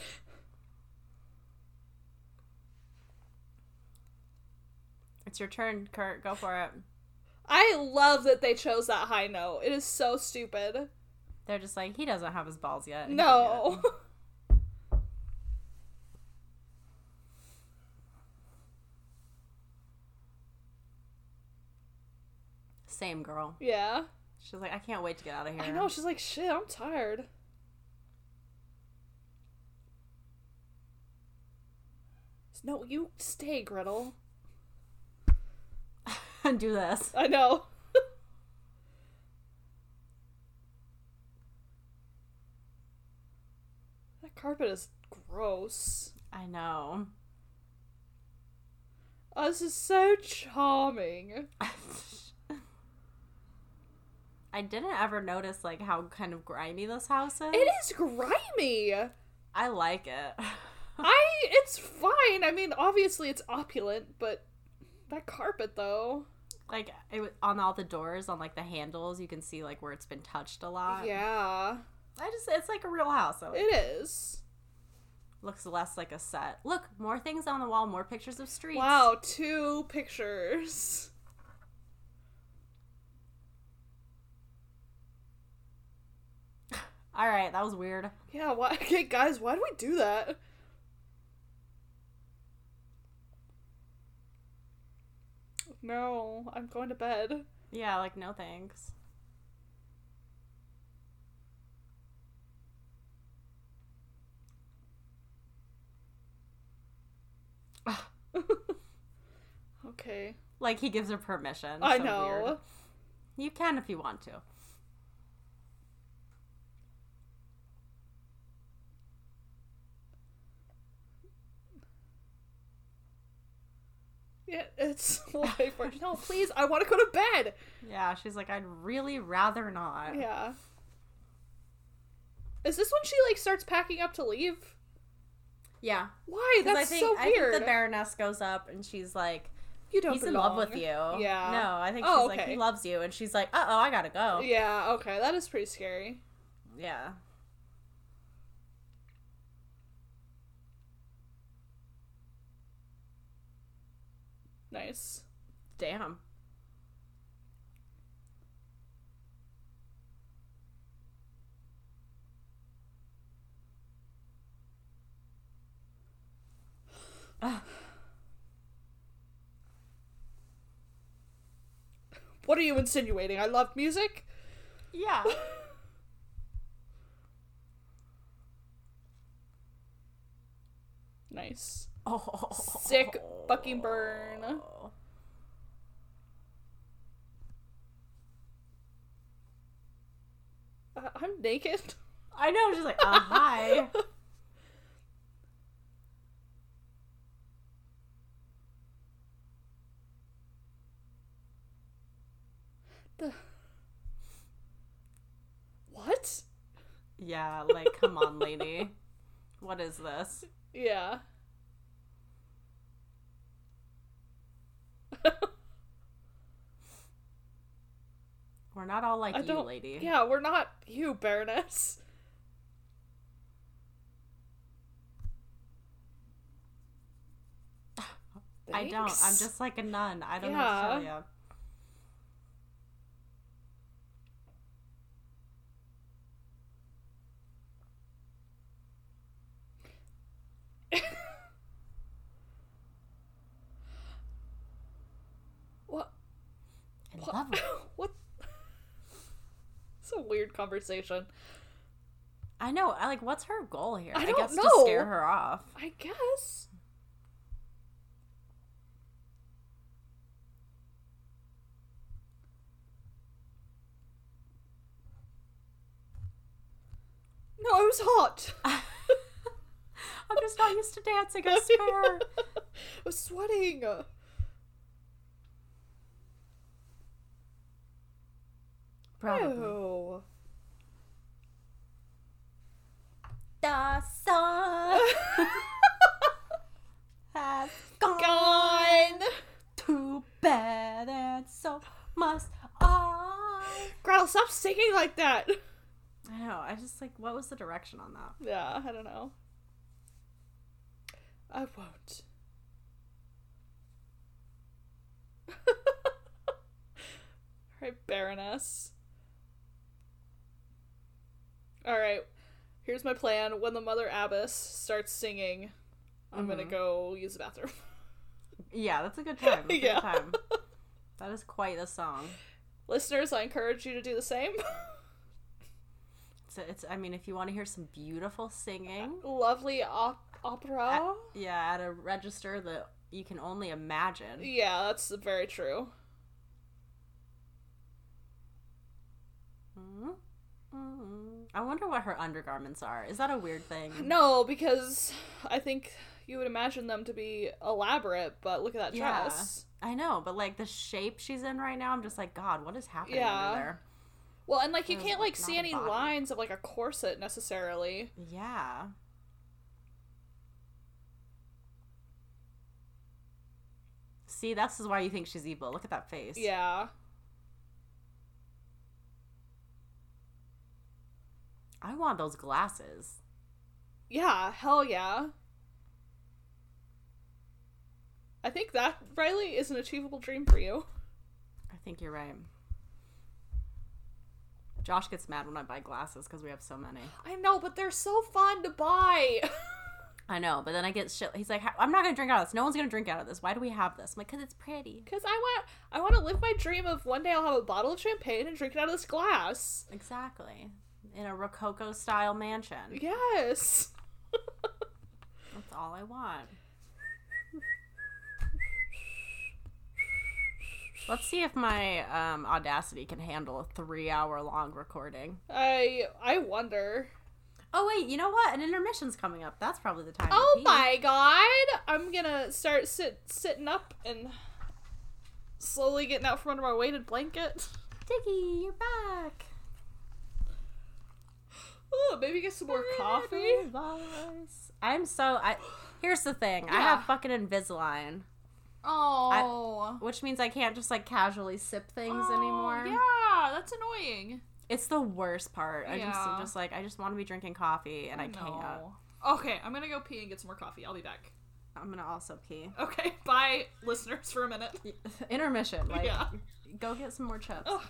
S1: It's your turn, Kurt. Go for it.
S2: I love that they chose that high note. It is so stupid.
S1: They're just like, he doesn't have his balls yet. and he'll
S2: No.
S1: do it." Same girl.
S2: yeah.
S1: She's like, I can't wait to get out of here.
S2: I know. She's like, shit, I'm tired. No, you stay, Gretel.
S1: do this.
S2: I know. that carpet is gross.
S1: I know.
S2: Oh, this is so charming.
S1: I didn't ever notice like how kind of grimy this house is.
S2: It is grimy.
S1: I like it.
S2: I. It's fine. I mean, obviously it's opulent, but that carpet though.
S1: like it was, on all the doors, on like the handles, you can see like where it's been touched a lot.
S2: yeah,
S1: I just it's like a real house. I like
S2: it is.
S1: looks less like a set. Look, more things on the wall, more pictures of streets.
S2: Wow, two pictures.
S1: All right, that was weird.
S2: Yeah. Why? Okay, guys, why do we do that? No, I'm going to bed.
S1: Yeah, like no thanks.
S2: Okay.
S1: Like he gives her permission.
S2: I
S1: So
S2: know.
S1: weird. You can if you want to.
S2: Yeah, it's wallpaper. no, please, I want to go to bed.
S1: Yeah, she's like, I'd really rather not.
S2: Yeah. Is this when she like starts packing up to leave?
S1: Yeah.
S2: Why?
S1: 'Cause
S2: That's
S1: I think
S2: so
S1: I think
S2: weird.
S1: the Baroness goes up and she's like,
S2: you don't
S1: he's in
S2: belong.
S1: love with you.
S2: Yeah.
S1: No, I think
S2: Oh,
S1: she's like,
S2: okay.
S1: he loves you, and she's like, uh oh, I gotta go.
S2: Yeah. Okay, that is pretty scary.
S1: Yeah.
S2: Nice.
S1: Damn.
S2: What are you insinuating? I love music.
S1: Yeah.
S2: Nice.
S1: Oh.
S2: Sick fucking burn. Uh, I'm naked.
S1: I know. She's like, uh, hi.
S2: The What?
S1: Yeah, like, come on, lady. What is this?
S2: Yeah.
S1: We're not all like
S2: I
S1: you,
S2: don't
S1: lady.
S2: Yeah, we're not you, Baroness.
S1: I don't. I'm
S2: Thanks.
S1: just like a nun. I don't know what to
S2: Yeah.
S1: tell you.
S2: What?
S1: I
S2: What?
S1: love it.
S2: what? It's a weird conversation.
S1: I know. I like. What's her goal here?
S2: I don't
S1: guess to
S2: know.
S1: scare her off.
S2: I guess. No, it was hot.
S1: I'm just not used to dancing. I swear.
S2: I was sweating. Oh.
S1: Probably.
S2: Ew.
S1: The sun has gone,
S2: Gone.
S1: to bed, and so must I.
S2: Growl, stop singing like that.
S1: I know. I just like, what was the direction on that?
S2: Yeah, I don't know. I won't. Alright, Baroness. Alright, here's my plan. When the Mother Abbess starts singing, I'm gonna
S1: Mhm.
S2: go use the bathroom.
S1: Yeah, that's a good time. That's
S2: Yeah.
S1: a good time. That is quite the song.
S2: Listeners, I encourage you to do the same.
S1: So it's. I mean, if you want to hear some beautiful singing,
S2: Lovely op- opera.
S1: yeah, at a register that you can only imagine.
S2: Yeah, that's very true.
S1: Mhm. Mhm. I wonder what her undergarments are. Is that a weird thing?
S2: No, because I think you would imagine them to be elaborate, but look at that
S1: Yeah.
S2: dress.
S1: I know, but like the shape she's in right now, I'm just like, God, what is happening
S2: Yeah.
S1: under there?
S2: Well, and like you
S1: It
S2: can't
S1: was
S2: like see
S1: not a
S2: any
S1: body.
S2: lines of like a corset necessarily.
S1: Yeah. See, this is why you think she's evil. Look at that face.
S2: Yeah.
S1: I want those glasses.
S2: Yeah, hell yeah. I think that Riley is an achievable dream for you.
S1: I think you're right. Josh gets mad when I buy glasses because we have so many.
S2: I know, but they're so fun to buy.
S1: I know, but then I get shit. He's like, I'm not gonna drink out of this. No one's gonna drink out of this. Why do we have this? I'm like, because it's pretty.
S2: Cuz I want I want to live my dream of one day I'll have a bottle of champagne and drink it out of this glass.
S1: Exactly. In a Rococo style mansion.
S2: Yes.
S1: That's all I want. Let's see if my um, Audacity can handle a three hour long recording.
S2: I I wonder.
S1: Oh, wait, you know what? An intermission's coming up. That's probably the time. to
S2: Oh
S1: pee.
S2: my god! I'm gonna start sit sitting up and slowly getting out from under my weighted blanket.
S1: Diggy, you're back.
S2: Oh, maybe get some more coffee.
S1: Advice. I'm so. I. Here's the thing I
S2: Yeah.
S1: have fucking Invisalign,
S2: Oh,
S1: which means I can't just like casually sip things anymore.
S2: Yeah, that's annoying.
S1: It's the worst part. I just,
S2: Yeah.
S1: I'm just like, I just want to be drinking coffee and I, can't.
S2: know. Okay, I'm gonna go pee and get some more coffee. I'll be back.
S1: I'm gonna also pee.
S2: Okay, bye, listeners, for a minute.
S1: Intermission. Like,
S2: yeah. Oh.
S1: go get some more chips.
S2: Ugh.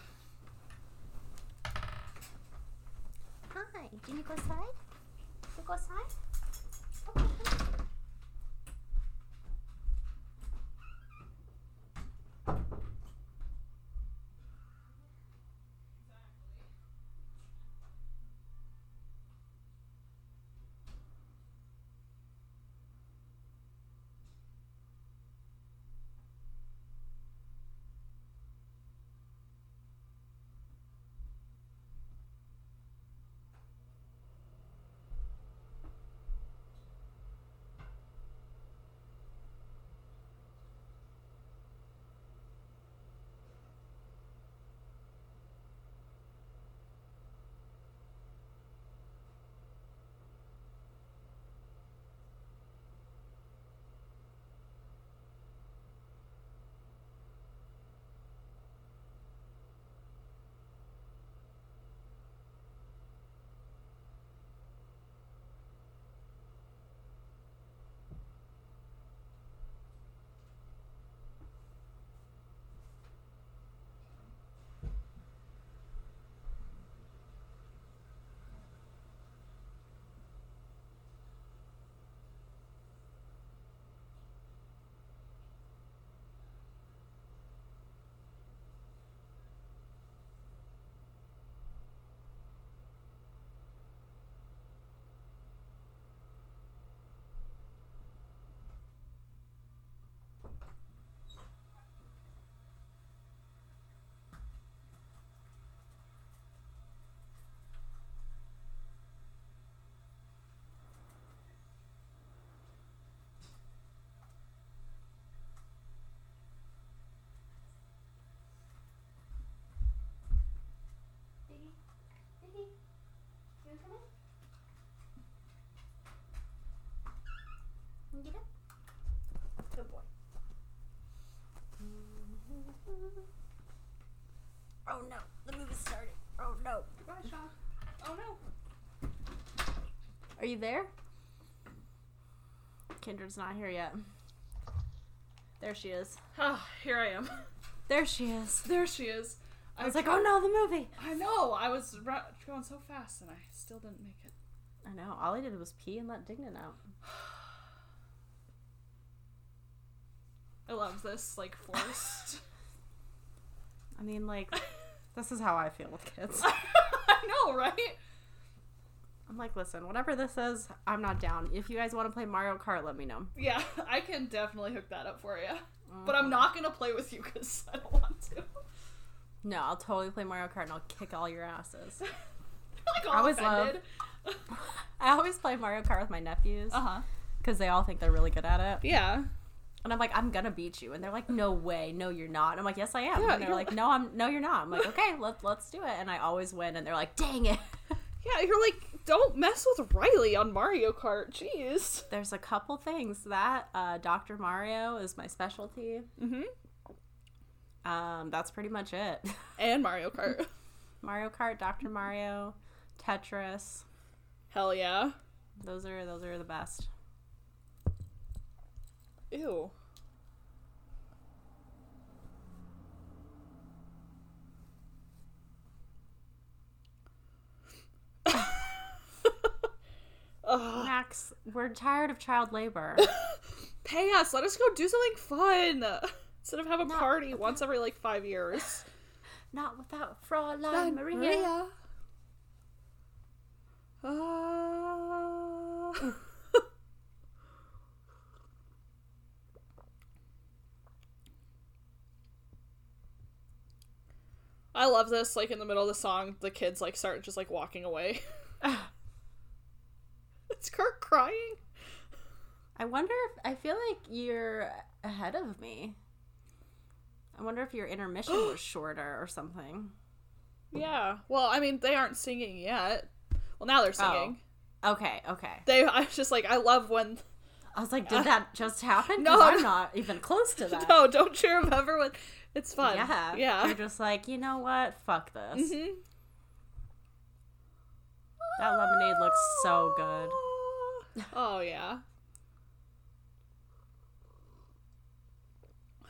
S4: Hi, can you go outside? You go outside? Okay, come.
S2: Bye, Sean. Oh no.
S1: Are you there? Kindred's not here yet. There she is.
S2: Ah, here I am.
S1: There she is.
S2: There she is.
S1: I was like, oh no, the movie.
S2: I know. I was ru- going so fast, and I still didn't make it.
S1: I know. All I did was pee and let Dignan out.
S2: I love this like forced.
S1: I mean, like, this is how I feel with kids.
S2: I know, right?
S1: I'm like, listen, whatever this is, I'm not down. If you guys want to play Mario Kart, let me know.
S2: Yeah, I can definitely hook that up for you. But I'm not gonna play with you because I don't want to.
S1: No, I'll totally play Mario Kart and I'll kick all your asses.
S2: like all
S1: I always love-
S2: offended.
S1: I always play Mario Kart with my nephews
S2: Uh huh.
S1: because they all think they're really good at it.
S2: Yeah.
S1: And I'm like, I'm gonna beat you, and they're like, No way, no, you're not. And I'm like, Yes, I am.
S2: Yeah,
S1: and they're
S2: you're-
S1: like, No, I'm, no, you're not. I'm like, Okay, let's let's do it. And I always win, and they're like, Dang it.
S2: Yeah, you're like, don't mess with Riley on Mario Kart. Jeez.
S1: There's a couple things that uh, Dr. Mario is my specialty.
S2: Mm-hmm.
S1: Um, that's pretty much it.
S2: And Mario Kart.
S1: Mario Kart, Dr. Mario, Tetris.
S2: Hell yeah.
S1: Those are those are the best.
S2: Ew. Ugh.
S1: Max, we're tired of child labor.
S2: Pay us. Let us go do something fun instead of have a
S1: No.
S2: party once every like five years.
S1: Not without Fraulein Maria.
S2: Ah. I love this. Like in the middle of the song, the kids like start just like walking away. It's Kirk crying.
S1: I wonder if I feel like you're ahead of me. I wonder if your intermission was shorter or something.
S2: Yeah. Well, I mean, they aren't singing yet. Well,
S1: Oh.
S2: now they're singing.
S1: Okay, okay.
S2: They. I was just like, I love when.
S1: I was like, did that just happen? 'Cause
S2: Uh, No,
S1: I'm
S2: no.
S1: not even close to that.
S2: No, don't cheer him ever when. It's fun.
S1: Yeah.
S2: Yeah.
S1: You're just like, you know what? Fuck this.
S2: Mhm.
S1: That lemonade looks so good.
S2: Oh yeah.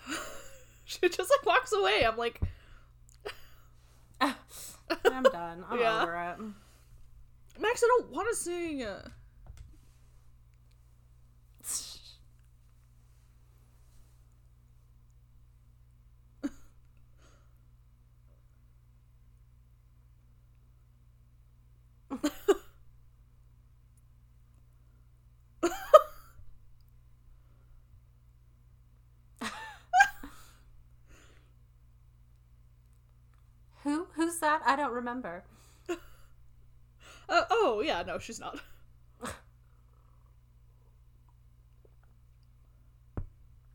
S2: she just like walks away. I'm like,
S1: I'm done. I'm
S2: Yeah.
S1: over it.
S2: Max, I don't want to sing. Uh,
S1: Who who's that? I don't remember.
S2: Uh, oh yeah, no, she's not.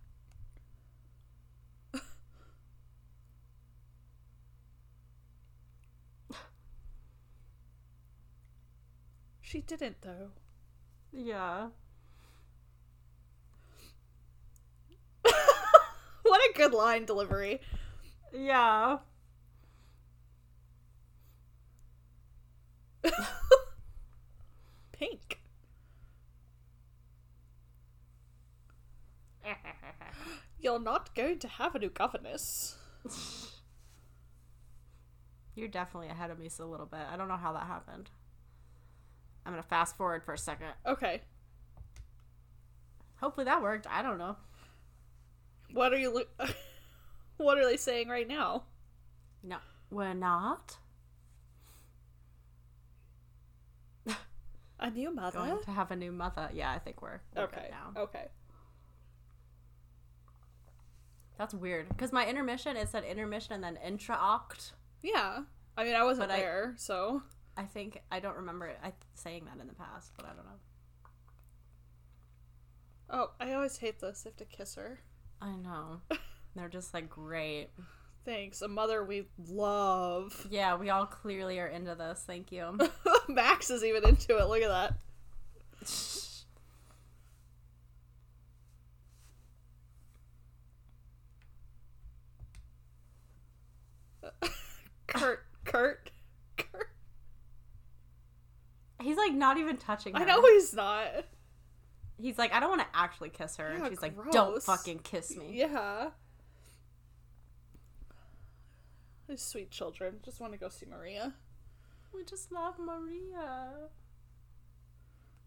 S2: she didn't though.
S1: Yeah.
S2: What a good line delivery.
S1: Yeah.
S2: Pink. You're not going to have a new governess.
S1: You're definitely ahead of me just a little bit. I don't know how that happened. I'm gonna fast forward for a second.
S2: Okay.
S1: Hopefully that worked. I don't know.
S2: What are you lo- What are they saying right now?
S1: No, we're not
S2: A new mother?
S1: going to have a new mother. Yeah, I think we're, we're
S2: Okay.
S1: good now.
S2: Okay.
S1: That's weird because my intermission it said intermission and then intra-oct.
S2: Yeah. I mean, I wasn't
S1: But I-
S2: there, so
S1: I think I don't remember it, I saying that in the past, but I don't know.
S2: Oh, I always hate this. They have to kiss her.
S1: I know. They're just like great.
S2: Thanks, a mother we love.
S1: Yeah, we all clearly are into this. Thank you.
S2: Max is even into it. Look at that. Kurt, Kurt, Kurt.
S1: like not even touching her.
S2: I know he's not.
S1: He's like, I don't want to actually kiss her. and
S2: Yeah,
S1: she's like, don't
S2: gross.
S1: fucking kiss me.
S2: Yeah. These sweet children just want to go see Maria.
S1: We just love Maria.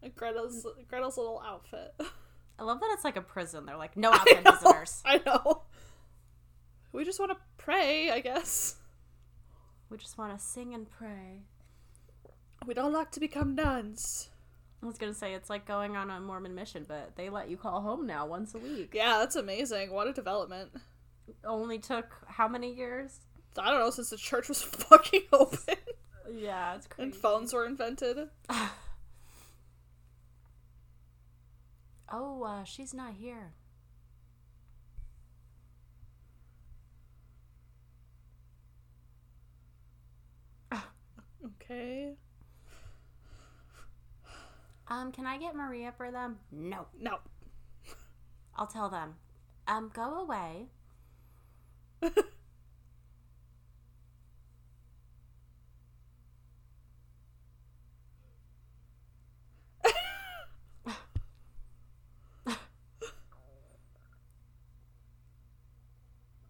S2: And Gretel's Gretel's little outfit.
S1: I love that it's like a prison. They're like, no outside visitors.
S2: I know. We just want to pray, I guess.
S1: We just want to sing and pray.
S2: We'd all like to become nuns.
S1: I was gonna say it's like going on a Mormon mission, but they let you call home now once a week.
S2: Yeah, that's amazing. What a development.
S1: Only took how many years?
S2: I don't know, since the church was fucking open
S1: Yeah, it's crazy.
S2: and phones were invented.
S1: oh, uh, she's not here.
S2: Okay.
S1: Um, can I get Maria for them? No,
S2: No.
S1: I'll tell them. Um, go away.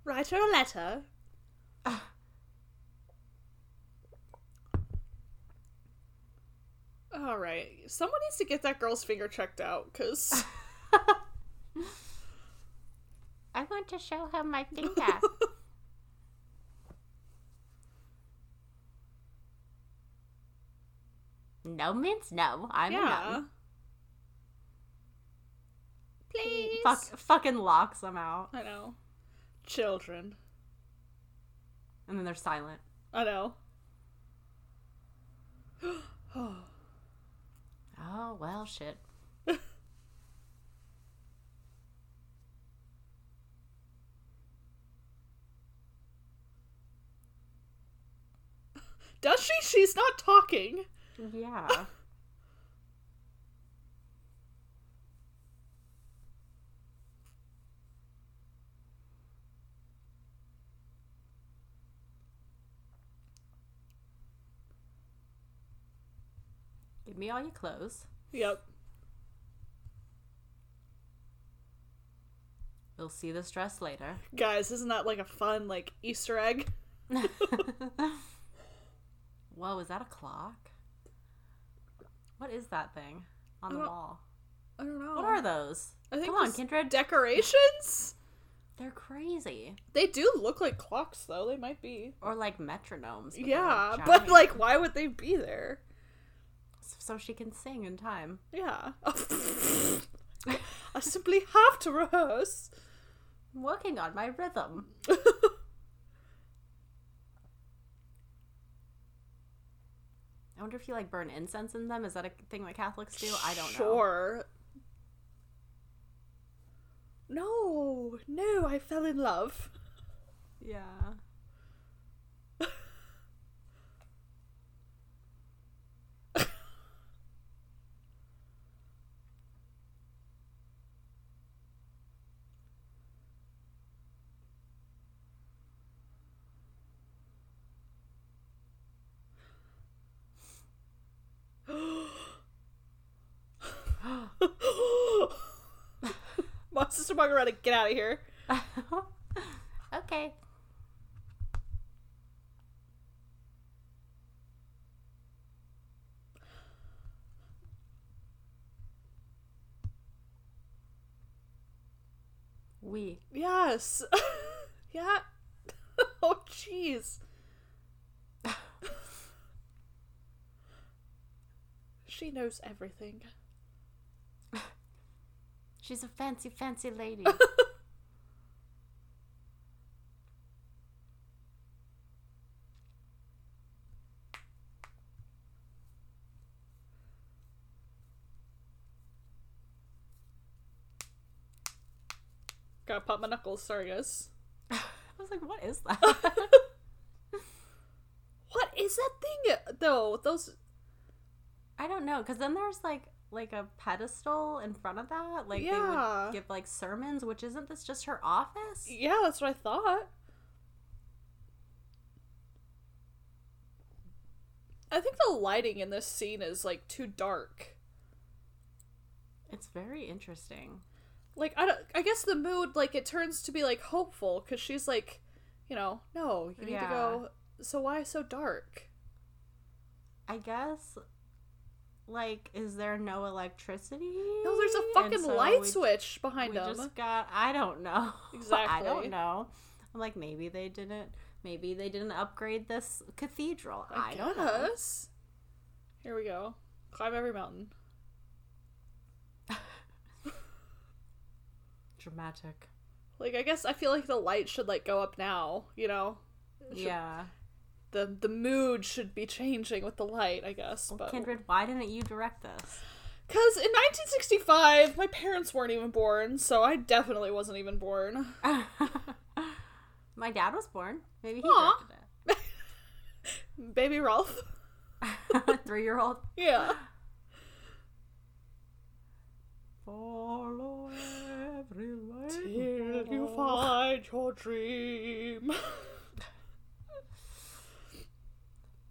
S2: Write her a letter. Ah. All right. Someone needs to get that girl's finger checked out because
S4: I want to show her my finger.
S1: No means no. I'm a
S2: yeah.
S1: nun.
S2: Please.
S1: Fuck, fucking locks them out,
S2: I know. Children.
S1: and then they're silent.
S2: I know.
S1: Oh well, shit.
S2: Does she? She's not talking.
S1: Yeah. Give me all your clothes.
S2: Yep.
S1: You'll see this dress later.
S2: Guys, isn't that like a fun like Easter egg?
S1: Whoa, is that a clock? What is that thing on the
S2: I don't-
S1: wall?
S2: I don't know.
S1: What are those?
S2: I think
S1: Come on,
S2: just
S1: Kindred.
S2: Decorations?
S1: They're crazy.
S2: They do look like clocks though. They might be.
S1: Or like metronomes. they're,
S2: yeah,
S1: giant.
S2: but like, why would they be there?
S1: so she can sing in time.
S2: Yeah. I simply have to rehearse.
S1: I'm working on my rhythm. I wonder if you like burn incense in them. Is that a thing that Catholics do? I don't know.
S2: sure. No, no, I fell in love.
S1: Yeah.
S2: My sister Margareta, get out of here.
S4: okay.
S1: We.
S2: Yes. yeah. oh, jeez. she knows everything.
S1: She's a fancy, fancy lady.
S2: Gotta pop my knuckles. Sorry, guys.
S1: I was like, what is that?
S2: What is that thing though? Those
S1: I don't know. Because then there's like like a pedestal in front of that. Like they
S2: Yeah.
S1: would give like sermons, which isn't this just her office?
S2: Yeah, that's what I thought. I think the lighting in this scene is like too dark.
S1: It's very interesting.
S2: like I don't, I guess the mood like it turns to be like hopeful because she's like, you know, no, you need to
S1: Yeah.
S2: go. So why so dark?
S1: I guess, like, is there no electricity?
S2: No, there's a
S1: And
S2: fucking
S1: so
S2: light
S1: we-
S2: switch behind
S1: We
S2: them.
S1: just got. I don't know. I
S2: Exactly.
S1: don't know. I'm like, maybe they didn't. Maybe they didn't upgrade this cathedral. I,
S2: I,
S1: don't know.
S2: guess. Here we go. Climb every mountain.
S1: Dramatic.
S2: Like I guess I feel like the light should like go up now. You know,
S1: Yeah.
S2: the the mood should be changing with the light. I guess, but
S1: Kindred, why didn't you direct this?
S2: because in 1965 my parents weren't even born, so I definitely wasn't even born.
S1: My dad was born. Maybe he
S2: Aw.
S1: directed
S2: Baby Ralph.
S1: it. Three year old.
S2: Yeah.
S1: Follow every
S2: Till you find your dream.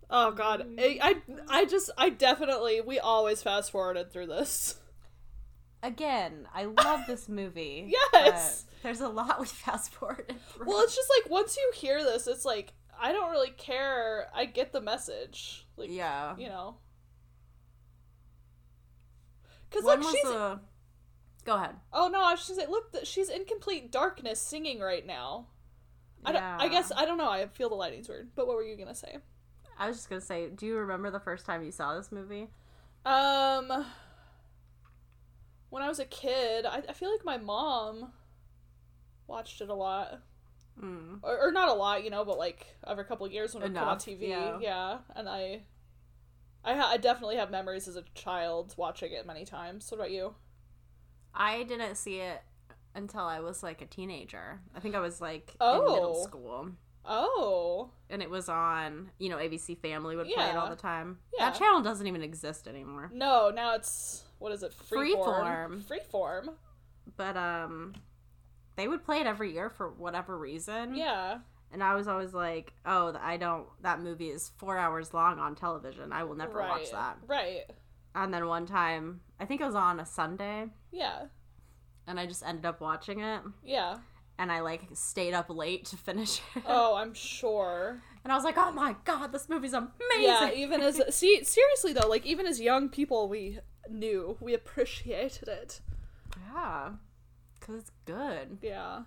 S2: oh god, I, I I just I definitely we always fast forwarded through this.
S1: Again, I love this movie.
S2: Yes.
S1: but There's a lot we fast forwarded through.
S2: Well, it's just like once you hear this, it's like I don't really care. I get the message. Like
S1: yeah.
S2: you know. Cause
S1: When
S2: like
S1: was
S2: she's
S1: the- Go ahead.
S2: oh no, I was just like look, th- she's in complete darkness singing right now. I don't. I
S1: Yeah.
S2: guess I don't know. I feel the lighting's weird. But what were you gonna say?
S1: I was just gonna say, do you remember the first time you saw this movie?
S2: Um, when I was a kid, I, I feel like my mom watched it a lot,
S1: Mm.
S2: or, or not a lot, you know, but like every couple of years when it would come on
S1: Enough,
S2: TV, yeah.
S1: yeah.
S2: and I, I, ha- I definitely have memories as a child watching it many times. What about you?
S1: I didn't see it until I was like a teenager. I think I was like in
S2: Oh.
S1: middle school.
S2: Oh,
S1: And it was on, you know, ABC Family would play it all
S2: Yeah.
S1: the time.
S2: Yeah.
S1: That channel doesn't even exist anymore.
S2: no, now it's what is it?
S1: Freeform.
S2: Freeform. Freeform.
S1: But um they would play it every year for whatever reason.
S2: Yeah.
S1: And I was always like, oh, th- I don't, that movie is four hours long on television. I will never
S2: right.
S1: watch that.
S2: Right.
S1: And then one time, I think it was on a Sunday,
S2: Yeah.
S1: and I just ended up watching it.
S2: Yeah.
S1: And I like stayed up late to finish it.
S2: Oh, I'm sure.
S1: And I was like, oh my God, this movie's amazing.
S2: Yeah, even as see seriously though, like even as young people we knew, we appreciated it.
S1: Yeah. Because it's good.
S2: Yeah.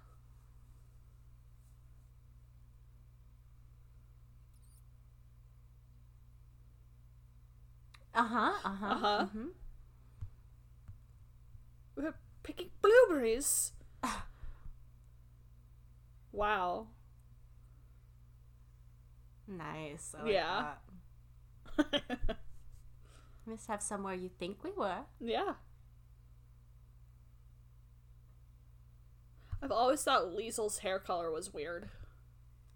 S1: Uh huh. Uh huh.
S2: Uh-huh.
S1: hmm
S2: We were picking blueberries. wow.
S1: Nice. I like
S2: Yeah.
S1: that. Must have somewhere you think we were.
S2: yeah. I've always thought Liesel's hair color was weird.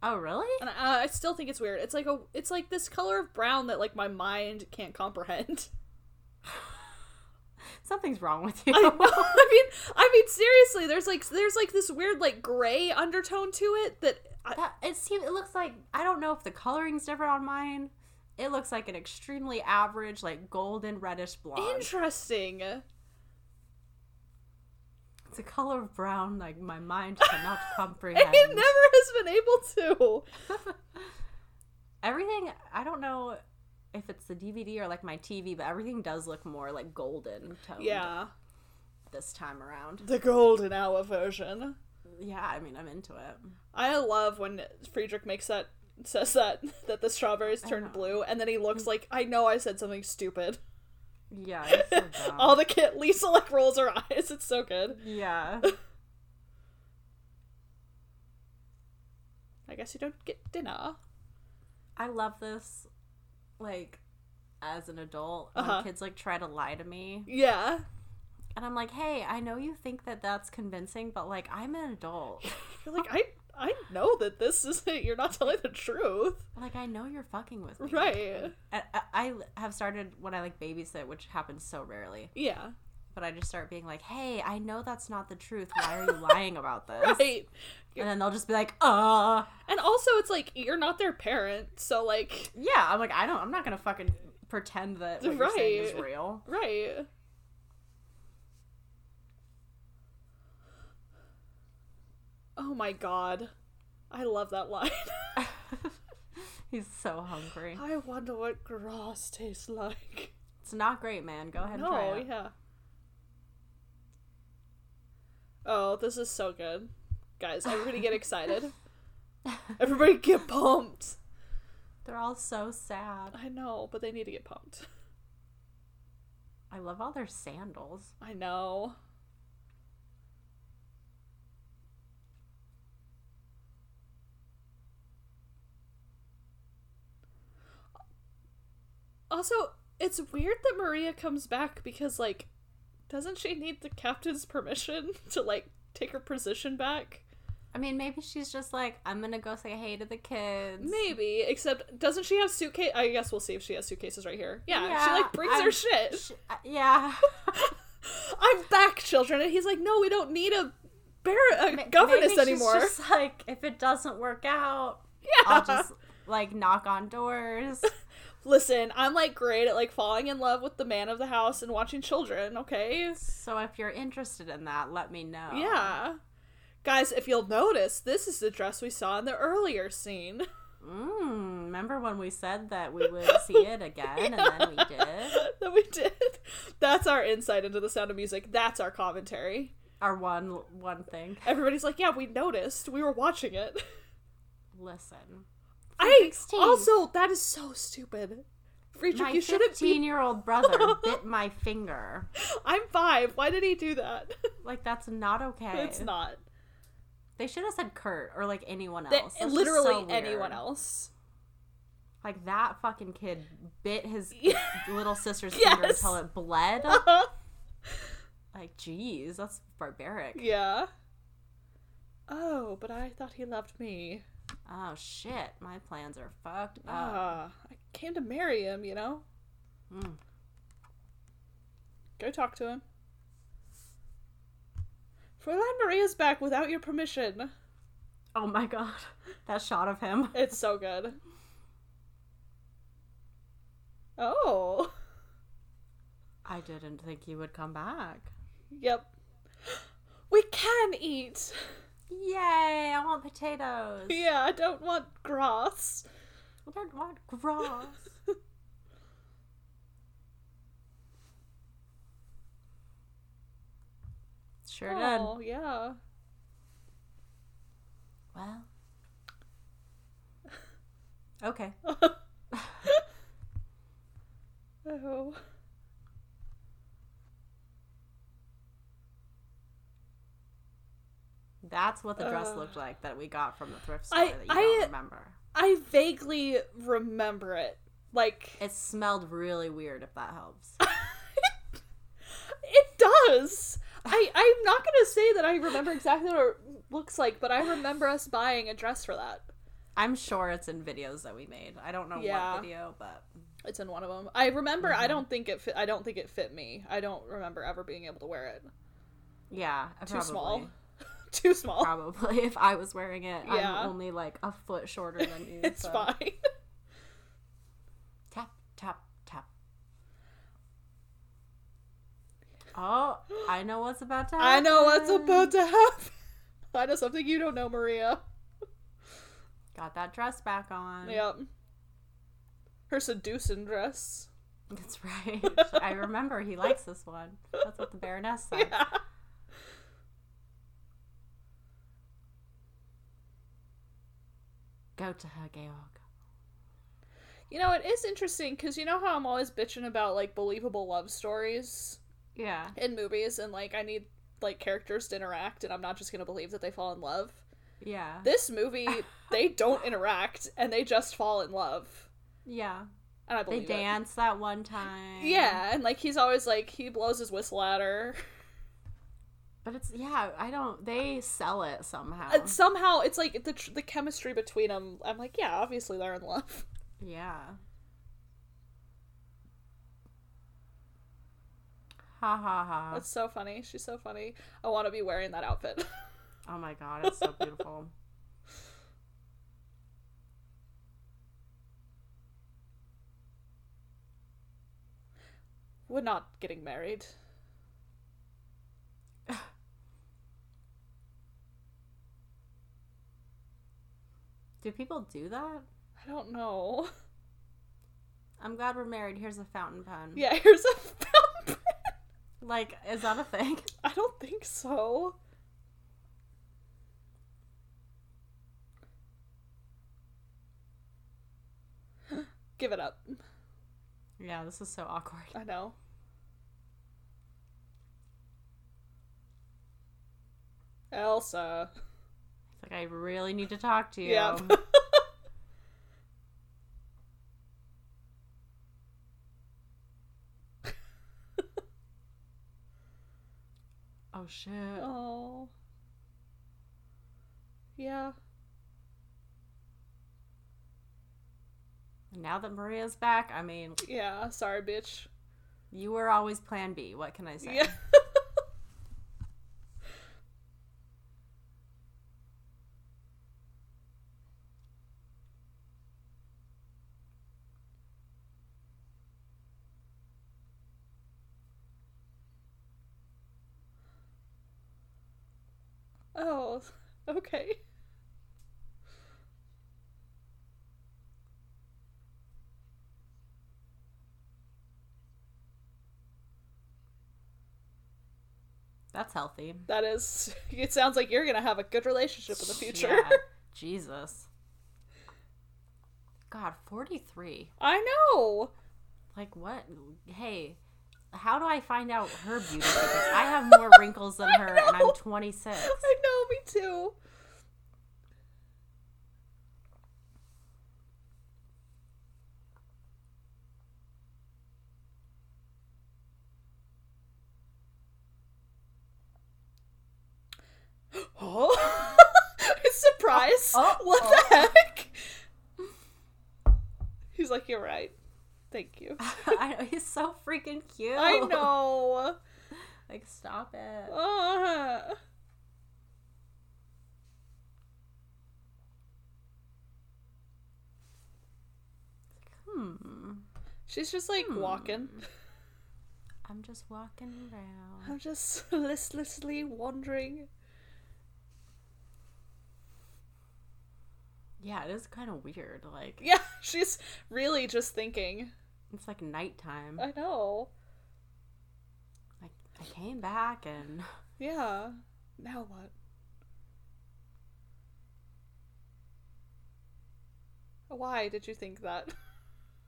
S1: Oh, really?
S2: And I, I still think it's weird. It's like a it's like this color of brown that like my mind can't comprehend.
S1: Something's wrong with you.
S2: I know. I mean, I mean, seriously, there's like there's like this weird like gray undertone to it that. uh, I,
S1: That it seems it looks like I don't know if the coloring's different on mine. It looks like an extremely average, like golden reddish blonde.
S2: interesting.
S1: It's a color of brown, like my mind cannot comprehend.
S2: It never has been able to.
S1: Everything I don't know if it's the DVD or like my TV, but everything does look more like golden toned
S2: Yeah,
S1: this time around.
S2: the golden hour version.
S1: Yeah, I mean I'm into it.
S2: I love when Friedrich makes that says that that the strawberries
S1: know.
S2: turned blue, and then he looks like I know I said something stupid.
S1: Yeah, it's so dumb.
S2: All the kid Lisa like rolls her eyes. It's so good.
S1: yeah.
S2: I guess you don't get dinner.
S1: I love this like as an adult when
S2: Uh-huh.
S1: kids like try to lie to me
S2: Yeah,
S1: and i'm like hey i know you think that that's convincing but like i'm an adult
S2: you're like I. I know that this isn't. You're not telling the truth.
S1: like i know you're fucking with me
S2: Right.
S1: and I, I have started when i like babysit which happens so rarely
S2: Yeah.
S1: but I just start being like, "Hey, I know that's not the truth. Why are you lying about this?"
S2: Right.
S1: And then they'll just be like, "Uh,
S2: And also, it's like you're not their parent, so like,
S1: yeah." I'm like, "I don't. I'm not gonna fucking pretend that what you're saying is
S2: Right.
S1: real."
S2: right? Oh my god, I love that line.
S1: He's so hungry.
S2: I wonder what grass tastes like.
S1: It's not great, man. Go ahead and try
S2: No,
S1: it.
S2: yeah. Oh, this is so good, guys! Everybody get excited. Everybody get pumped.
S1: They're all so sad.
S2: I know, but they need to get pumped.
S1: I love all their sandals.
S2: I know. Also, it's weird that Maria comes back because, like, doesn't she need the captain's permission to, like, take her position back?
S1: I mean, maybe she's just like, "I'm gonna go say hey to the kids."
S2: Maybe, except doesn't she have suitcase? I guess we'll see if she has suitcases right here. Yeah, she,
S1: Yeah,
S2: like, brings
S1: I'm-
S2: her shit.
S1: Sh- uh, yeah.
S2: I'm back, children. And he's like, no, we don't need a, bar- a
S1: Ma-
S2: governess
S1: maybe she's
S2: anymore.
S1: just like, if it doesn't work out,
S2: yeah.
S1: I'll just like knock on doors.
S2: Listen, I'm like great at like falling in love with the man of the house and watching children, okay?
S1: So if you're interested in that, let me know.
S2: Yeah. Guys, if you'll notice, this is the dress we saw in the earlier scene.
S1: Mm, remember when we said that we would see it again, and then we did?
S2: that we did. That's our insight into the sound of music. That's our commentary.
S1: Our one one thing.
S2: Everybody's like, yeah, we noticed. We were watching it.
S1: Listen,
S2: I
S4: 16.
S2: also that is so stupid. Friedrich,
S1: my
S2: you shouldn't be.
S1: fifteen-year-old brother bit my finger.
S2: I'm five. Why did he do that?
S1: Like that's not okay.
S2: It's not.
S1: They should have said Kurt or like anyone
S2: That-
S1: else. That's just
S2: literally
S1: so weird.
S2: anyone else.
S1: Like that fucking kid bit his little sister's
S2: Yes. Uh-huh.
S1: finger until it bled. Like, geez, that's barbaric.
S2: yeah. Oh, but I thought he loved me.
S1: Oh shit, my plans are fucked up.
S2: Ah, I came to marry him. You know.
S1: Mm.
S2: Go talk to him. Fräulein Maria's back without your permission.
S1: Oh my god, that shot of him.
S2: It's so good. Oh.
S1: I didn't think he would come back.
S2: Yep. We can eat.
S1: Yay! I want potatoes.
S2: Yeah, I don't want grass.
S1: I don't want grass. sure did.
S2: Oh, yeah.
S1: Well. Okay.
S2: Oh.
S1: That's what the dress
S2: Uh.
S1: looked like that we got from the thrift store
S2: I-
S1: that you
S2: I-
S1: don't remember.
S2: I vaguely remember it. Like it,
S1: It smelled really weird if that helps.
S2: does. I I'm not going to say that I remember exactly what it looks like, but I remember us buying a dress for that.
S1: I'm sure it's in videos that we made. I don't know
S2: Yeah.
S1: what video, but
S2: It's in one of them. I remember
S1: Mm-hmm.
S2: I don't think it fit I don't think it fit me. I don't remember ever being able to wear it.
S1: yeah,
S2: Too
S1: probably.
S2: small. Too small.
S1: Probably if I was wearing it,
S2: Yeah.
S1: I'm only like a foot shorter than you.
S2: It's
S1: so.
S2: fine.
S1: Tap tap tap. Oh, I know what's about to happen.
S2: I know what's about to happen. I know something you don't know, Maria.
S1: Got that dress back on.
S2: Yep. Her seducing dress.
S1: That's right. I remember he likes this one. That's what the Baroness said.
S2: Yeah.
S1: Go to her, Georg.
S2: You know, it is interesting because you know how I'm always bitching about like believable love stories
S1: Yeah.
S2: in movies and like I need like characters to interact and I'm not just gonna believe that they fall in love.
S1: Yeah.
S2: This movie, they don't interact and they just fall in love.
S1: Yeah.
S2: And I
S1: They
S2: believe it.
S1: danced that one time.
S2: Yeah, and like he's always like he blows his whistle at her.
S1: But it's, yeah, I don't, they sell it somehow.
S2: And somehow it's like the tr- the chemistry between them. I'm like, yeah, obviously they're in love.
S1: yeah. Ha ha ha.
S2: That's so funny. She's so funny. I want to be wearing that outfit.
S1: Oh my god, it's so beautiful.
S2: We're not getting married.
S1: do people do that?
S2: I don't know.
S1: I'm glad we're married. Here's a fountain pen.
S2: Yeah, here's a fountain.
S1: Like, is that a thing?
S2: I don't think so. Give it up.
S1: Yeah, this is so awkward.
S2: I know. Elsa.
S1: It's like I really need to talk to you.
S2: Yeah.
S1: oh shit.
S2: oh. Yeah.
S1: Now that Maria's back, I mean,
S2: Yeah. Sorry, bitch.
S1: you were always plan B. What can I say?
S2: Yeah. oh, okay.
S1: That's healthy.
S2: That is. It sounds like you're gonna have a good relationship in the future.
S1: Yeah. Jesus. God, 43.
S2: I know.
S1: Like what? Hey, how do I find out her beauty? Because I have more wrinkles than her and I'm
S2: know.
S1: 26.
S2: I know. Me too. Oh, it's surprise.
S1: Oh, oh,
S2: what the heck? He's like, you're right. Thank you.
S1: I know, he's so freaking cute.
S2: I know.
S1: Like, stop it.
S2: Uh,
S1: Hmm.
S2: she's just like walking.
S1: I'm just walking around.
S2: I'm just listlessly wandering.
S1: Yeah, it is kind of weird. Like,
S2: Yeah, she's really just thinking.
S1: it's like nighttime.
S2: I know.
S1: Like, I came back and
S2: Yeah. Now what? Why did you think that?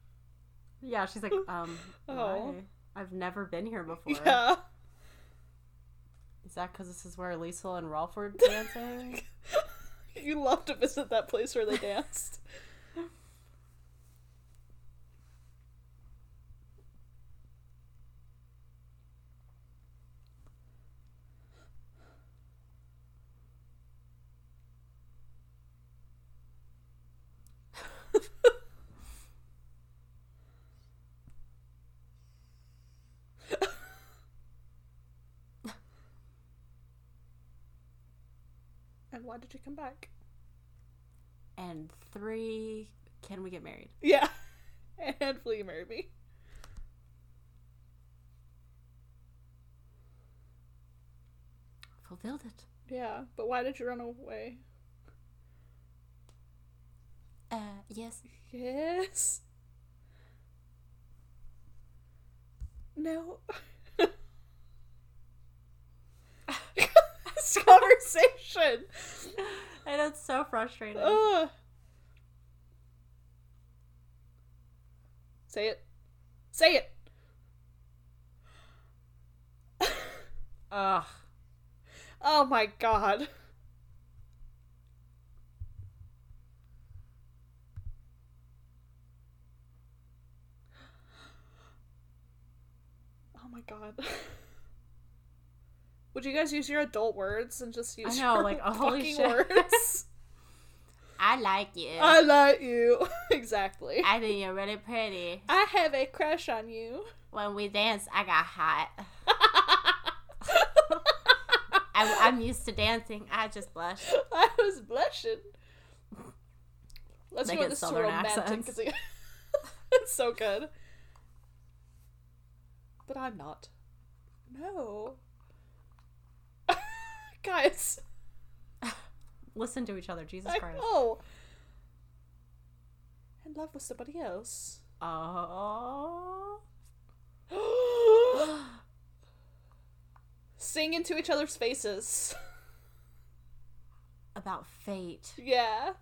S1: yeah, she's like, um,
S2: Oh.
S1: why? I've never been here before.
S2: Yeah.
S1: Is that because this is where Liesel and Rolf were dancing?
S2: You love to visit that place where they danced. and why did you come back?
S1: and three, can we get married?
S2: Yeah. And will you marry me?
S1: Fulfilled it.
S2: Yeah, but why did you run away?
S1: Uh, yes.
S2: Yes. No. this conversation.
S1: And it's so frustrating.
S2: Ugh. Say it. Say it.
S1: Ugh.
S2: Oh my god. Oh my god. Would you guys use your adult words and just use
S1: know,
S2: your
S1: like, oh, holy
S2: fucking
S1: shit.
S2: words?
S1: I like you.
S2: I like you. exactly. I-,
S1: I think you're really pretty.
S2: have a crush on you.
S1: When we danced, I got hot. I, I'm used to dancing. I just blush.
S2: I was blushing. Let's
S1: They
S2: go
S1: get
S2: this to
S1: southern
S2: romantic.
S1: accents.
S2: 'cause it- it's so good. But I'm not. No. Guys,
S1: Listen to each other. Jesus
S2: I
S1: Christ.
S2: know. In love with somebody else.
S1: Oh.
S2: Sing into each other's faces.
S1: About fate.
S2: Yeah.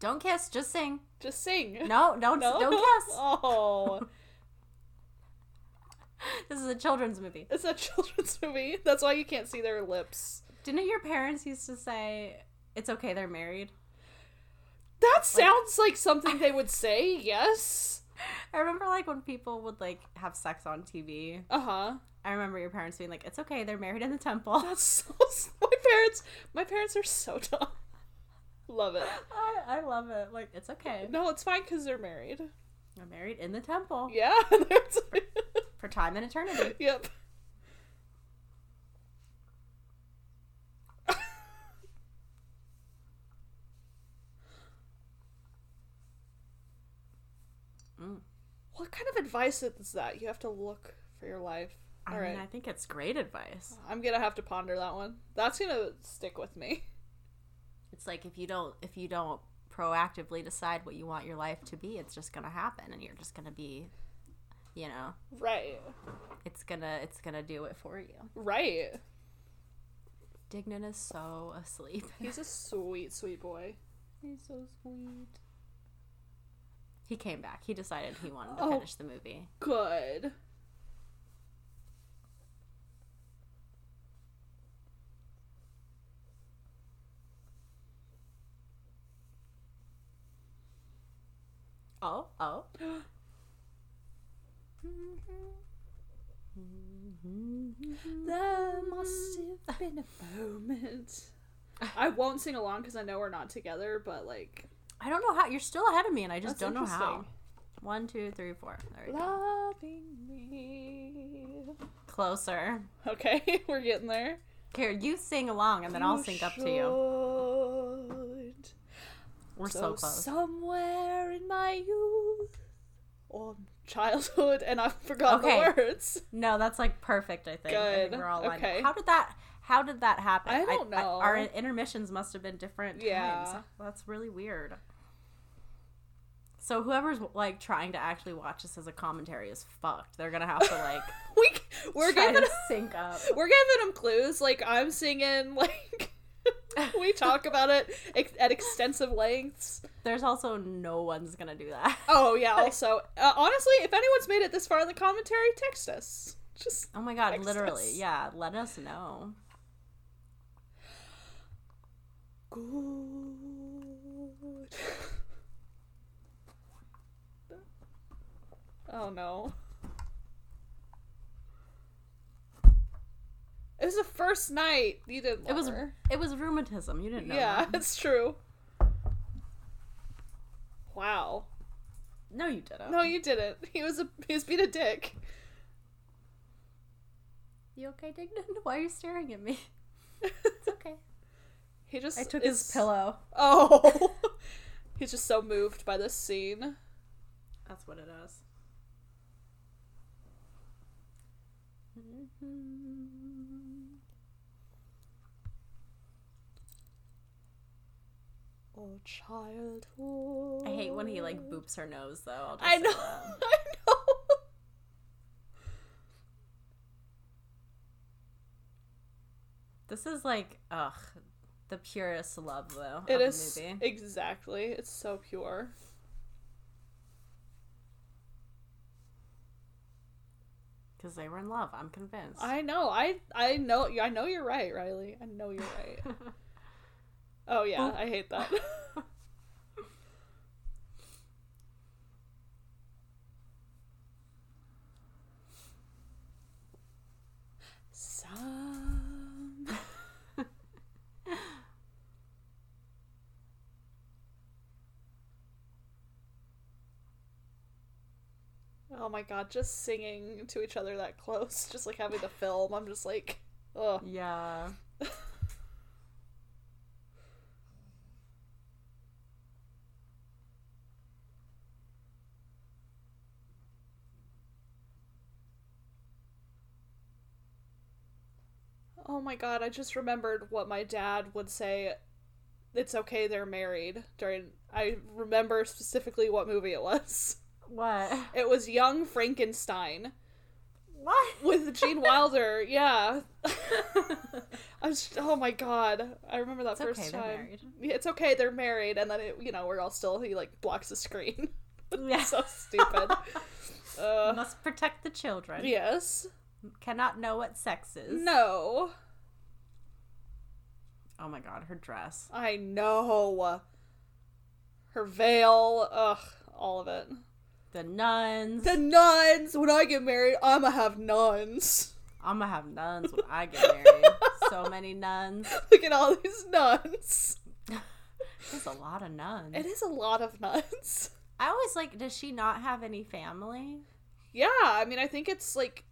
S1: don't kiss. Just sing.
S2: Just sing.
S1: No, don't
S2: No.
S1: don't kiss.
S2: Oh.
S1: This is a children's movie.
S2: It's a children's movie. That's why you can't see their lips.
S1: Didn't your parents used to say it's okay they're married?
S2: That sounds like something they would say, yes.
S1: I remember like when people would like have sex on TV.
S2: Uh huh.
S1: I remember your parents being like, "It's okay, they're married in the temple."
S2: That's so. My parents. My parents are so dumb. Love it.
S1: I, I love it. Like it's okay.
S2: No, it's fine because they're married.
S1: They're married in the temple
S2: Yeah. there's-
S1: for time and eternity.
S2: yep.
S1: Mm.
S2: What kind of advice is that? You have to look for your life.
S1: I
S2: All right.
S1: mean, I think it's great advice.
S2: I'm gonna have to ponder that one. That's gonna stick with me.
S1: It's like if you don't if you don't proactively decide what you want your life to be, it's just going to happen and you're just going to be you know,
S2: Right.
S1: it's going to it's going to do it for you.
S2: Right.
S1: Dignan is so asleep.
S2: He's a sweet, sweet boy.
S1: He's so sweet. He came back. He decided he wanted to
S2: Oh.
S1: finish the movie.
S2: Good.
S1: Oh, oh.
S2: There must have been a moment. I won't sing along because I know we're not together, but like
S1: I don't know how. You're still ahead of me, and I just
S2: That's
S1: don't know how.
S2: interesting.
S1: One, two, three, four. There we go.
S2: loving me.
S1: Closer.
S2: Okay, we're getting there.
S1: Here, you sing along, and then I'll sync up to you.
S2: you. should.
S1: We're so close.
S2: somewhere in my youth or childhood, and I've forgotten
S1: Okay.
S2: the words.
S1: No, that's like perfect. I think. I think
S2: Good.
S1: we're all lined up.
S2: Okay.
S1: How did that? How did that happen?
S2: I don't know.
S1: our intermissions must have been different.
S2: Yeah.
S1: Times. That's really weird. So whoever's like trying to actually watch this as a commentary is fucked. They're gonna have to like
S2: We we're
S1: try
S2: giving
S1: to sync up.
S2: we're giving them clues. Like I'm singing. Like we talk about it ex- at extensive lengths.
S1: There's also no one's gonna do that.
S2: Oh yeah. Also, uh, honestly, if anyone's made it this far in the commentary, text us. Just
S1: Oh my god,
S2: Text
S1: literally.
S2: us.
S1: Yeah, let us know.
S2: good. oh no. It was the first night you didn't.
S1: It was
S2: love her.
S1: it was rheumatism. You didn't know.
S2: yeah,
S1: that.
S2: that's true. Wow.
S1: No, you didn't.
S2: No, you didn't. He was a he was being a dick.
S1: You okay, Dignan? Why are you staring at me?
S4: It's okay.
S2: He just
S1: I took
S2: is-
S1: his pillow.
S2: Oh, he's just so moved by this scene.
S1: That's what it is.
S2: Oh, childhood.
S1: I hate when he like boops her nose though. I'll just
S2: I
S1: say
S2: know.
S1: that.
S2: I know.
S1: This is like ugh, the purest love though.
S2: It
S1: of
S2: is
S1: a movie.
S2: exactly. It's so pure.
S1: because they were in love. I'm convinced.
S2: I know. I I know. I know you're right, Riley. I know you're right. oh yeah, I hate that. Some. Oh my god, just singing to each other that close, just like having the film, I'm just like, ugh.
S1: Yeah.
S2: Oh my god, I just remembered what my dad would say. It's okay they're married during I remember specifically what movie it was.
S1: What?
S2: It was Young Frankenstein
S1: What?
S2: with Gene Wilder. Yeah. I was oh my god. I remember that
S1: It's
S2: first
S1: okay, they're
S2: time.
S1: married.
S2: Yeah, it's okay they're married and then it, you know, we're all still he like blocks the screen.
S1: Yeah.
S2: so stupid. uh,
S1: Must protect the children.
S2: yes.
S1: Cannot know what sex is.
S2: No.
S1: Oh my god, her dress.
S2: I know. Her veil, ugh, all of it.
S1: The nuns.
S2: The nuns! When I get married, I'ma have nuns.
S1: I'm gonna have nuns when I get married. so many nuns.
S2: Look at all these nuns.
S1: There's a lot of nuns.
S2: It is a lot of nuns.
S1: I always like, does she not have any family?
S2: Yeah, I mean, I think it's like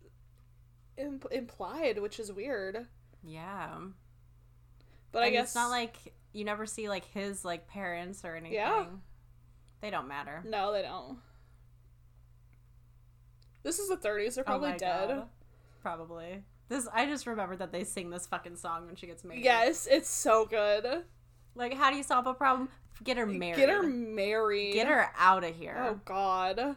S2: imp- implied, which is weird.
S1: Yeah.
S2: But I
S1: And
S2: guess
S1: it's not like you never see like his like parents or anything. They don't matter.
S2: No, they don't. This is the 30s. They're
S1: Oh
S2: probably
S1: my
S2: dead.
S1: God. Probably. This I just remembered that they sing this fucking song when she gets married.
S2: Yes, it's so good.
S1: Like, how do you solve a problem? Get her married.
S2: Get her married.
S1: Get her out of here.
S2: Oh God.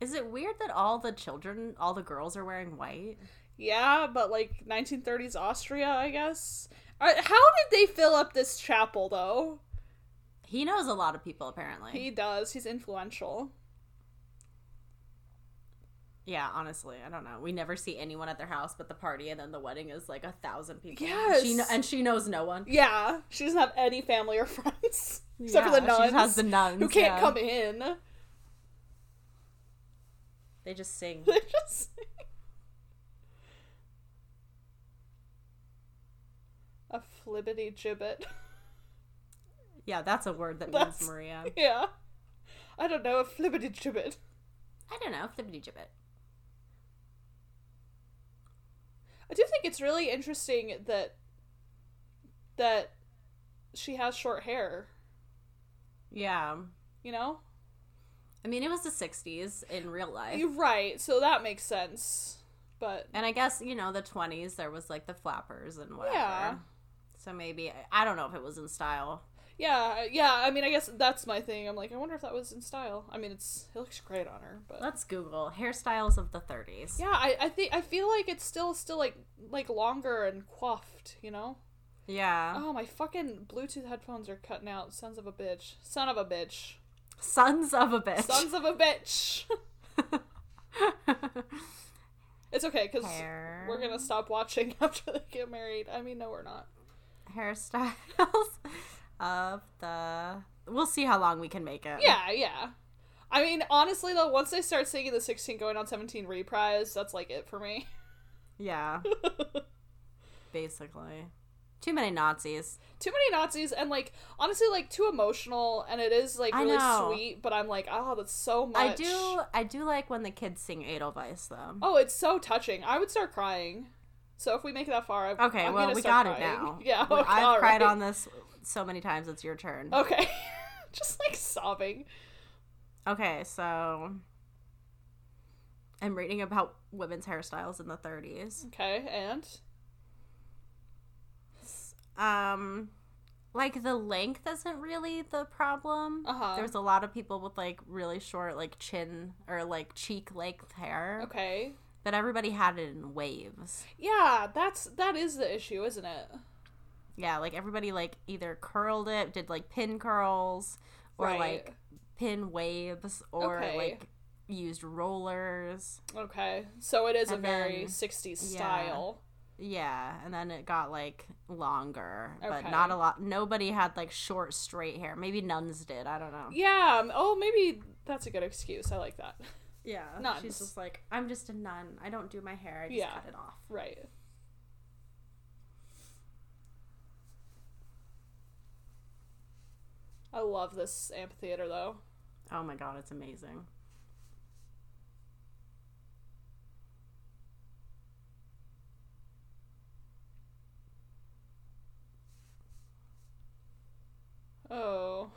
S1: Is it weird that all the children, all the girls are wearing white?
S2: Yeah, but like 1930s Austria, I guess. Uh, How did they fill up this chapel though?
S1: He knows a lot of people apparently.
S2: He does. He's influential.
S1: Yeah, honestly, I don't know. We never see anyone at their house but the party, and then the wedding is like a thousand people.
S2: Yes.
S1: she kn- and she knows no one
S2: Yeah, she doesn't have any family or friends except for the
S1: Yeah, She
S2: nuns,
S1: just has the nuns
S2: who can't
S1: yeah.
S2: come in.
S1: They just sing.
S2: They're just. A flibbity gibbet.
S1: yeah, that's a word that means
S2: That's-
S1: Maria.
S2: yeah. I don't know, a flibbity gibbet.
S1: I don't know, flippity gibbet.
S2: I do think it's really interesting that that she has short hair.
S1: Yeah,
S2: You know,
S1: I mean it was the '60s in real life,
S2: you're right. So that makes sense. But
S1: and I guess you know the '20s there was like the flappers and whatever.
S2: Yeah.
S1: So maybe I- I don't know if it was in style.
S2: yeah, yeah. I mean, I guess that's my thing. I'm like, I wonder if that was in style. I mean, it's it looks great on her, but
S1: Let's Google hairstyles of the '30s.
S2: yeah, I, I think I feel like it's still still like like longer and coiffed. You know.
S1: Yeah.
S2: Oh my fucking Bluetooth headphones are cutting out. Sons of a bitch. Son of a bitch.
S1: Sons of a bitch.
S2: Sons of a bitch. It's okay because
S1: Hair.
S2: we're gonna stop watching after they get married. I mean, no, we're not.
S1: hairstyles of the. We'll see how long we can make it.
S2: Yeah, yeah. I mean, honestly though, once they start singing the 16 going on 17 reprise, that's like it for me.
S1: Yeah. Basically, too many Nazis.
S2: too many Nazis and like honestly like too emotional and it is like
S1: I
S2: really
S1: know.
S2: sweet, but I'm like, oh, that's so much.
S1: I do. I do like when the kids sing Edelweiss though.
S2: Oh, it's so touching. I would start crying. So if we make that far, I,
S1: okay.
S2: I'm
S1: well,
S2: gonna
S1: we got
S2: start
S1: it
S2: crying.
S1: now.
S2: Yeah,
S1: We-
S2: okay,
S1: I've
S2: all
S1: cried
S2: right. Oh.
S1: on this so many times. It's your turn.
S2: Okay, just like sobbing.
S1: Okay, so I'm reading about women's hairstyles in the 30s.
S2: Okay, and
S1: um like the length isn't really the problem.
S2: Uh-huh.
S1: There's a lot of people with like really short like chin or like cheek length hair.
S2: okay,
S1: But everybody had it in waves.
S2: yeah, that's that is the issue, isn't it?
S1: Yeah, like everybody like either curled it, did like pin curls or
S2: Right.
S1: like pin waves or
S2: Okay.
S1: like used rollers.
S2: Okay, so it is a
S1: And
S2: very
S1: then-
S2: 60s
S1: yeah.
S2: style.
S1: Yeah, and then it got like longer,
S2: Okay.
S1: but not a lot. Nobody had like short straight hair. Maybe nuns did. I don't know.
S2: Yeah. um, Oh, maybe that's a good excuse. I like that.
S1: Yeah.
S2: Nuns.
S1: She's just like, I'm just a nun. I don't do my hair. I just
S2: Yeah.
S1: cut it off.
S2: Right. I love this amphitheater though.
S1: Oh my god, it's amazing.
S2: Oh.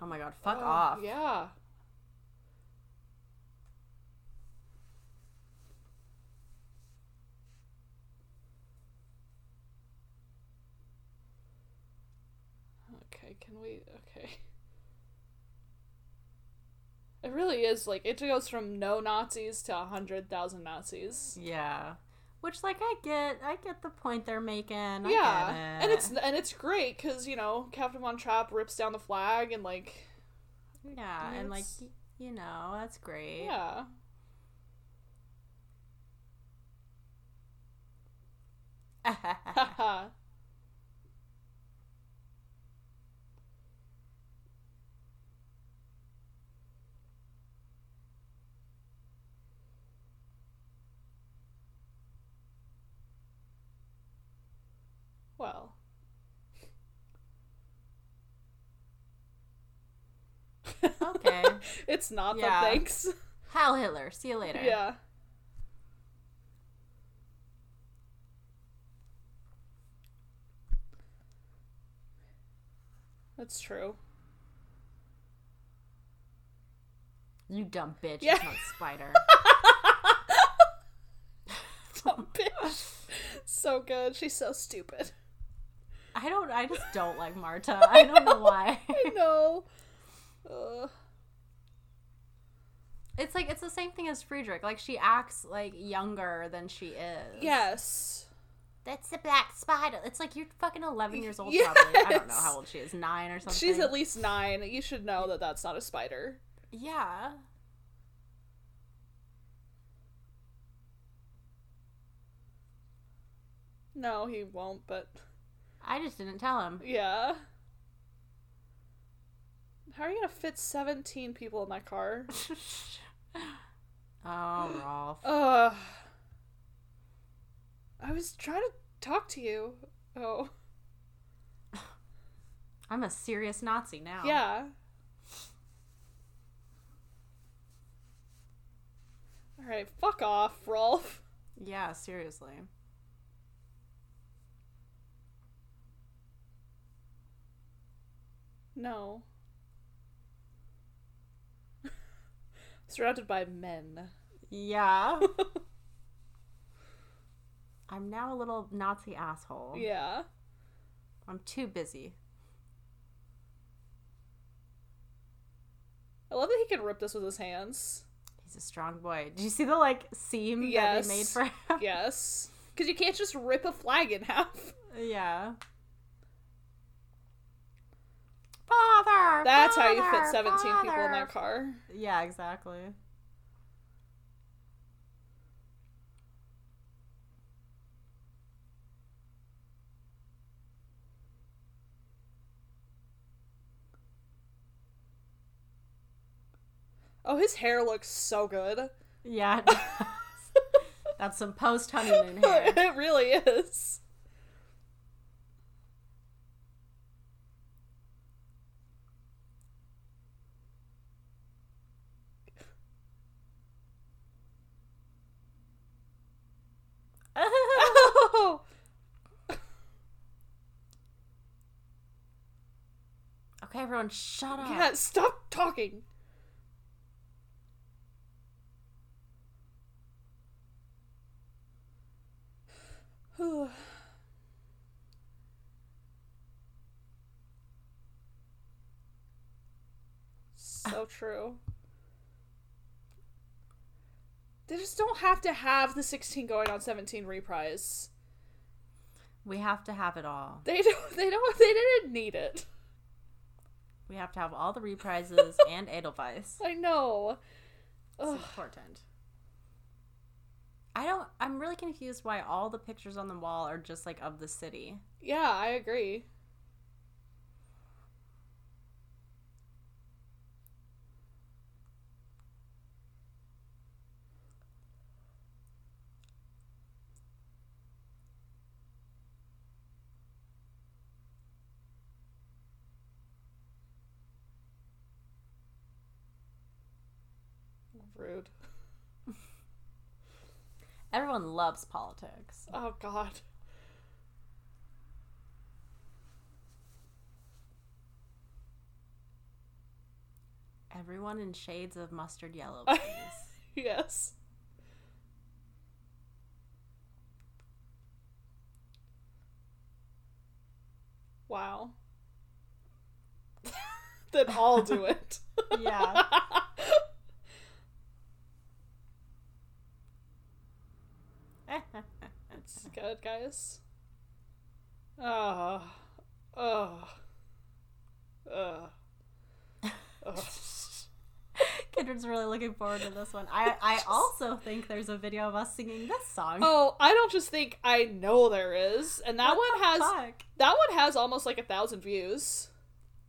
S1: Oh my god, fuck
S2: Oh,
S1: off.
S2: Yeah. Okay, can we? Okay. It really is like it goes from no Nazis to a hundred thousand Nazis.
S1: Yeah. Which like I get I get the point they're making. I
S2: yeah,
S1: get it.
S2: and it's and it's great because you know Captain Von Trapp rips down the flag and like
S1: Yeah,
S2: mean,
S1: and like
S2: it's-
S1: y- you know, that's great.
S2: yeah. Haha. well.
S1: okay.
S2: It's not
S1: Yeah.
S2: the thanks.
S1: Hal Hitler, see you later.
S2: Yeah. That's true.
S1: You dumb bitch,
S2: Yeah.
S1: you cunt spider.
S2: Dumb Oh, bitch. so good. She's so stupid.
S1: I don't I just don't like Marta. I don't know why.
S2: I know. Uh,
S1: It's like it's the same thing as Friedrich. Like she acts like younger than she is.
S2: yes.
S4: That's the black spider.
S1: It's like you're fucking 11 years old
S2: Yes.
S1: probably. I don't know how old she is. 9 or something.
S2: She's at least nine. You should know that that's not a spider.
S1: Yeah.
S2: No, he won't, but
S1: I just didn't tell him.
S2: yeah. How are you gonna fit 17 people in that car?
S1: oh, Rolf.
S2: Ugh. I was trying to talk to you. Oh.
S1: I'm a serious Nazi now.
S2: Yeah. Alright, fuck off, Rolf.
S1: Yeah, seriously.
S2: No. Surrounded by men.
S1: Yeah. I'm now a little Nazi asshole.
S2: Yeah.
S1: I'm too busy.
S2: I love that he can rip this with his hands.
S1: He's a strong boy. Did you see the like seam that
S2: Yes.
S1: they made for him?
S2: Yes. Because you can't just rip a flag in half.
S1: yeah. Father.
S2: That's how you fit
S1: father,
S2: 17 people in
S1: father.
S2: that car.
S1: Yeah, exactly.
S2: Oh, his hair looks so good.
S1: Yeah. it does. That's some post honeymoon hair.
S2: it really is. Oh!
S1: okay, everyone, shut up.
S2: Yeah, stop talking. so true. They just don't have to have the 16 going on 17 reprise.
S1: We have to have it all.
S2: They don't they don't they didn't need it.
S1: We have to have all the reprises and Edelweiss.
S2: I know.
S1: It's
S2: Ugh.
S1: important. I don't. I'm really confused why all the pictures on the wall are just like of the city.
S2: Yeah, I agree. Rude.
S1: Everyone loves politics.
S2: Oh god.
S1: Everyone in shades of mustard yellow, please.
S2: Yes. Wow. then I'll do it.
S1: yeah.
S2: It's good, guys. Ah. Ugh. Ugh. Ugh.
S1: Kindred's really looking forward to this one. I, I also think there's a video of us singing this song.
S2: Oh, I don't just think I know there is, and that
S1: What
S2: one has
S1: the fuck?
S2: that one has almost like a thousand views.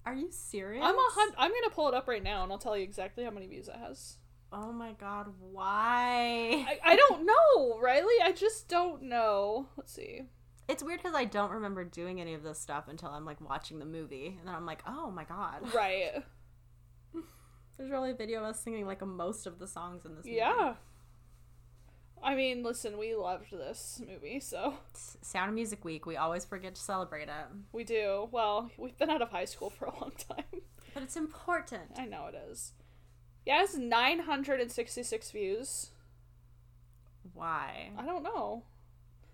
S1: Are you serious?
S2: I'm a hun- I'm gonna pull it up right now, and I'll tell you exactly how many views it has.
S1: Oh my god, why?
S2: I, I don't know, Riley. I just don't know. Let's see.
S1: It's weird because I don't remember doing any of this stuff until I'm like watching the movie, and then I'm like, oh my god.
S2: Right.
S1: There's really a video of us singing like most of the songs in this movie.
S2: Yeah. I mean, listen, we loved this movie, so
S1: S- Sound of Music Week, we always forget to celebrate it,
S2: we do. Well, we've been out of high school for a long time.
S1: but it's important.
S2: I know it is. Yeah, it's 966 views.
S1: Why?
S2: I don't know.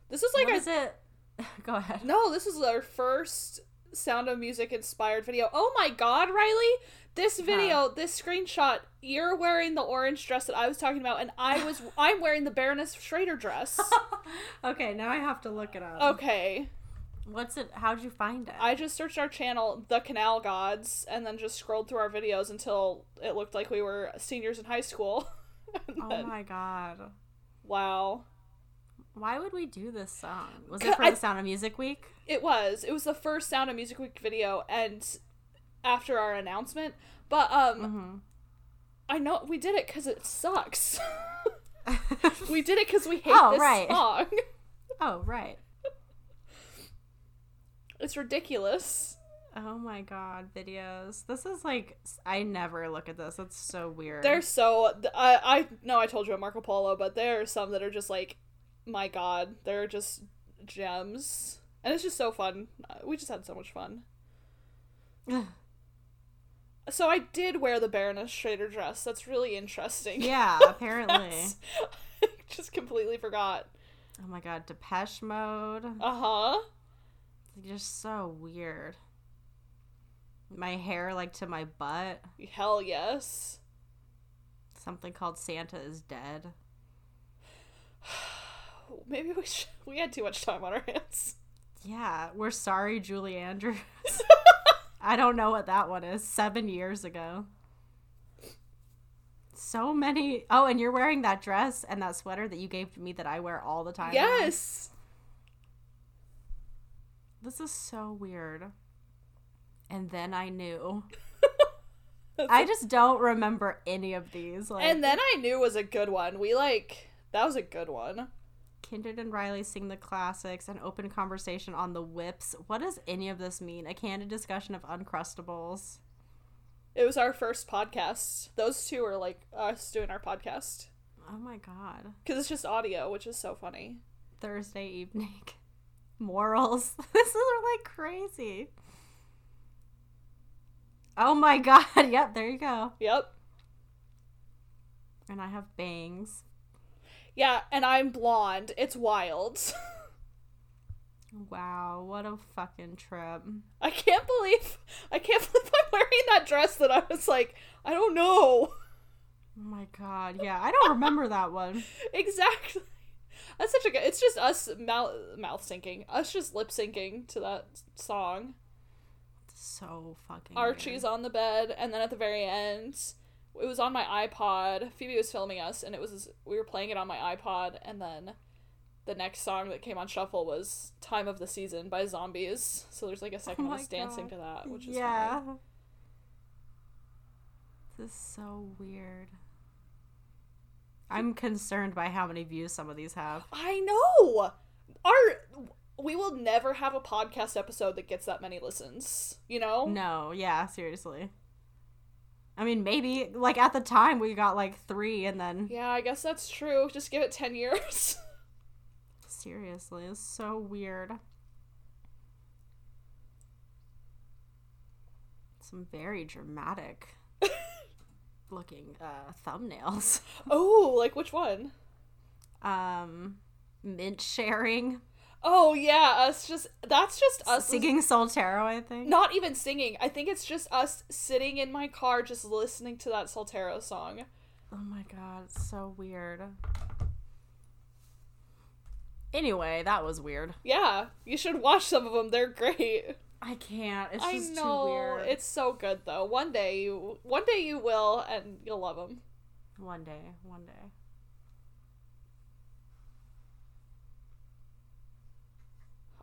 S2: This is like
S1: what
S2: our
S1: is it? Go ahead.
S2: No, this is our first Sound of Music inspired video. Oh my god, Riley! This video, this screenshot, you're wearing the orange dress that I was talking about, and I was I'm wearing the Baroness Schrader dress.
S1: Okay, now I have to look it up.
S2: Okay.
S1: Oh, What's it? How'd you find it?
S2: I just searched our channel, The Canal Gods, and then just scrolled through our videos until it looked like we were seniors in high school. And
S1: oh
S2: then-
S1: my god.
S2: Wow.
S1: Why would we do this song? Was
S2: C-
S1: it for
S2: I-
S1: the Sound of Music Week?
S2: It was. It was the first Sound of Music Week video and after our announcement. But um
S1: Mm-hmm.
S2: I know we did it cuz it sucks. we did it cuz we hate
S1: Oh,
S2: this
S1: right.
S2: song.
S1: Oh, right.
S2: It's ridiculous.
S1: Oh my god, videos. This is like, I never look at this. It's so weird.
S2: They're so th- I I know I told you about Marco Polo, but there are some that are just like my god, they're just gems. And it's just so fun. Uh, We just had so much fun. So I did wear the Baroness Schrader dress. That's really interesting.
S1: yeah, apparently.
S2: I just completely forgot.
S1: Oh my god, Depeche Mode.
S2: Uh huh.
S1: They're just so weird. My hair, like to my butt.
S2: Hell yes.
S1: Something called Santa is Dead.
S2: Maybe we should. We had too much time on our hands.
S1: Yeah, we're sorry, Julie Andrews. I don't know what that one is. Seven years ago. So many. Oh, and you're wearing that dress and that sweater that you gave to me that I wear all the time. now.
S2: yes.
S1: This is so weird. And then I knew.
S2: That's
S1: I just don't remember any of these. Like,
S2: And then I knew was a good one. We like that was a good one.
S1: Kindred and Riley sing the classics, an open conversation on the whips. What does any of this mean? A candid discussion of Uncrustables.
S2: It was our first podcast. Those two are like us doing our podcast
S1: Oh my god.
S2: because it's just audio, which is so funny.
S1: Thursday evening. Morals. this is like crazy. Oh my god. Yep, there you go.
S2: Yep.
S1: And I have bangs.
S2: Yeah, and I'm blonde. It's wild.
S1: Wow, what a fucking trip. Oh
S2: I can't believe I can't believe I'm wearing that dress that I was like, I don't know.
S1: Oh my god. Yeah, I don't remember that one.
S2: Exactly. That's such a good. It's just us mouth mouth syncing, us just lip syncing to that song.
S1: So fucking.
S2: Archie's on the bed, and then at the very end, it was on my iPod. Phoebe was filming us, and it was we were playing it on my iPod, and then the next song that came on shuffle was "Time of the Season" by Zombies. So there's like a second of
S1: Oh my
S2: us dancing
S1: God.
S2: to that, which is
S1: yeah.
S2: funny.
S1: This is so weird. I'm concerned by how many views some of these have.
S2: I know. Our we will never have a Oh. podcast episode that gets that many listens. You know?
S1: No, yeah, seriously. I mean, maybe like at the time we got like three, and then
S2: Yeah, I guess that's true. Just give it 10 years.
S1: seriously, it's so weird. Some very dramatic looking uh, thumbnails.
S2: oh, like which one?
S1: Um, mint sharing,
S2: Oh, yeah, us just that's just us
S1: singing Soltero, I think.
S2: Not even singing. I think it's just us sitting in my car just listening to that Soltero song.
S1: Oh my god, it's so weird. Anyway, that was weird.
S2: Yeah, you should watch some of them. They're great.
S1: I can't. It's
S2: I
S1: just
S2: know.
S1: too weird.
S2: It's so good though. One day you one day you will and you'll love them.
S1: one day, one day.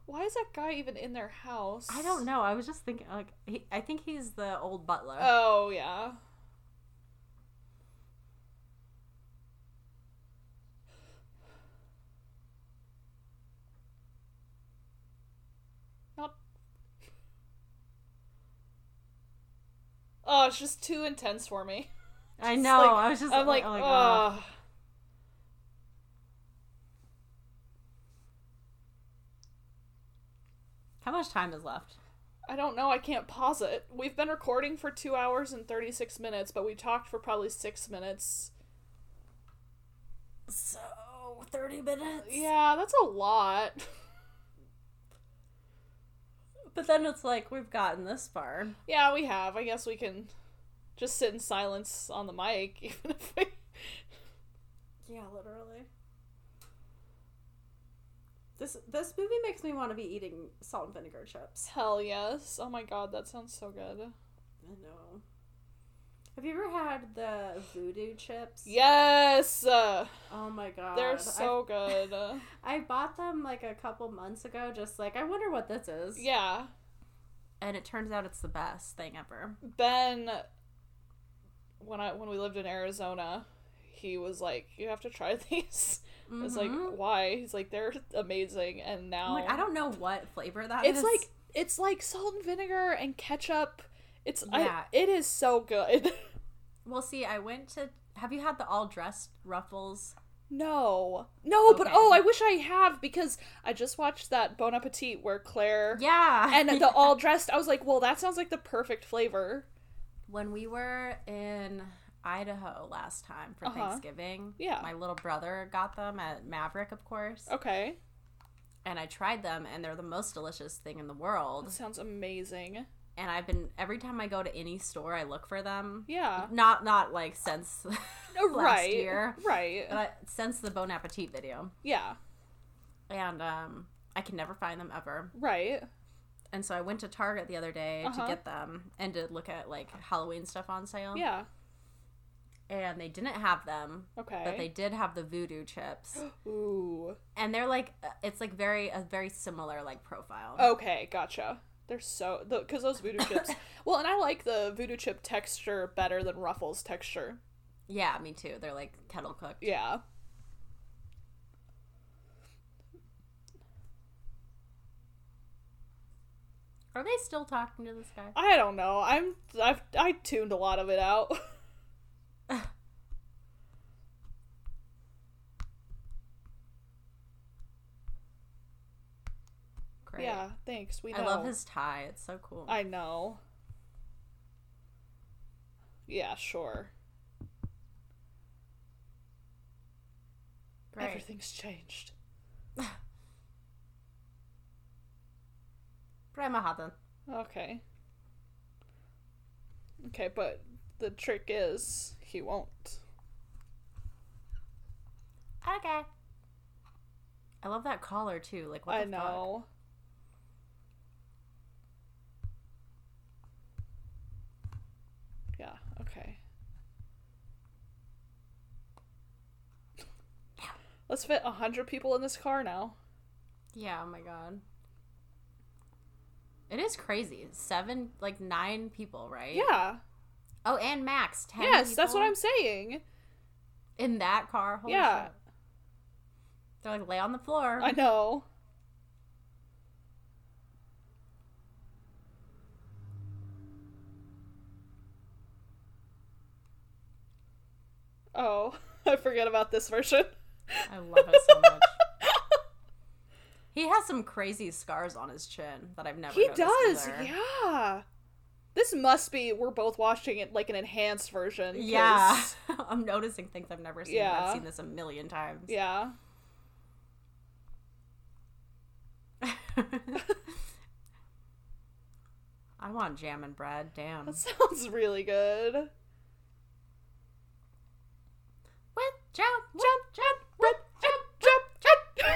S2: Why is that guy even in their house?
S1: I don't know. I was just thinking, like, he, I think he's the old butler.
S2: Oh yeah. Not. Oh, it's just too intense for me.
S1: I
S2: It's
S1: know.
S2: like-
S1: I was just.
S2: I'm like,
S1: oh
S2: oh.
S1: my god. How much time is left?
S2: I don't know. I can't pause it. We've been recording for two hours and thirty six minutes, but we talked for probably six minutes.
S1: So thirty minutes.
S2: Yeah, that's a lot.
S1: But then it's like we've gotten this far.
S2: yeah, we have. I guess we can just sit in silence on the mic, even if we.
S1: Yeah, literally. This this movie makes me want to be eating salt and vinegar chips.
S2: Hell yes! Oh my god, that sounds so good.
S1: I know. Have you ever had the voodoo chips?
S2: Yes, uh,
S1: Oh my god.
S2: they're
S1: I-
S2: so good. Uh,
S1: I bought them like a couple months ago, just like, I wonder what this is.
S2: yeah,
S1: And it turns out it's the best thing ever.
S2: Ben. When I when we lived in Arizona, he was like, "You have to try these." I was like,
S1: Mhm.
S2: "Why?" He's like, "They're amazing." And now
S1: I'm like, I don't know what flavor that
S2: Oh. it's
S1: is.
S2: like it's like salt and vinegar and ketchup. It's I,
S1: Yeah.
S2: it is so good.
S1: Well, see, I went to. Have you had the all dressed ruffles?
S2: no, no, but
S1: Okay.
S2: oh, I wish I have because I just watched that Bon Appetit where Claire
S1: Yeah.
S2: and the all dressed. I was like, well, that sounds like the perfect flavor.
S1: when we were in Idaho last time for
S2: Uh-huh.
S1: Thanksgiving,
S2: Yeah. Oh.
S1: my little brother got them at Maverick, of course,
S2: Okay,
S1: and I tried them, and they're the most delicious thing in the world.
S2: that sounds amazing.
S1: And I've been every time I go to any store, I look for them.
S2: Yeah,
S1: Not not like since last
S2: Oh, right,
S1: year,
S2: right.
S1: but since the Bon Appetit video,
S2: yeah,
S1: and um, I can never find them ever.
S2: right.
S1: And so I went to Target the other day
S2: Uh-huh.
S1: to get them and to look at like Halloween stuff on sale.
S2: Yeah.
S1: And they didn't have them,
S2: Okay.
S1: but they did have the voodoo chips.
S2: Ooh.
S1: and they're like uh, it's like very a very similar like profile.
S2: Okay, gotcha. They're so because those voodoo chips. Well, and I like the voodoo chip texture better than Ruffles texture.
S1: Yeah, me too. They're like kettle cooked.
S2: Yeah.
S1: Are they still talking to this guy?
S2: I don't know. I'm I've I tuned a lot of it out.
S1: Great.
S2: Yeah, thanks. We know.
S1: I love his tie. It's so cool.
S2: I know. Yeah, sure.
S1: Great.
S2: Everything's changed.
S1: But I'm a hot then.
S2: Okay. Okay, but the trick is he won't.
S1: Okay. I love that collar too. Like what
S2: I
S1: the
S2: know. Yeah, okay. Let's fit a hundred people in this car now.
S1: Fuck? Yeah. Oh my god. It is crazy. Seven, like nine people, right?
S2: Yeah.
S1: Oh, and Max. Ten.
S2: Yes, that's what
S1: people
S2: I'm saying.
S1: In that car. Holy
S2: Yeah.
S1: Shit. They're like lay on the floor.
S2: I know. Oh, I forget about this version.
S1: I love it so much. He has some crazy scars on his chin that I've never.
S2: He
S1: noticed
S2: does,
S1: either.
S2: yeah. This must be we're both watching it like an enhanced version. 'cause-
S1: Yeah, I'm noticing things I've never seen.
S2: Yeah.
S1: I've seen this a million times.
S2: Yeah.
S1: I want jam and bread. Damn.
S2: That sounds really good.
S1: With jam, jam, jam, with jam, jam,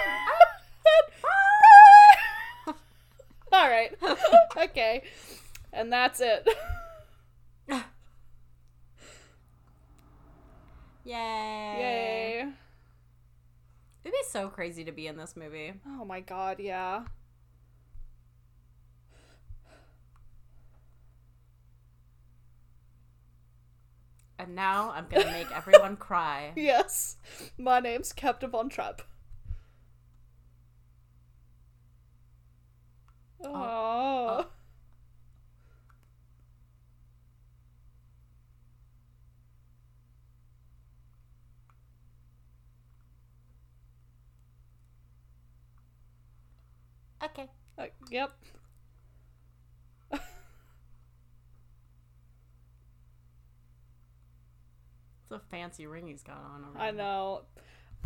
S2: All right. okay. And that's it.
S1: jam. Yay!
S2: Yay.
S1: It'd be so crazy to be in this movie.
S2: Oh my god, yeah.
S1: And now I'm gonna make everyone cry.
S2: Yes. My name's Captain Von Trapp. Oh.
S4: Okay.
S2: Uh, yep.
S1: It's a fancy ring he's got on. Over
S2: I
S1: there.
S2: know.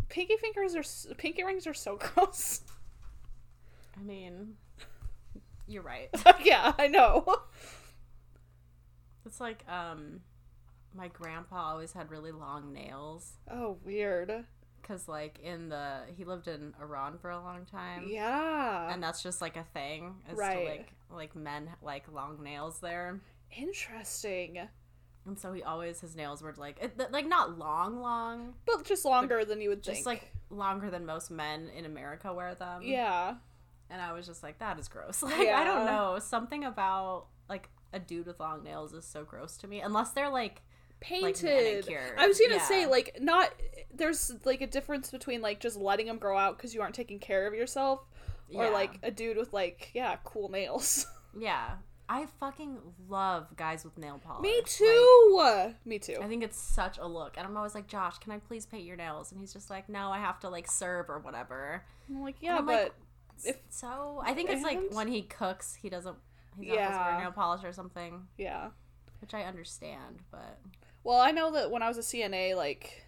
S2: Pinky fingers are s- pinky rings are so gross.
S1: I mean, you're right.
S2: yeah, I know.
S1: It's like um, my grandpa always had really long nails.
S2: Oh, weird.
S1: Cause like in the he lived in Iran for a long time,
S2: Yeah.
S1: and that's just like a thing. Is
S2: Right.
S1: To, like like men like long nails there,
S2: Interesting.
S1: and so he always his nails were like it, th- like not long long,
S2: But just longer than you would
S1: just
S2: think.
S1: like um, longer than most men in America wear them.
S2: yeah.
S1: and I was just like that is gross. Like I
S2: Yeah.
S1: don't know something about like a dude with long nails is so gross to me unless they're like
S2: painted.
S1: manicured.
S2: I was gonna
S1: Yeah.
S2: say like not. There's like a difference between like just letting them grow out because you aren't taking care of yourself, or
S1: Yeah.
S2: like a dude with like yeah cool nails.
S1: yeah. I fucking love guys with nail polish.
S2: Me
S1: Like,
S2: too. Me too.
S1: I think it's such a look. And I'm always like, Josh, can I please paint your nails? And he's just like, no, I have to like serve or whatever.
S2: I'm like yeah,
S1: I'm
S2: but
S1: like,
S2: if-
S1: so I think it's like
S2: and-
S1: when he cooks, he doesn't, he's not supposed to
S2: Yeah.
S1: wear nail polish or something,
S2: yeah.
S1: which I understand, but
S2: Well, I know that when I was a CNA, like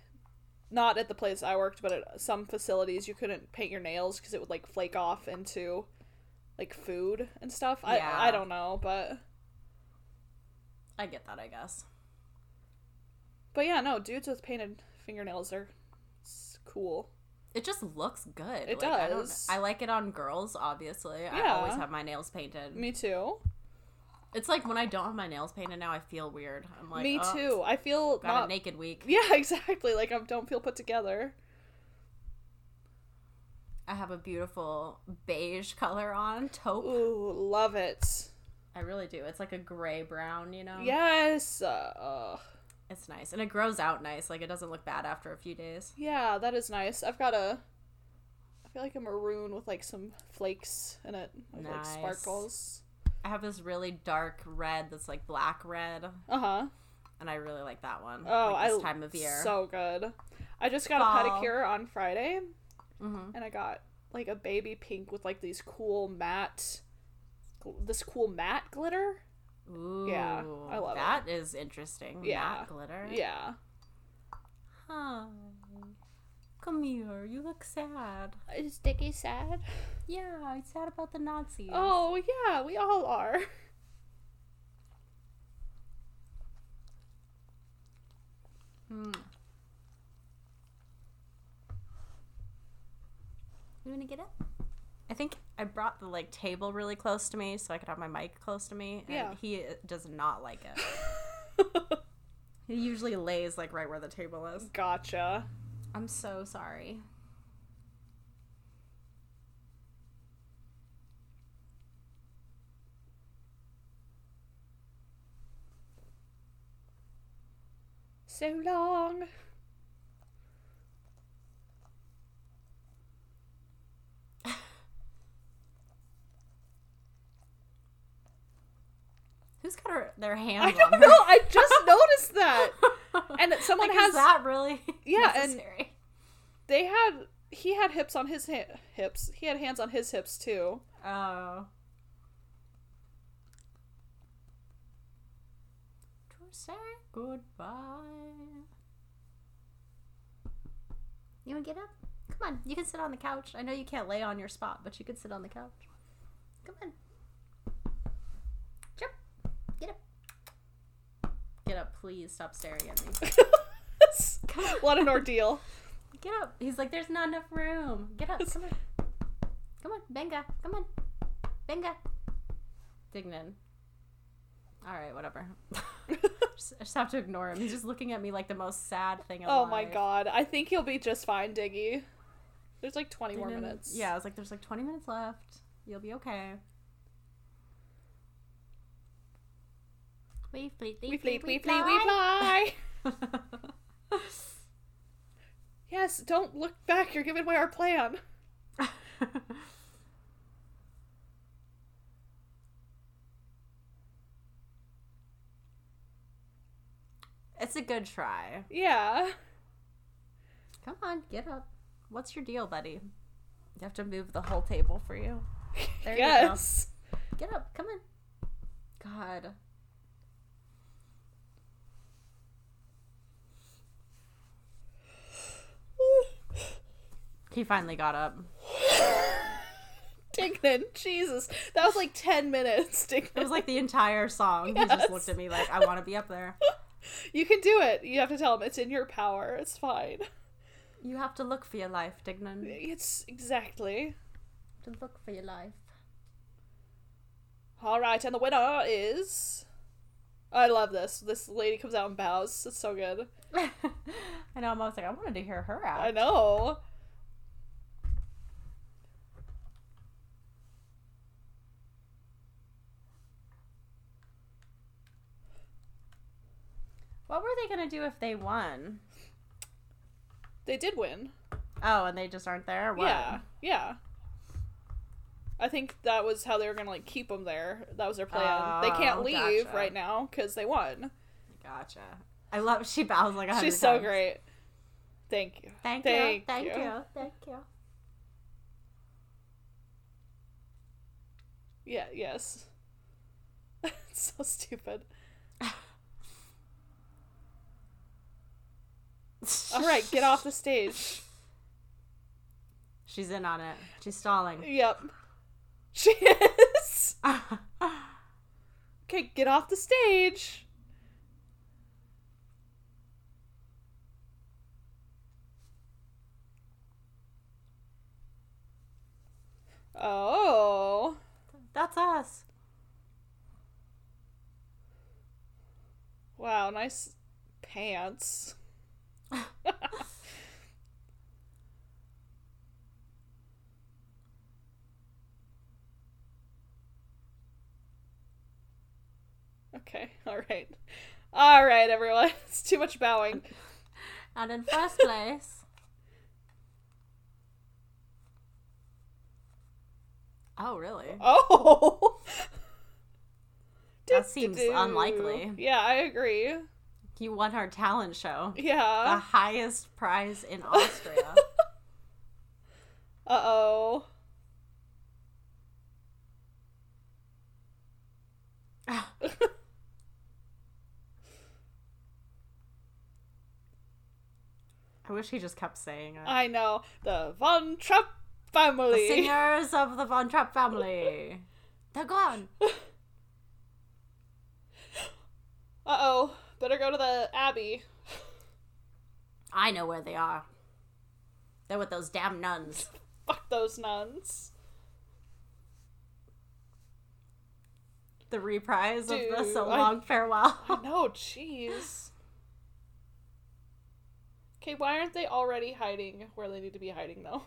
S2: not at the place I worked, but at some facilities, you couldn't paint your nails because it would like flake off into like food and stuff.
S1: Yeah.
S2: I I don't know, but
S1: I get that, I guess.
S2: but yeah, no dudes with painted fingernails are s- cool.
S1: It just looks good.
S2: It
S1: like, I, don't-
S2: does.
S1: I like it on girls, obviously. I
S2: Yeah.
S1: always have my nails painted.
S2: Me too.
S1: It's like when I don't have my nails painted now, I feel weird. I'm like,
S2: Me
S1: oh,
S2: too. I feel
S1: Got
S2: not.
S1: a naked week.
S2: yeah, exactly. Like I don't feel put together.
S1: I have a beautiful beige color on, taupe.
S2: Ooh, love it.
S1: I really do. It's like a gray brown, you know?
S2: Yes. Uh,
S1: It's nice. And it grows out nice. Like it doesn't look bad after a few days.
S2: yeah, that is nice. I've got a. I feel like a maroon with like some flakes in it, like, like
S1: Nice.
S2: sparkles.
S1: I have this really dark red that's like black red,
S2: Uh huh.
S1: and I really like that one.
S2: Oh,
S1: like this
S2: I
S1: time of year.
S2: so good. I just got a
S1: Fall.
S2: pedicure on Friday,
S1: Mhm.
S2: and I got like a baby pink with like these cool matte, gl- this cool matte glitter.
S1: Ooh,
S2: Yeah, I love it.
S1: That is interesting.
S2: Yeah.
S1: Matte glitter.
S2: Yeah.
S1: Hi. Oh. Come here. You look sad.
S4: Is Dickie sad?
S1: Yeah, I'm sad about the Nazis.
S2: Oh yeah, we all are.
S4: You wanna get up?
S1: I think I brought the like table really close to me so I could have my mic close to me. And
S2: Yeah.
S1: he uh, does not like it. he usually lays like right where the table is.
S2: Gotcha.
S1: I'm so sorry.
S2: So long.
S1: Who's got her, their
S2: I
S1: hands
S2: don't
S1: on
S2: know. I just noticed that.
S1: her?
S2: and that someone
S1: like,
S2: has
S1: is that really?
S2: yeah, and
S5: Necessary.
S2: they had he had hips on his ha- hips. He had hands on his hips too.
S1: Oh. To say goodbye.
S4: You want to get up? Come on. You can sit on the couch. I know you can't lay on your spot, but you can sit on the couch. Come on. Jump. Get up. Get up, please. Stop staring at me.
S2: what an ordeal.
S4: Get up. He's like, there's not enough room. Get up. Come on. Come on. Benga. Come on. Benga.
S1: Dignan. All right, whatever. just, I just have to ignore him. He's just looking at me like the most sad thing. Alive.
S2: Oh my god. I think he'll be just fine, Diggy. There's like 20 more
S1: Dignan-
S2: minutes.
S1: Yeah, I was like, there's like 20 minutes left. You'll be okay.
S4: We fleet,
S2: We flee, we flee, we fly. Yes, don't look back. You're giving away our plan.
S1: it's a good try.
S2: Yeah.
S1: Come on, get up. What's your deal, buddy? You have to move the whole table for you. There you go.
S2: yes.
S1: Get up. Come on. God. He finally got up.
S2: Dignan, Jesus. That was like 10 minutes,
S1: It
S2: Dignan.
S1: was like the entire song. He
S2: Yes.
S1: just looked at me like, I want to be up there.
S2: You can do it. You have to tell him it's in your power. It's fine.
S1: You have to look for your life, Dignan.
S2: It's exactly.
S4: To look for your life.
S2: All right, and the winner is. I love this. This lady comes out and bows. It's so good.
S1: I know, I'm always like, I wanted to hear her
S2: I
S1: out.
S2: know.
S1: What were they going to do if they won?
S2: They did win.
S1: Oh, and they just aren't there? What?
S2: Yeah. Yeah. I think that was how they were gonna like keep them there. That was their plan. they can't
S1: Oh,
S2: leave
S1: gotcha.
S2: right now because they won.
S1: Gotcha. I love, she bows like a hundred
S2: She's so
S1: times.
S2: great. Thank you.
S1: Thank you,
S2: Thank,
S4: Thank
S2: you.
S4: you. Thank you.
S2: Yeah. Yes. it's so stupid. All right, get off the stage.
S1: She's in on it. She's stalling.
S2: Yep. She is. Okay, get off the stage. Oh.
S1: That's us.
S2: Wow, nice pants. okay, alright. Alright, everyone. It's too much bowing.
S1: And in first place. oh, really?
S2: Oh!
S1: That seems unlikely.
S2: Yeah, I agree.
S1: You won our talent show. The
S2: Yeah.
S1: highest prize in Austria.
S2: Uh oh.
S1: I wish he just kept saying it.
S2: I know. The Von Trapp family.
S1: Ah. the singers of the Von Trapp family. They're gone.
S2: Uh oh. Better go to the Abbey.
S1: I know where they are. They're with those damn nuns.
S2: Fuck those nuns.
S1: The reprise of the
S2: Dude,
S1: So
S2: I-
S1: Long Farewell.
S2: I know, jeez. Okay, why aren't they already hiding where they need to be hiding, though?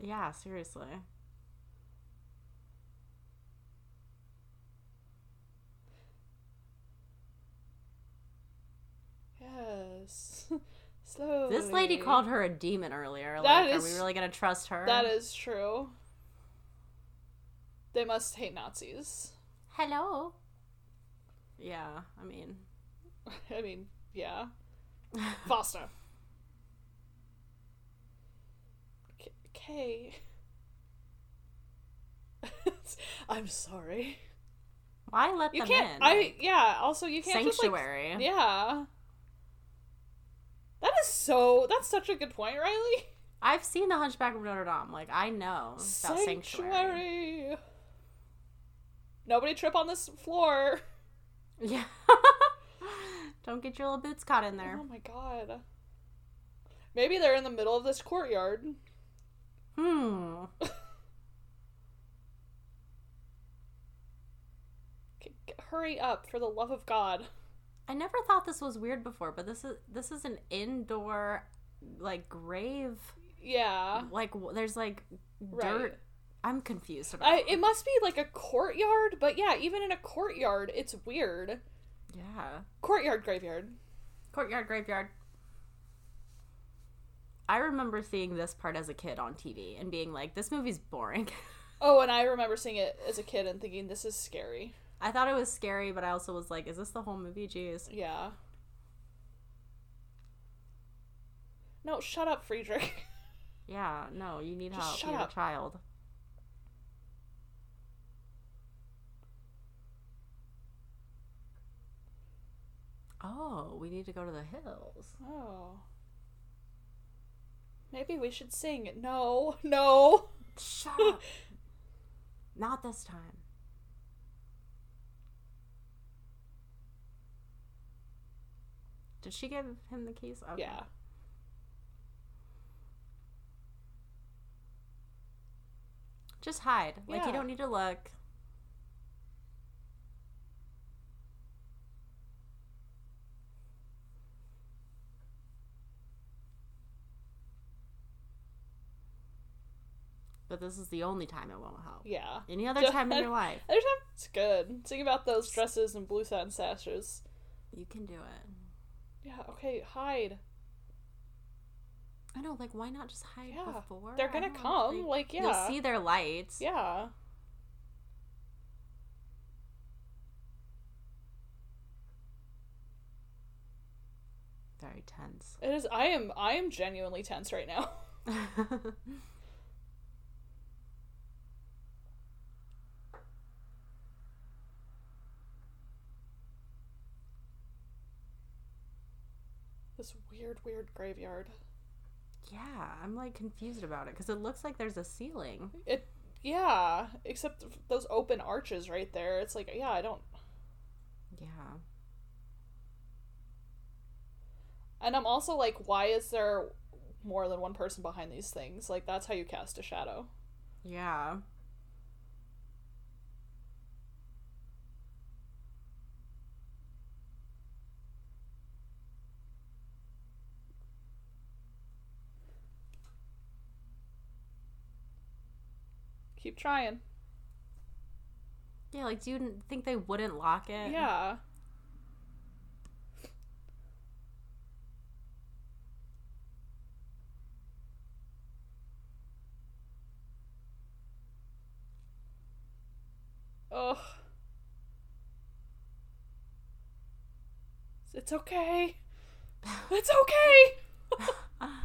S1: yeah, seriously.
S2: Yes. Slowly.
S1: This lady called her a demon earlier. Like,
S2: That
S1: are
S2: is-
S1: we really gonna trust her?
S2: That is true. They must hate Nazis.
S4: Hello.
S1: Yeah, I mean,
S2: I mean, yeah. Faster. K- Okay. I'm sorry.
S1: Why let
S2: You
S1: them
S2: can't.
S1: in?
S2: I
S1: Like,
S2: yeah. Also, you can't
S1: sanctuary.
S2: just like yeah. That is so. That's such a good point, Riley.
S1: I've seen The Hunchback of Notre Dame. Like I know about sanctuary.
S2: Sanctuary. Nobody trip on this floor.
S1: Yeah. Don't get your little boots caught in there.
S2: Oh my god. Maybe they're in the middle of this courtyard. Mm-hmm.
S1: Hmm.
S2: K- g- hurry up, for the love of God.
S1: I never thought this was weird before, but this is this is an indoor like grave.
S2: Yeah.
S1: Like w- there's like dirt.
S2: Uh. Right.
S1: I'm confused about.
S2: I, it must be like a courtyard, but yeah, even in a courtyard, it's weird.
S1: yeah.
S2: Courtyard graveyard.
S1: Courtyard graveyard. I remember seeing this part as a kid on TV and being like, "This movie's boring."
S2: Oh, and I remember seeing it as a kid and thinking, this is scary.
S1: I thought it was scary, but I also was like, "Is this the whole movie?" Jeez.
S2: Yeah. No, shut up, Friedrich.
S1: Yeah. No, you need
S2: Just
S1: help.
S2: shut
S1: You're
S2: up.
S1: a child. Oh, we need to go to the hills.
S2: Oh. Maybe we should sing. No, no.
S1: Shut up. Not this time. Did she give him the keys? Okay.
S2: Yeah.
S1: Just hide. Like
S2: Yeah.
S1: you don't need to look. But this is the only time it won't help.
S2: Yeah.
S1: Any other
S2: Don't-
S1: time in your life,
S2: There's not, it's good. Sing about those dresses and blue satin sashes.
S1: you can do it.
S2: Yeah, okay, hide.
S1: I know, like why not just hide
S2: Yeah.
S1: before?
S2: They're
S1: I
S2: gonna
S1: don't-
S2: come, like, yeah.
S1: You'll see their lights.
S2: Yeah.
S1: Very tense.
S2: It is I am I am genuinely tense right now. This weird, weird graveyard.
S1: yeah, I'm like confused about it because it looks like there's a ceiling.
S2: It yeah, except f- those open arches right there. It's like, yeah, I don't
S1: Yeah.
S2: And I'm also like, why is there more than one person behind these things? Like, that's how you cast a shadow.
S1: Yeah.
S2: Keep trying.
S1: Yeah, like, do you n- think they wouldn't lock it?
S2: Yeah. Ugh. It's okay. It's okay.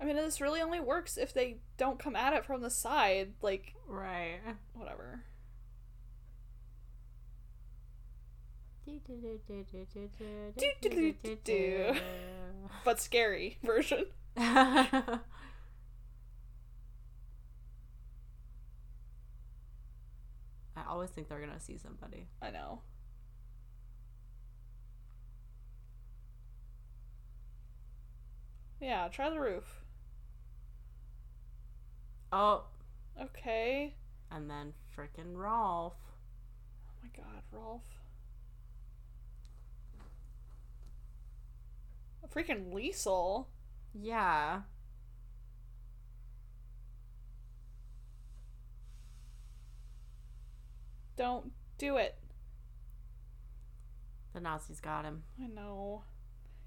S2: I mean, this really only works if they don't come at it from the side. Like,
S1: Right.
S2: whatever. Do-do-do-do-do-do. But scary version.
S1: I always think they're gonna see somebody.
S2: I know. Yeah, try the roof.
S1: Oh,
S2: Okay.
S1: and then frickin' Rolf.
S2: Oh my god, Rolf. Freaking Liesel.
S1: Yeah.
S2: Don't do it.
S1: The Nazis got him.
S2: I know.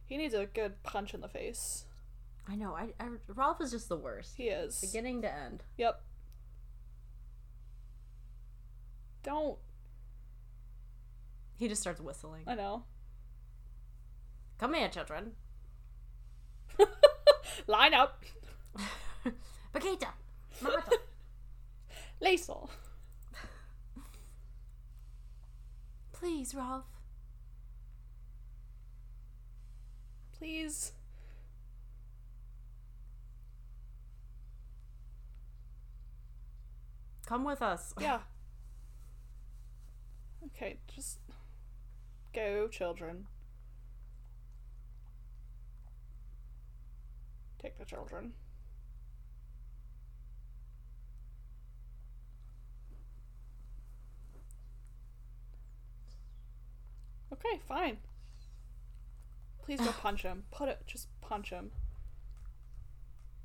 S2: He needs a good punch in the face.
S1: I know. I, I Rolf is just the worst.
S2: He is.
S1: Beginning to end.
S2: Yep. Don't.
S1: He just starts whistling.
S2: I know.
S1: Come here, children.
S2: Line up,
S4: Paquita! Martha!
S2: Laisel.
S4: Please, Rolf.
S2: Please.
S1: Come with us.
S2: Yeah. Okay, just go, children. Take the children. Okay, fine. Please don't punch him. Put it. Just punch him.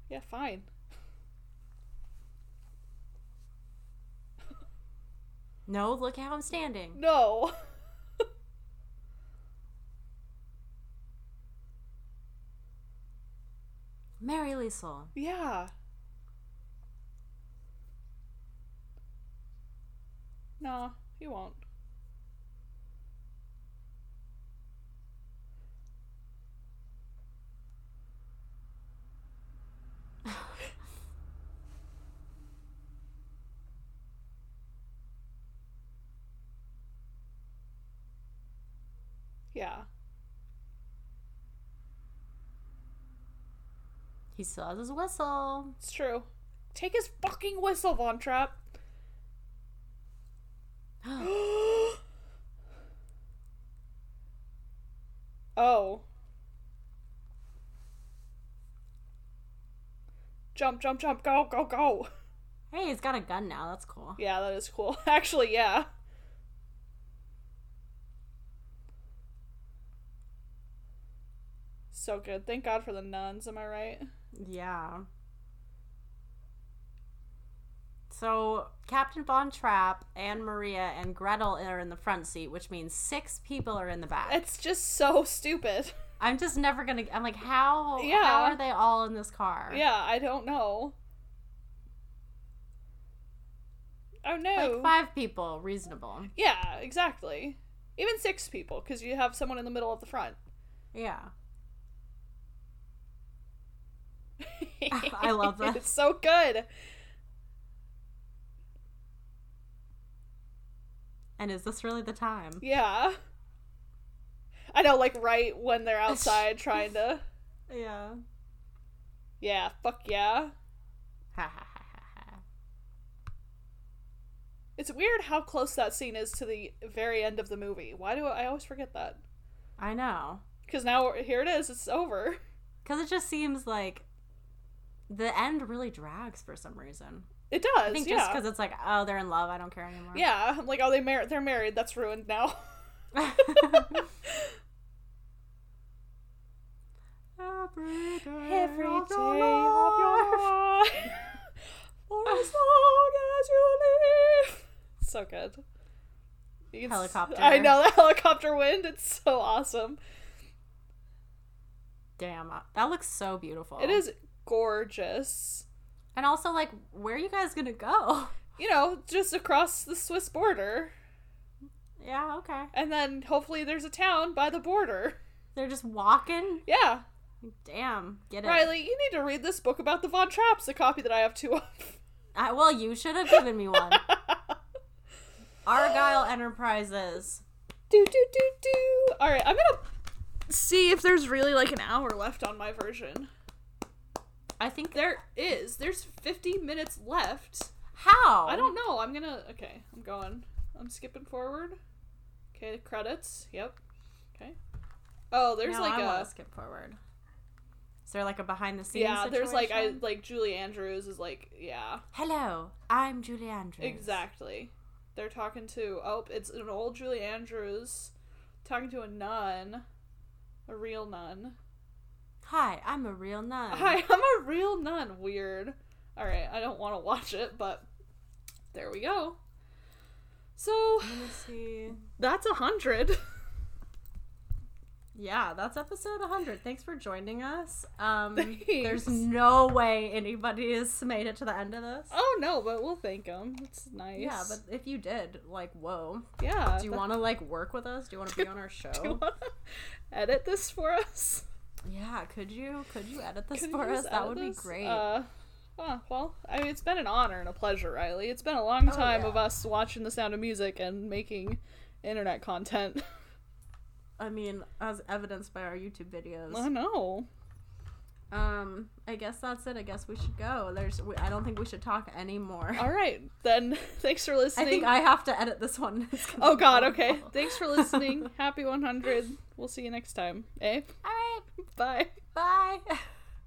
S2: Yeah, fine.
S1: No, look how I'm standing.
S2: No.
S1: Mary Liesel.
S2: Yeah. No, you won't. yeah.
S1: He still has his whistle.
S2: It's true. Take his fucking whistle, Von Trapp. oh. Jump, jump, jump, go, go, go.
S1: Hey, he's got a gun now. That's cool.
S2: Yeah, that is cool. Actually, yeah. So good. Thank God for the nuns, am I right?
S1: Yeah. So Captain Von Trapp, Anne Maria, and Gretel are in the front seat, which means six people are in the back.
S2: It's just so stupid.
S1: I'm just never gonna. I'm like, how?
S2: Yeah.
S1: How are they all in this car?
S2: Yeah, I don't know. Oh no.
S1: Like five people, reasonable.
S2: Yeah, exactly. Even six people, because you have someone in the middle of the front.
S1: Yeah. I love that.
S2: it's so good.
S1: And is this really the time?
S2: Yeah. I know, like right when they're outside trying to.
S1: Yeah.
S2: Yeah, fuck yeah.
S1: Ha ha ha ha ha.
S2: It's weird how close that scene is to the very end of the movie. Why do I, I always forget that?
S1: I know.
S2: Because now we're- here it is. It's over.
S1: Because it just seems like the end really drags for some reason.
S2: It does.
S1: I think just
S2: yeah.
S1: because it's like, oh, they're in love. I don't care anymore.
S2: yeah. I'm like, oh, they mar- they're married. That's ruined now.
S1: Every day,
S2: Every day
S1: of
S2: of
S1: your life.
S2: your life, for as long as you live. So good. You can s-
S1: Helicopter.
S2: I know the helicopter wind. It's so awesome.
S1: Damn, uh, that looks so beautiful.
S2: It is gorgeous.
S1: And also, like, where are you guys gonna go?
S2: You know, just across the Swiss border,
S1: Yeah, okay.
S2: and then hopefully there's a town by the border.
S1: They're just walking.
S2: Yeah,
S1: Damn, get it.
S2: Riley, you need to read this book about the Von Trapps, a copy that I have two of.
S1: I, well, you should have given me one. Argyle Enterprises.
S2: do do do do. All right, I'm gonna see if there's really like an hour left on my version.
S1: I think they're
S2: There is. There's 50 minutes left.
S1: how
S2: I don't know. I'm gonna. Okay, I'm going. I'm skipping forward. Okay, the credits. Yep. Okay. Oh, there's
S1: No,
S2: like
S1: I
S2: a.
S1: want to skip forward. Is there like a behind the scenes?
S2: Yeah, there's like I
S1: situation?
S2: like Julie Andrews is like yeah
S1: Hello, I'm Julie Andrews.
S2: exactly. They're talking to oh it's an old Julie Andrews talking to a nun, a real nun.
S1: Hi, I'm a real nun.
S2: Hi, I'm a real nun. Weird. All right, I don't want to watch it, but there we go. So
S1: Let me see.
S2: that's a hundred.
S1: Yeah, that's episode 100. Thanks for joining us. Um,
S2: Thanks.
S1: there's no way anybody has made it to the end of this.
S2: Oh no, but we'll thank them. It's nice.
S1: Yeah, but if you did, like, whoa.
S2: yeah.
S1: Do you
S2: that-
S1: want to like work with us? Do you want to be on our show?
S2: Do you wanna edit this for us?
S1: Yeah, could you could you edit this
S2: Could you
S1: for
S2: just
S1: us? That
S2: edit
S1: would be
S2: this?
S1: great.
S2: Uh, huh, well, I mean, it's been an honor and a pleasure, Riley. It's been a long time
S1: Oh, yeah.
S2: of us watching The Sound of Music and making internet content.
S1: I mean, as evidenced by our YouTube videos.
S2: I know.
S1: Um, I guess that's it. I guess we should go. There's, we, I don't think we should talk anymore.
S2: All right, then. Thanks for
S1: I
S2: listening.
S1: think I have to edit this one. It's gonna
S2: oh
S1: be
S2: God. Okay.
S1: horrible.
S2: Thanks for listening. Happy 100. We'll see you next time. Eh?
S1: All right.
S2: Bye.
S1: Bye.